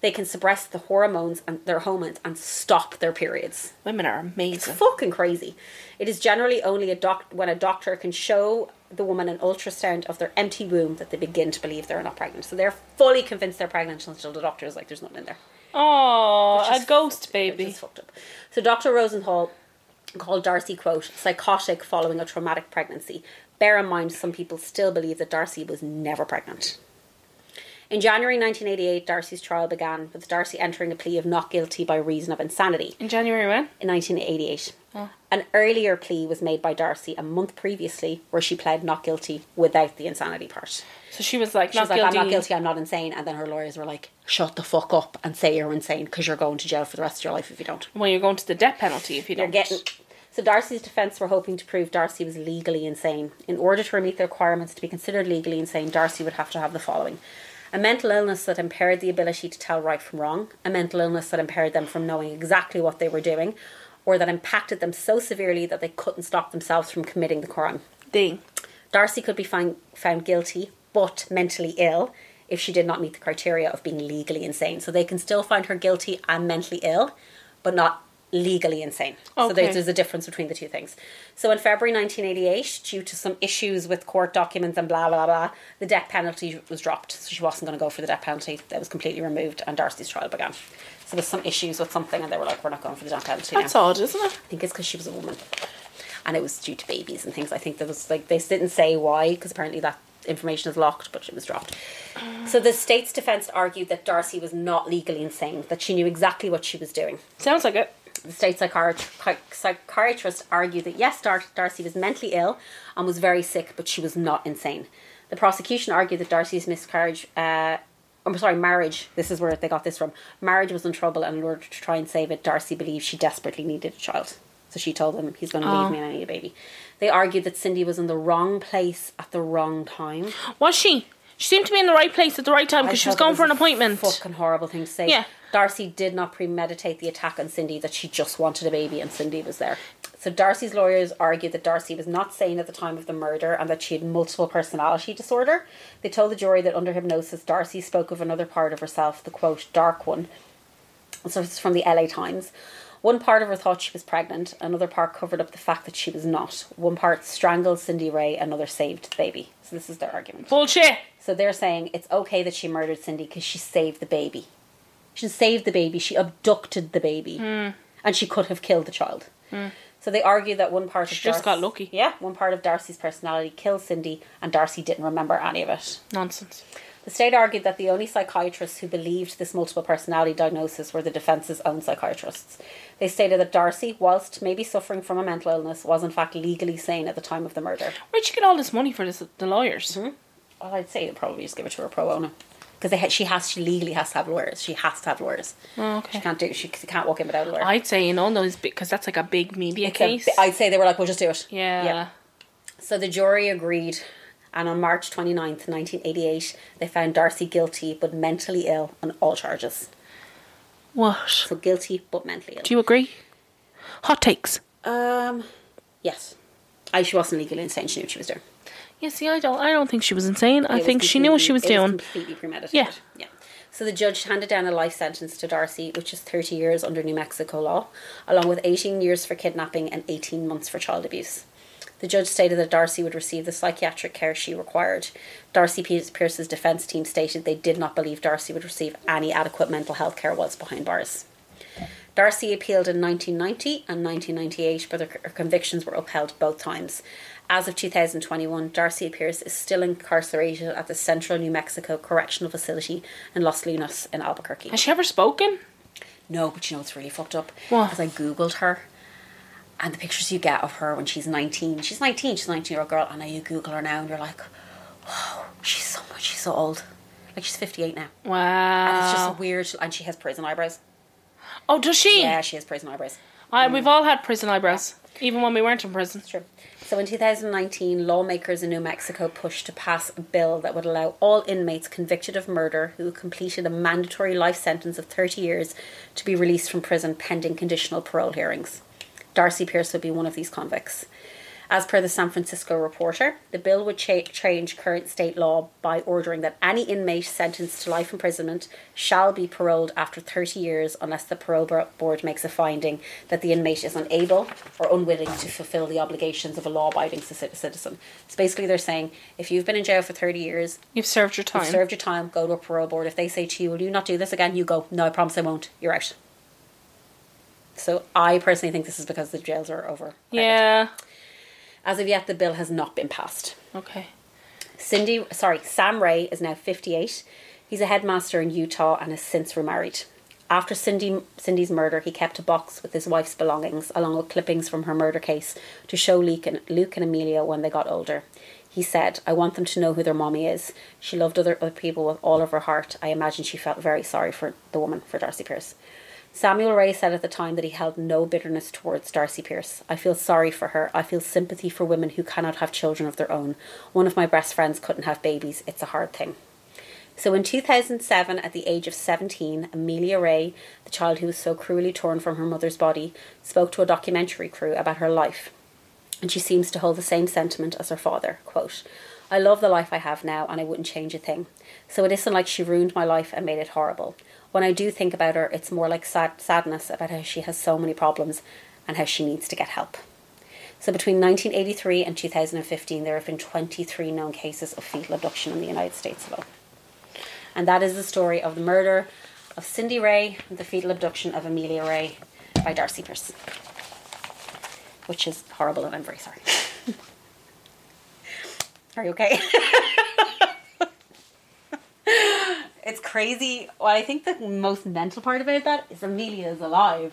[SPEAKER 2] They can suppress the hormones and their hormones and stop their periods.
[SPEAKER 3] Women are amazing.
[SPEAKER 2] fucking crazy. It is generally only a doc when a doctor can show the woman an ultrasound of their empty womb that they begin to believe they're not pregnant. So they're fully convinced they're pregnant until the doctor is like, "There's nothing in there."
[SPEAKER 3] Oh,
[SPEAKER 2] Which
[SPEAKER 3] a
[SPEAKER 2] is
[SPEAKER 3] ghost
[SPEAKER 2] Which
[SPEAKER 3] baby.
[SPEAKER 2] is fucked up. So Dr. Rosenthal called Darcy quote psychotic following a traumatic pregnancy. Bear in mind, some people still believe that Darcy was never pregnant. In January 1988, Darcy's trial began with Darcy entering a plea of not guilty by reason of insanity
[SPEAKER 3] In January when?
[SPEAKER 2] in 1988. An earlier plea was made by Darcy a month previously where she pled not guilty without the insanity part.
[SPEAKER 3] So she was like,
[SPEAKER 2] She
[SPEAKER 3] not,
[SPEAKER 2] was like,
[SPEAKER 3] guilty.
[SPEAKER 2] I'm not guilty, I'm not insane. And then her lawyers were like, shut the fuck up and say you're insane because you're going to jail for the rest of your life if you don't.
[SPEAKER 3] Well, you're going to the death penalty if you
[SPEAKER 2] You're
[SPEAKER 3] don't.
[SPEAKER 2] getting. So Darcy's defence were hoping to prove Darcy was legally insane. In order to meet the requirements to be considered legally insane, Darcy would have to have the following. A mental illness that impaired the ability to tell right from wrong, a mental illness that impaired them from knowing exactly what they were doing, or that impacted them so severely that they couldn't stop themselves from committing the crime.
[SPEAKER 3] Ding.
[SPEAKER 2] Darcy could be found, found guilty but mentally ill if she did not meet the criteria of being legally insane. So they can still find her guilty and mentally ill, but not legally insane. So there,
[SPEAKER 3] Okay.
[SPEAKER 2] there's a difference between the two things. So in February 1988, due to some issues with court documents and blah, blah, blah, the death penalty was dropped. So she wasn't going to go for the death penalty. That was completely removed and Darcy's trial began. So there's some issues with something and they were like, we're not going for the death penalty now.
[SPEAKER 3] That's odd, isn't it?
[SPEAKER 2] I think it's because she was a woman, and it was due to babies and things. I think there was like they didn't say why because apparently that information is locked, but it was dropped. So the state's defense argued that Darcy was not legally insane; that she knew exactly what she was doing.
[SPEAKER 3] Sounds like it.
[SPEAKER 2] The state psychiatr- psychiatrist argued that yes, Dar- Darcy was mentally ill and was very sick, but she was not insane. The prosecution argued that Darcy's miscarriage. Uh, I'm sorry, marriage. This is where they got this from. Marriage was in trouble, and in order to try and save it, Darcy believed she desperately needed a child. So she told them, "He's going to leave me, and I need a baby." They argued that Cindy was in the wrong place at the wrong time.
[SPEAKER 3] Was she? She seemed to be in the right place at the right time
[SPEAKER 2] I
[SPEAKER 3] because she was
[SPEAKER 2] thought that
[SPEAKER 3] going for an
[SPEAKER 2] a
[SPEAKER 3] appointment.
[SPEAKER 2] Fucking horrible thing to say.
[SPEAKER 3] Yeah.
[SPEAKER 2] Darcy did not premeditate the attack on Cindy, that she just wanted a baby and Cindy was there. So Darcy's lawyers argued that Darcy was not sane at the time of the murder and that she had multiple personality disorder. They told the jury that under hypnosis, Darcy spoke of another part of herself, the quote, dark one. So this is from the LA Times. One part of her thought she was pregnant, another part covered up the fact that she was not. One part strangled Cindy Ray, another saved the baby. So this is their argument.
[SPEAKER 3] Bullshit.
[SPEAKER 2] So they're saying it's okay that she murdered Cindy because she saved the baby. She saved the baby. She abducted the baby,
[SPEAKER 3] Hmm.
[SPEAKER 2] and she could have killed the child. So they argue that one part of
[SPEAKER 3] She just
[SPEAKER 2] Darcy-
[SPEAKER 3] got lucky.
[SPEAKER 2] Yeah, one part of Darcy's personality killed Cindy, and Darcy didn't remember any of it.
[SPEAKER 3] Nonsense.
[SPEAKER 2] The state argued that the only psychiatrists who believed this multiple personality diagnosis were the defense's own psychiatrists. They stated that Darcy, whilst maybe suffering from a mental illness, was in fact legally sane at the time of the murder.
[SPEAKER 3] Where'd she get all this money for this? The lawyers.
[SPEAKER 2] Mm-hmm. Well, I'd say they'd probably just give it to her pro bono. Because ha- she has, she legally has to have lawyers. She has to have lawyers.
[SPEAKER 3] Oh, okay.
[SPEAKER 2] She can't do, she, c- can't walk in without a lawyer.
[SPEAKER 3] I'd say you know those because that's like a big media
[SPEAKER 2] It's a
[SPEAKER 3] case.
[SPEAKER 2] bi- I'd say they were like, we'll just do it.
[SPEAKER 3] yeah.
[SPEAKER 2] So the jury agreed, and on March 29th, 1988, they found Darcy guilty but mentally ill on all charges.
[SPEAKER 3] What?
[SPEAKER 2] So guilty but mentally ill.
[SPEAKER 3] Do you agree? Hot takes.
[SPEAKER 2] um, yes. I, she wasn't legally insane. She knew what she was doing.
[SPEAKER 3] Yeah. See, I don't. I don't think she was insane. I
[SPEAKER 2] It was
[SPEAKER 3] think she knew what
[SPEAKER 2] completely-
[SPEAKER 3] she was
[SPEAKER 2] it
[SPEAKER 3] doing.
[SPEAKER 2] completely premeditated.
[SPEAKER 3] Yeah.
[SPEAKER 2] Yeah. So the judge handed down a life sentence to Darcy, which is 30 years under New Mexico law, along with 18 years for kidnapping and 18 months for child abuse. The judge stated that Darcy would receive the psychiatric care she required. Darcy Pier- Pierce's defense team stated they did not believe Darcy would receive any adequate mental health care whilst behind bars. Darcy appealed in 1990 and 1998, but her, her convictions were upheld both times. As of 2021, Darcy Pierce is still incarcerated at the Central New Mexico Correctional Facility in Los Lunas in Albuquerque.
[SPEAKER 3] Has she ever spoken?
[SPEAKER 2] No, but you know it's really fucked up.
[SPEAKER 3] What?
[SPEAKER 2] Because I googled her, and the pictures you get of her when she's nineteen. She's nineteen. She's a nineteen-year-old girl, and now you Google her now, and you're like, "Whoa, she's so much. She's so old. Like she's fifty-eight now.
[SPEAKER 3] Wow.
[SPEAKER 2] And it's just weird. And she has prison eyebrows.
[SPEAKER 3] oh, does she?
[SPEAKER 2] Yeah, she has prison eyebrows.
[SPEAKER 3] I, we've all had prison eyebrows, even when we weren't in prison.
[SPEAKER 2] Sure. So in 2019, lawmakers in New Mexico pushed to pass a bill that would allow all inmates convicted of murder who completed a mandatory life sentence of 30 years to be released from prison pending conditional parole hearings. Darcy Pierce would be one of these convicts. As per the San Francisco Reporter, the bill would cha- change current state law by ordering that any inmate sentenced to life imprisonment shall be paroled after 30 years unless the parole bo- board makes a finding that the inmate is unable or unwilling to fulfill the obligations of a law abiding citizen. So basically, they're saying if you've been in jail for 30 years,
[SPEAKER 3] You've served your time.
[SPEAKER 2] you've served your time, go to a parole board. If they say to you, Will you not do this again? You go, No, I promise I won't. You're out. So I personally think this is because the jails are over.
[SPEAKER 3] yeah.
[SPEAKER 2] As of yet, the bill has not been passed.
[SPEAKER 3] Okay.
[SPEAKER 2] Cindy, sorry, Sam Ray is now 58. He's a headmaster in Utah and has since remarried. After Cindy, Cindy's murder, he kept a box with his wife's belongings, along with clippings from her murder case, to show Luke and, Luke and Amelia when they got older. He said, I want them to know who their mommy is. She loved other, other people with all of her heart. I imagine she felt very sorry for the woman, for Darcy Pierce. Samuel Ray said at the time that he held no bitterness towards Darcy Pierce. I feel sorry for her. I feel sympathy for women who cannot have children of their own. One of my best friends couldn't have babies. It's a hard thing. So in 2007, at the age of 17, Amelia Ray, the child who was so cruelly torn from her mother's body, spoke to a documentary crew about her life and she seems to hold the same sentiment as her father. Quote, I love the life I have now and I wouldn't change a thing. So it isn't like she ruined my life and made it horrible. When I do think about her, it's more like sad- sadness about how she has so many problems and how she needs to get help. So between 1983 and 2015, there have been 23 known cases of fetal abduction in the United States alone. And that is the story of the murder of Cindy Ray and the fetal abduction of Amelia Ray by Darcy Pearson, which is horrible and I'm very sorry. Are you okay? it's crazy. Well, I think the most mental part about that is Amelia is alive.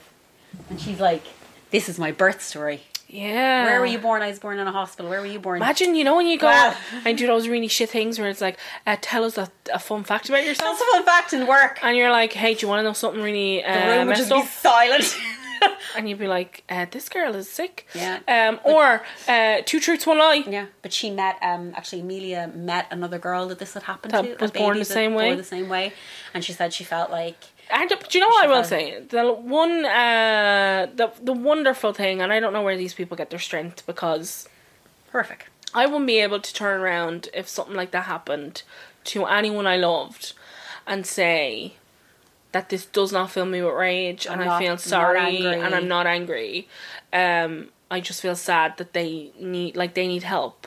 [SPEAKER 2] And she's like, this is my birth story.
[SPEAKER 3] Yeah.
[SPEAKER 2] Where were you born? I was born in a hospital. Where were you born?
[SPEAKER 3] Imagine, you know, when you go
[SPEAKER 2] Wow.
[SPEAKER 3] and do those really shit things where it's like, uh, tell us a, a fun fact about yourself.
[SPEAKER 2] That's a fun fact in work.
[SPEAKER 3] And you're like, hey, do you want to know something really
[SPEAKER 2] The
[SPEAKER 3] uh,
[SPEAKER 2] room would
[SPEAKER 3] messed
[SPEAKER 2] just be
[SPEAKER 3] up?
[SPEAKER 2] silent.
[SPEAKER 3] And you'd be like, uh, this girl is sick.
[SPEAKER 2] Yeah.
[SPEAKER 3] Um, or uh, two truths, one lie.
[SPEAKER 2] yeah, but she met um actually Amelia met another girl that this had happened
[SPEAKER 3] That
[SPEAKER 2] to. a
[SPEAKER 3] was born
[SPEAKER 2] baby
[SPEAKER 3] the
[SPEAKER 2] that
[SPEAKER 3] same way.
[SPEAKER 2] born the same way, and she said she felt like
[SPEAKER 3] And uh, do you know what I will
[SPEAKER 2] She's
[SPEAKER 3] say? The one, uh, the the wonderful thing, and I don't know where these people get their strength because
[SPEAKER 2] horrific.
[SPEAKER 3] I wouldn't be able to turn around if something like that happened to anyone I loved and say that this does not fill me with rage and
[SPEAKER 2] not-
[SPEAKER 3] I feel
[SPEAKER 2] not
[SPEAKER 3] sorry
[SPEAKER 2] angry.
[SPEAKER 3] and I'm not angry. Um, I just feel sad that they need like they need help.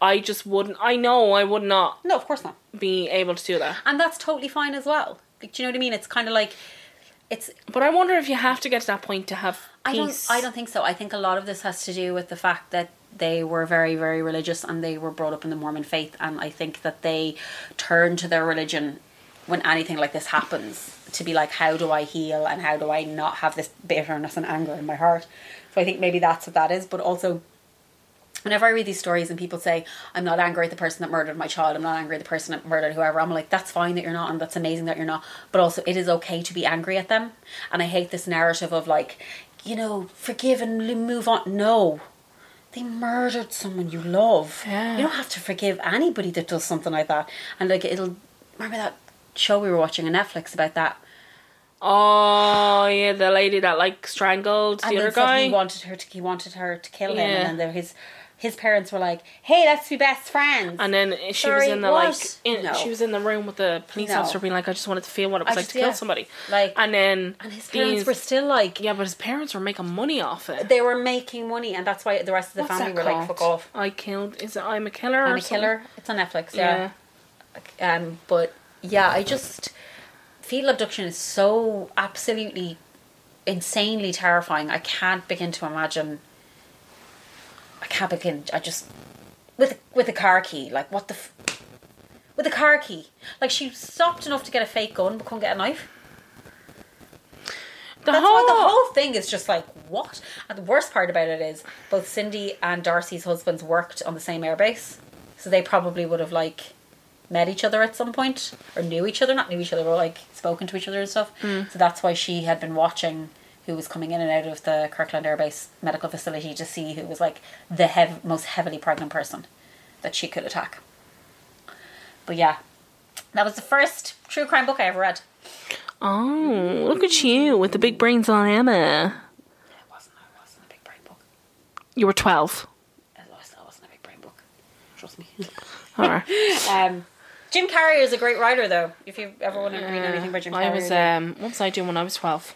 [SPEAKER 3] I just wouldn't. I know I would not
[SPEAKER 2] No, of course not.
[SPEAKER 3] be able to do that.
[SPEAKER 2] And that's totally fine as well. Like, do you know what I mean? It's kind of like it's
[SPEAKER 3] But I wonder if you have to get to that point to have
[SPEAKER 2] I
[SPEAKER 3] peace.
[SPEAKER 2] don't I don't think so. I think a lot of this has to do with the fact that they were very very religious and they were brought up in the Mormon faith and I think that they turn to their religion when anything like this happens to be like how do I heal and how do I not have this bitterness and anger in my heart. So I think maybe that's what that is, but also whenever I read these stories and people say, I'm not angry at the person that murdered my child, I'm not angry at the person that murdered whoever, I'm like, that's fine that you're not, and that's amazing that you're not. But also, it is okay to be angry at them. And I hate this narrative of like, you know, forgive and l- move on. No. They murdered someone you love.
[SPEAKER 3] Yeah.
[SPEAKER 2] You don't have to forgive anybody that does something like that. And like, it'll remember that show we were watching on Netflix about that.
[SPEAKER 3] Oh yeah, the lady that like strangled the
[SPEAKER 2] and
[SPEAKER 3] other
[SPEAKER 2] then said
[SPEAKER 3] guy.
[SPEAKER 2] he wanted her to he wanted her to kill him,
[SPEAKER 3] Yeah.
[SPEAKER 2] and then there- his his parents were like, "Hey, let's be best friends."
[SPEAKER 3] And then she
[SPEAKER 2] Sorry,
[SPEAKER 3] was in the
[SPEAKER 2] what?
[SPEAKER 3] like in,
[SPEAKER 2] No.
[SPEAKER 3] she was in the room with the police
[SPEAKER 2] No.
[SPEAKER 3] officer being like, I just wanted to feel what it was
[SPEAKER 2] I
[SPEAKER 3] like
[SPEAKER 2] just-
[SPEAKER 3] to kill
[SPEAKER 2] yeah.
[SPEAKER 3] somebody.
[SPEAKER 2] Like-
[SPEAKER 3] and then
[SPEAKER 2] And his parents
[SPEAKER 3] these-
[SPEAKER 2] were still like,
[SPEAKER 3] Yeah, but his parents were making money off it.
[SPEAKER 2] they were making money, and that's why the rest of the
[SPEAKER 3] What's
[SPEAKER 2] family
[SPEAKER 3] that
[SPEAKER 2] were like,
[SPEAKER 3] called?
[SPEAKER 2] "Fuck off."
[SPEAKER 3] I killed is it I'm a killer or
[SPEAKER 2] I'm a
[SPEAKER 3] something?
[SPEAKER 2] killer. It's on Netflix.
[SPEAKER 3] Yeah.
[SPEAKER 2] Yeah. Um, but yeah, I just fetal abduction is so absolutely insanely terrifying. I can't begin to imagine. I can't begin. I just with with a car key. Like what the. F- with a car key, like she stopped enough to get a fake gun, but couldn't get a knife.
[SPEAKER 3] The
[SPEAKER 2] That's
[SPEAKER 3] whole,
[SPEAKER 2] what the whole thing is just like what. And the worst part about it is both Cindy and Darcy's husbands worked on the same airbase, so they probably would have like met each other at some point or knew each other, not knew each other, but like spoken to each other and stuff. So that's why she had been watching who was coming in and out of the Kirkland airbase medical facility to see who was like the heav- most heavily pregnant person that she could attack. But yeah, that was the first true crime book I ever read.
[SPEAKER 3] Oh, look at you with the big brains on Emma.
[SPEAKER 2] It wasn't. It wasn't a big brain book.
[SPEAKER 3] You were twelve.
[SPEAKER 2] That wasn't, that wasn't a big brain book. Trust me.
[SPEAKER 3] Alright.
[SPEAKER 2] um, Jim Carrey is a great writer, though. If you ever want to read anything by Jim Carrey,
[SPEAKER 3] I was um what was I doing when I was twelve?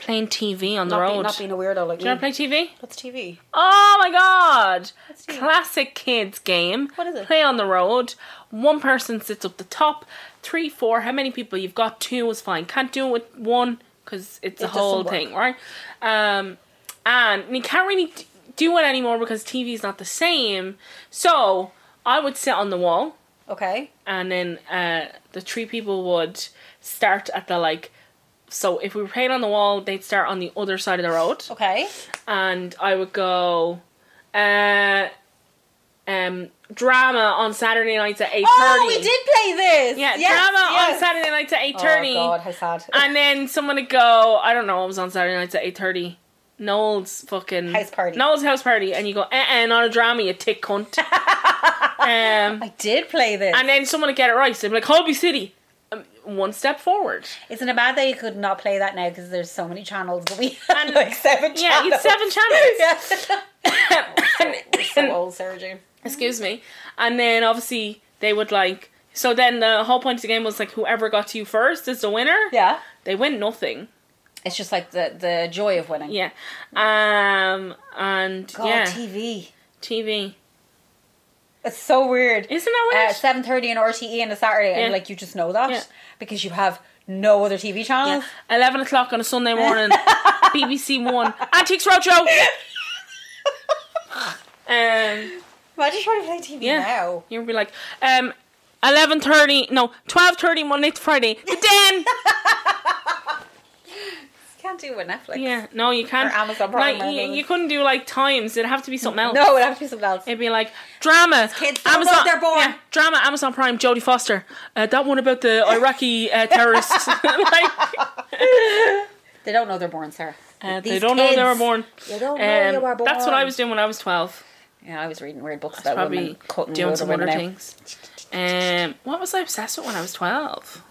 [SPEAKER 3] Playing TV on the
[SPEAKER 2] not,
[SPEAKER 3] road.
[SPEAKER 2] Be, not being a weirdo like
[SPEAKER 3] Do you
[SPEAKER 2] you.
[SPEAKER 3] want to play TV?
[SPEAKER 2] That's TV.
[SPEAKER 3] Oh my god!
[SPEAKER 2] do it.
[SPEAKER 3] Classic kids game.
[SPEAKER 2] What is it?
[SPEAKER 3] Play on the road. One person sits up the top. Three, four. How many people you've got? Two is fine. Can't do it with one because it's a
[SPEAKER 2] It doesn't
[SPEAKER 3] whole
[SPEAKER 2] work.
[SPEAKER 3] thing, right? Um, and you can't really d- do it anymore because TV's not the same. So I would sit on the wall
[SPEAKER 2] Okay.
[SPEAKER 3] and then uh, the three people would start at the like. So if we were playing on the wall, they'd start on the other side of the road
[SPEAKER 2] Okay.
[SPEAKER 3] and I would go, uh, um, drama on Saturday nights at eight thirty.
[SPEAKER 2] Oh, we did play this.
[SPEAKER 3] Yeah,
[SPEAKER 2] Yes,
[SPEAKER 3] drama on
[SPEAKER 2] yes.
[SPEAKER 3] Saturday nights at eight thirty.
[SPEAKER 2] Oh God, how sad.
[SPEAKER 3] and then someone would go, I don't know, I was on Saturday nights at eight thirty. Noel's fucking
[SPEAKER 2] House party.
[SPEAKER 3] Noel's house party, and you go, eh, eh, not a drama, you tick cunt. um,
[SPEAKER 2] I did play this.
[SPEAKER 3] and then someone would get it right. So they'd be like, Holby City, um, one step forward.
[SPEAKER 2] Isn't it bad that you could not play that now because there's so many channels that we have
[SPEAKER 3] And-
[SPEAKER 2] like seven
[SPEAKER 3] Yeah,
[SPEAKER 2] channels.
[SPEAKER 3] it's seven channels.
[SPEAKER 2] Yeah.
[SPEAKER 3] And-
[SPEAKER 2] we're so old, Sarah Jane.
[SPEAKER 3] Excuse me. And then obviously they would like. So then the whole point of the game was like whoever got to you first is the winner.
[SPEAKER 2] Yeah.
[SPEAKER 3] They win nothing.
[SPEAKER 2] It's just like the the joy of winning.
[SPEAKER 3] Yeah. Um. And
[SPEAKER 2] God,
[SPEAKER 3] yeah.
[SPEAKER 2] TV.
[SPEAKER 3] TV.
[SPEAKER 2] It's so weird.
[SPEAKER 3] Isn't that weird?
[SPEAKER 2] Uh, Seven thirty on RTE on a Saturday,
[SPEAKER 3] Yeah.
[SPEAKER 2] and like you just know that
[SPEAKER 3] Yeah.
[SPEAKER 2] because you have no other TV channels.
[SPEAKER 3] Yeah. Eleven o'clock on a Sunday morning. BBC One. Antiques Roadshow. um.
[SPEAKER 2] Imagine trying to play TV
[SPEAKER 3] Yeah.
[SPEAKER 2] now.
[SPEAKER 3] You'll be like, um, eleven thirty. No, twelve thirty Monday to Friday. The den.
[SPEAKER 2] You can't do it with Netflix.
[SPEAKER 3] yeah. No, you can't.
[SPEAKER 2] Or Amazon Prime,
[SPEAKER 3] like,
[SPEAKER 2] I
[SPEAKER 3] you,
[SPEAKER 2] know.
[SPEAKER 3] you couldn't do like times. It'd have to be something else.
[SPEAKER 2] No, it'd have to be something else.
[SPEAKER 3] It'd be like drama.
[SPEAKER 2] kids, they're both- they're born.
[SPEAKER 3] Yeah, drama. Amazon Prime. Jodie Foster. Uh, that one about the Iraqi uh, terrorists. like,
[SPEAKER 2] They don't know they're born, Sarah.
[SPEAKER 3] uh, they
[SPEAKER 2] Uh, These
[SPEAKER 3] don't know they
[SPEAKER 2] kids,
[SPEAKER 3] were born.
[SPEAKER 2] You don't know
[SPEAKER 3] Um,
[SPEAKER 2] you were born.
[SPEAKER 3] that's what I was doing when I was twelve.
[SPEAKER 2] Yeah, I was reading weird books about
[SPEAKER 3] Probably
[SPEAKER 2] women cutting
[SPEAKER 3] doing
[SPEAKER 2] loads of
[SPEAKER 3] some
[SPEAKER 2] women
[SPEAKER 3] other
[SPEAKER 2] out.
[SPEAKER 3] things. Um, what was I obsessed with when I was twelve?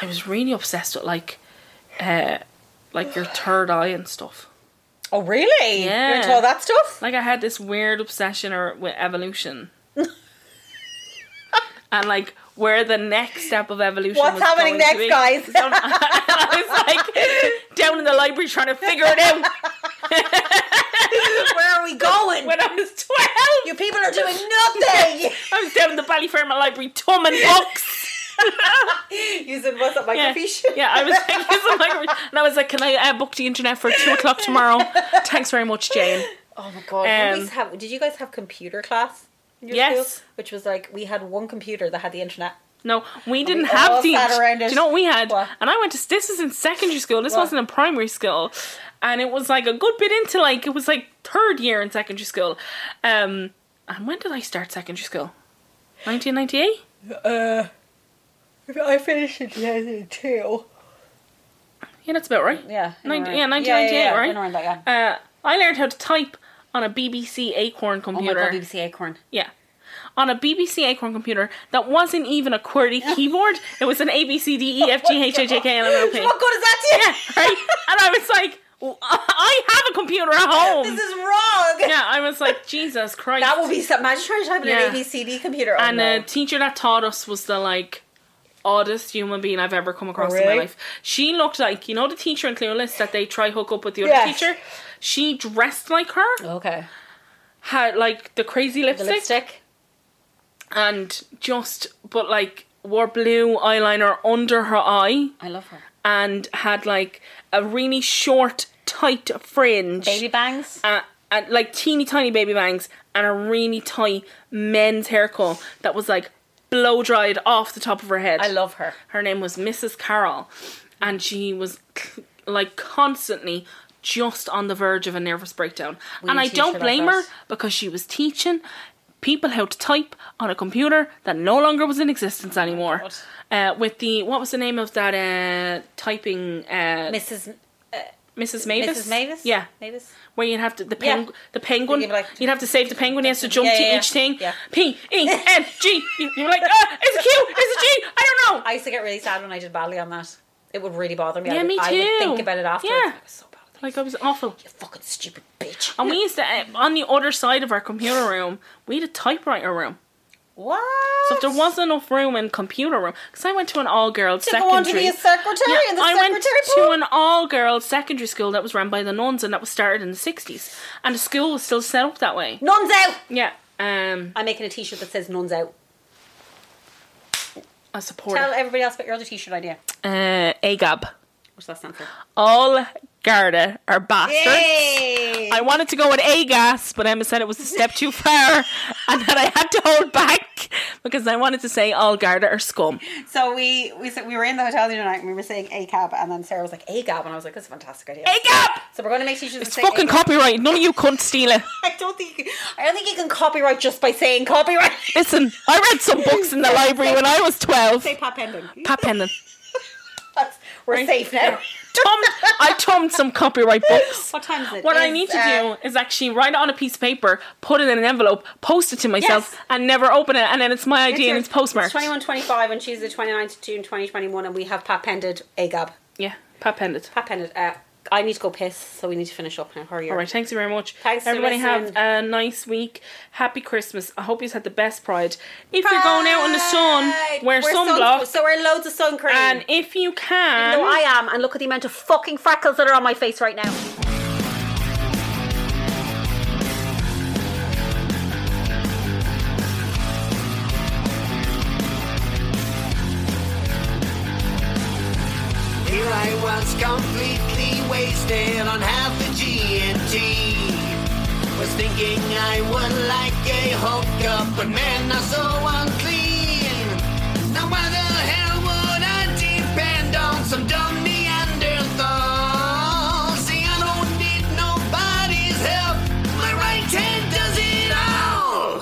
[SPEAKER 3] I was really obsessed with like, uh, like your third eye and stuff.
[SPEAKER 2] Oh, really?
[SPEAKER 3] Yeah.
[SPEAKER 2] You're into all that stuff?
[SPEAKER 3] Like I had this weird obsession or with evolution, and like where the next step of evolution.
[SPEAKER 2] What's
[SPEAKER 3] was
[SPEAKER 2] happening next,
[SPEAKER 3] going to be.
[SPEAKER 2] guys?
[SPEAKER 3] Don't- I was like down in the library trying to figure it out
[SPEAKER 2] Where are we going?
[SPEAKER 3] when I was twelve.
[SPEAKER 2] you people are doing nothing!
[SPEAKER 3] I was down in the Ballyfermot library tumming books.
[SPEAKER 2] Using what's up, my
[SPEAKER 3] yeah.
[SPEAKER 2] fish?
[SPEAKER 3] yeah, I was like, using my- and I was like, can I uh, book the internet for two o'clock tomorrow? Thanks very much, Jane.
[SPEAKER 2] Oh my god!
[SPEAKER 3] Um,
[SPEAKER 2] we always have, did you guys have computer class? in your
[SPEAKER 3] Yes.
[SPEAKER 2] school? Which was like we had one computer that had the internet.
[SPEAKER 3] No, we didn't
[SPEAKER 2] all
[SPEAKER 3] have the.
[SPEAKER 2] sat around
[SPEAKER 3] Do
[SPEAKER 2] it.
[SPEAKER 3] you know what we had?
[SPEAKER 2] What?
[SPEAKER 3] And I went to this was in secondary school. This
[SPEAKER 2] What?
[SPEAKER 3] wasn't in primary school, and it was like a good bit into like it was like third year in secondary school. Um, and when did I start secondary school? Nineteen ninety eight.
[SPEAKER 2] Uh, I finished in 2002.
[SPEAKER 3] Yeah, that's about right.
[SPEAKER 2] Yeah, in
[SPEAKER 3] Nin-
[SPEAKER 2] around-
[SPEAKER 3] yeah,
[SPEAKER 2] yeah,
[SPEAKER 3] 1998,
[SPEAKER 2] yeah, yeah,
[SPEAKER 3] right?
[SPEAKER 2] in around that, yeah.
[SPEAKER 3] Uh, I learned how to type on a BBC Acorn
[SPEAKER 2] Oh my
[SPEAKER 3] computer.
[SPEAKER 2] god, BBC Acorn.
[SPEAKER 3] Yeah. On a BBC Acorn computer that wasn't even a QWERTY keyboard. It was an A, B, C, D, E, F, G, H, I, J, K, L, M, N, O, P.
[SPEAKER 2] What good is that to you?
[SPEAKER 3] Right? And I was like, "W- I have a computer at home.
[SPEAKER 2] This is wrong!
[SPEAKER 3] Yeah, I was like, Jesus Christ.
[SPEAKER 2] That would be so. Imagine trying to type in
[SPEAKER 3] Yeah.
[SPEAKER 2] an ABCD computer. Oh,
[SPEAKER 3] and
[SPEAKER 2] no.
[SPEAKER 3] the teacher that taught us was the like oddest human being I've ever come across in
[SPEAKER 2] really?
[SPEAKER 3] my life. She looked like you know the teacher in Clueless that they try hook up with the other
[SPEAKER 2] Yes.
[SPEAKER 3] teacher. She dressed like her,
[SPEAKER 2] okay.
[SPEAKER 3] had like the crazy
[SPEAKER 2] The
[SPEAKER 3] lipstick,
[SPEAKER 2] lipstick.
[SPEAKER 3] and just but like wore blue eyeliner under her eye
[SPEAKER 2] I love her.
[SPEAKER 3] and had like a really short tight fringe
[SPEAKER 2] Baby bangs.
[SPEAKER 3] uh, and like teeny tiny baby bangs and a really tight men's haircut that was like blow dried off the top of her head.
[SPEAKER 2] I love her.
[SPEAKER 3] her name was Mrs. Carroll, and she was c- like constantly just on the verge of a nervous breakdown. and I
[SPEAKER 2] teach her
[SPEAKER 3] don't
[SPEAKER 2] like
[SPEAKER 3] blame her
[SPEAKER 2] that.
[SPEAKER 3] because she was teaching people how to type on a computer that no longer was in existence
[SPEAKER 2] Oh
[SPEAKER 3] anymore. uh, with the what was the name of that uh, typing uh,
[SPEAKER 2] Mrs.
[SPEAKER 3] Mrs. Mavis?
[SPEAKER 2] Mrs. Mavis?
[SPEAKER 3] Yeah
[SPEAKER 2] Mavis?
[SPEAKER 3] where you'd have to the peng-
[SPEAKER 2] Yeah.
[SPEAKER 3] the penguin
[SPEAKER 2] They give, like-
[SPEAKER 3] you'd have to save the penguin he has to jump
[SPEAKER 2] Yeah,
[SPEAKER 3] to
[SPEAKER 2] yeah, yeah.
[SPEAKER 3] each thing
[SPEAKER 2] Yeah.
[SPEAKER 3] P E N G You- you're like ah, it's a Q it's a G I don't know
[SPEAKER 2] I used to get really sad when I did badly on that. It would really bother me. I
[SPEAKER 3] Yeah,
[SPEAKER 2] would,
[SPEAKER 3] me
[SPEAKER 2] I would think
[SPEAKER 3] too.
[SPEAKER 2] about it afterwards.
[SPEAKER 3] Yeah.
[SPEAKER 2] I was so bad. at that.
[SPEAKER 3] like I was awful
[SPEAKER 2] You fucking stupid bitch.
[SPEAKER 3] and we used to uh, on the other side of our computer room we had a typewriter room
[SPEAKER 2] What?
[SPEAKER 3] so if there wasn't enough room in computer room because I went to an all girls
[SPEAKER 2] to go on to
[SPEAKER 3] secondary
[SPEAKER 2] be a secretary
[SPEAKER 3] Yeah,
[SPEAKER 2] in the
[SPEAKER 3] I went
[SPEAKER 2] secretary
[SPEAKER 3] to
[SPEAKER 2] pool?
[SPEAKER 3] an all-girls secondary school that was run by the nuns, and that was started in the '60s. And the school was still set up that way.
[SPEAKER 2] Nuns out!
[SPEAKER 3] Yeah, um,
[SPEAKER 2] I'm making a t shirt that says nuns out.
[SPEAKER 3] I support
[SPEAKER 2] Tell
[SPEAKER 3] it.
[SPEAKER 2] everybody else about your other t shirt idea.
[SPEAKER 3] uh, AGAB.
[SPEAKER 2] What's that stand for?
[SPEAKER 3] all Garda are bastards.
[SPEAKER 2] Yay!
[SPEAKER 3] I wanted to go with AGAS, but Emma said it was a step too far and that I had to hold back because I wanted to say all Garda are scum.
[SPEAKER 2] So we we said we were in the hotel the other night and we were saying A cab and then Sarah was like A cab and I was like, That's a fantastic idea.
[SPEAKER 3] AGAB!
[SPEAKER 2] so we're gonna make t-shirts
[SPEAKER 3] It's fucking copyright. None of you couldn't steal it.
[SPEAKER 2] I don't think you can, I don't think you can copyright just by saying copyright.
[SPEAKER 3] Listen, I read some books in the library when I was 12.
[SPEAKER 2] Say pop ending.
[SPEAKER 3] Pat Pendant.
[SPEAKER 2] That's- we're safe now.
[SPEAKER 3] Tummed, I tummed some copyright books.
[SPEAKER 2] What time is it?
[SPEAKER 3] What I
[SPEAKER 2] It's,
[SPEAKER 3] need to
[SPEAKER 2] uh,
[SPEAKER 3] do is actually write it on a piece of paper, put it in an envelope, post it to myself,
[SPEAKER 2] Yes.
[SPEAKER 3] and never open it, and then it's my idea and it's postmarked.
[SPEAKER 2] Twenty one twenty five and she's the 29th of June twenty twenty one and we have papended A gab.
[SPEAKER 3] Yeah, Pat Pendant.
[SPEAKER 2] Papended uh I need to go piss, so we need to finish up now. Hurry up.
[SPEAKER 3] All right, thanks very much.
[SPEAKER 2] Thanks for
[SPEAKER 3] everybody. Have
[SPEAKER 2] listening.
[SPEAKER 3] a nice week. Happy Christmas. I hope you've had the best Pride. If you're going out in the sun,
[SPEAKER 2] Right,
[SPEAKER 3] wear
[SPEAKER 2] sun-
[SPEAKER 3] sunblock.
[SPEAKER 2] so wear loads of sun cream.
[SPEAKER 3] and if you can,
[SPEAKER 2] no, I am, and look at the amount of fucking freckles that are on my face right now.
[SPEAKER 5] Here I was completely wasted on half a G&T. Was thinking I would like a hookup, but men are so unclean. Now why the hell would I depend on some dumb Neanderthal? See, I don't need nobody's help. My right hand does it all.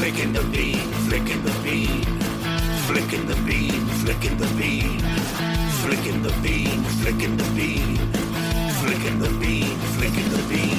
[SPEAKER 5] Flicking the bean, flicking the bean, flicking the bean, flicking the bean, flicking the bean, flicking the bean, flicking the bean, flicking the bean.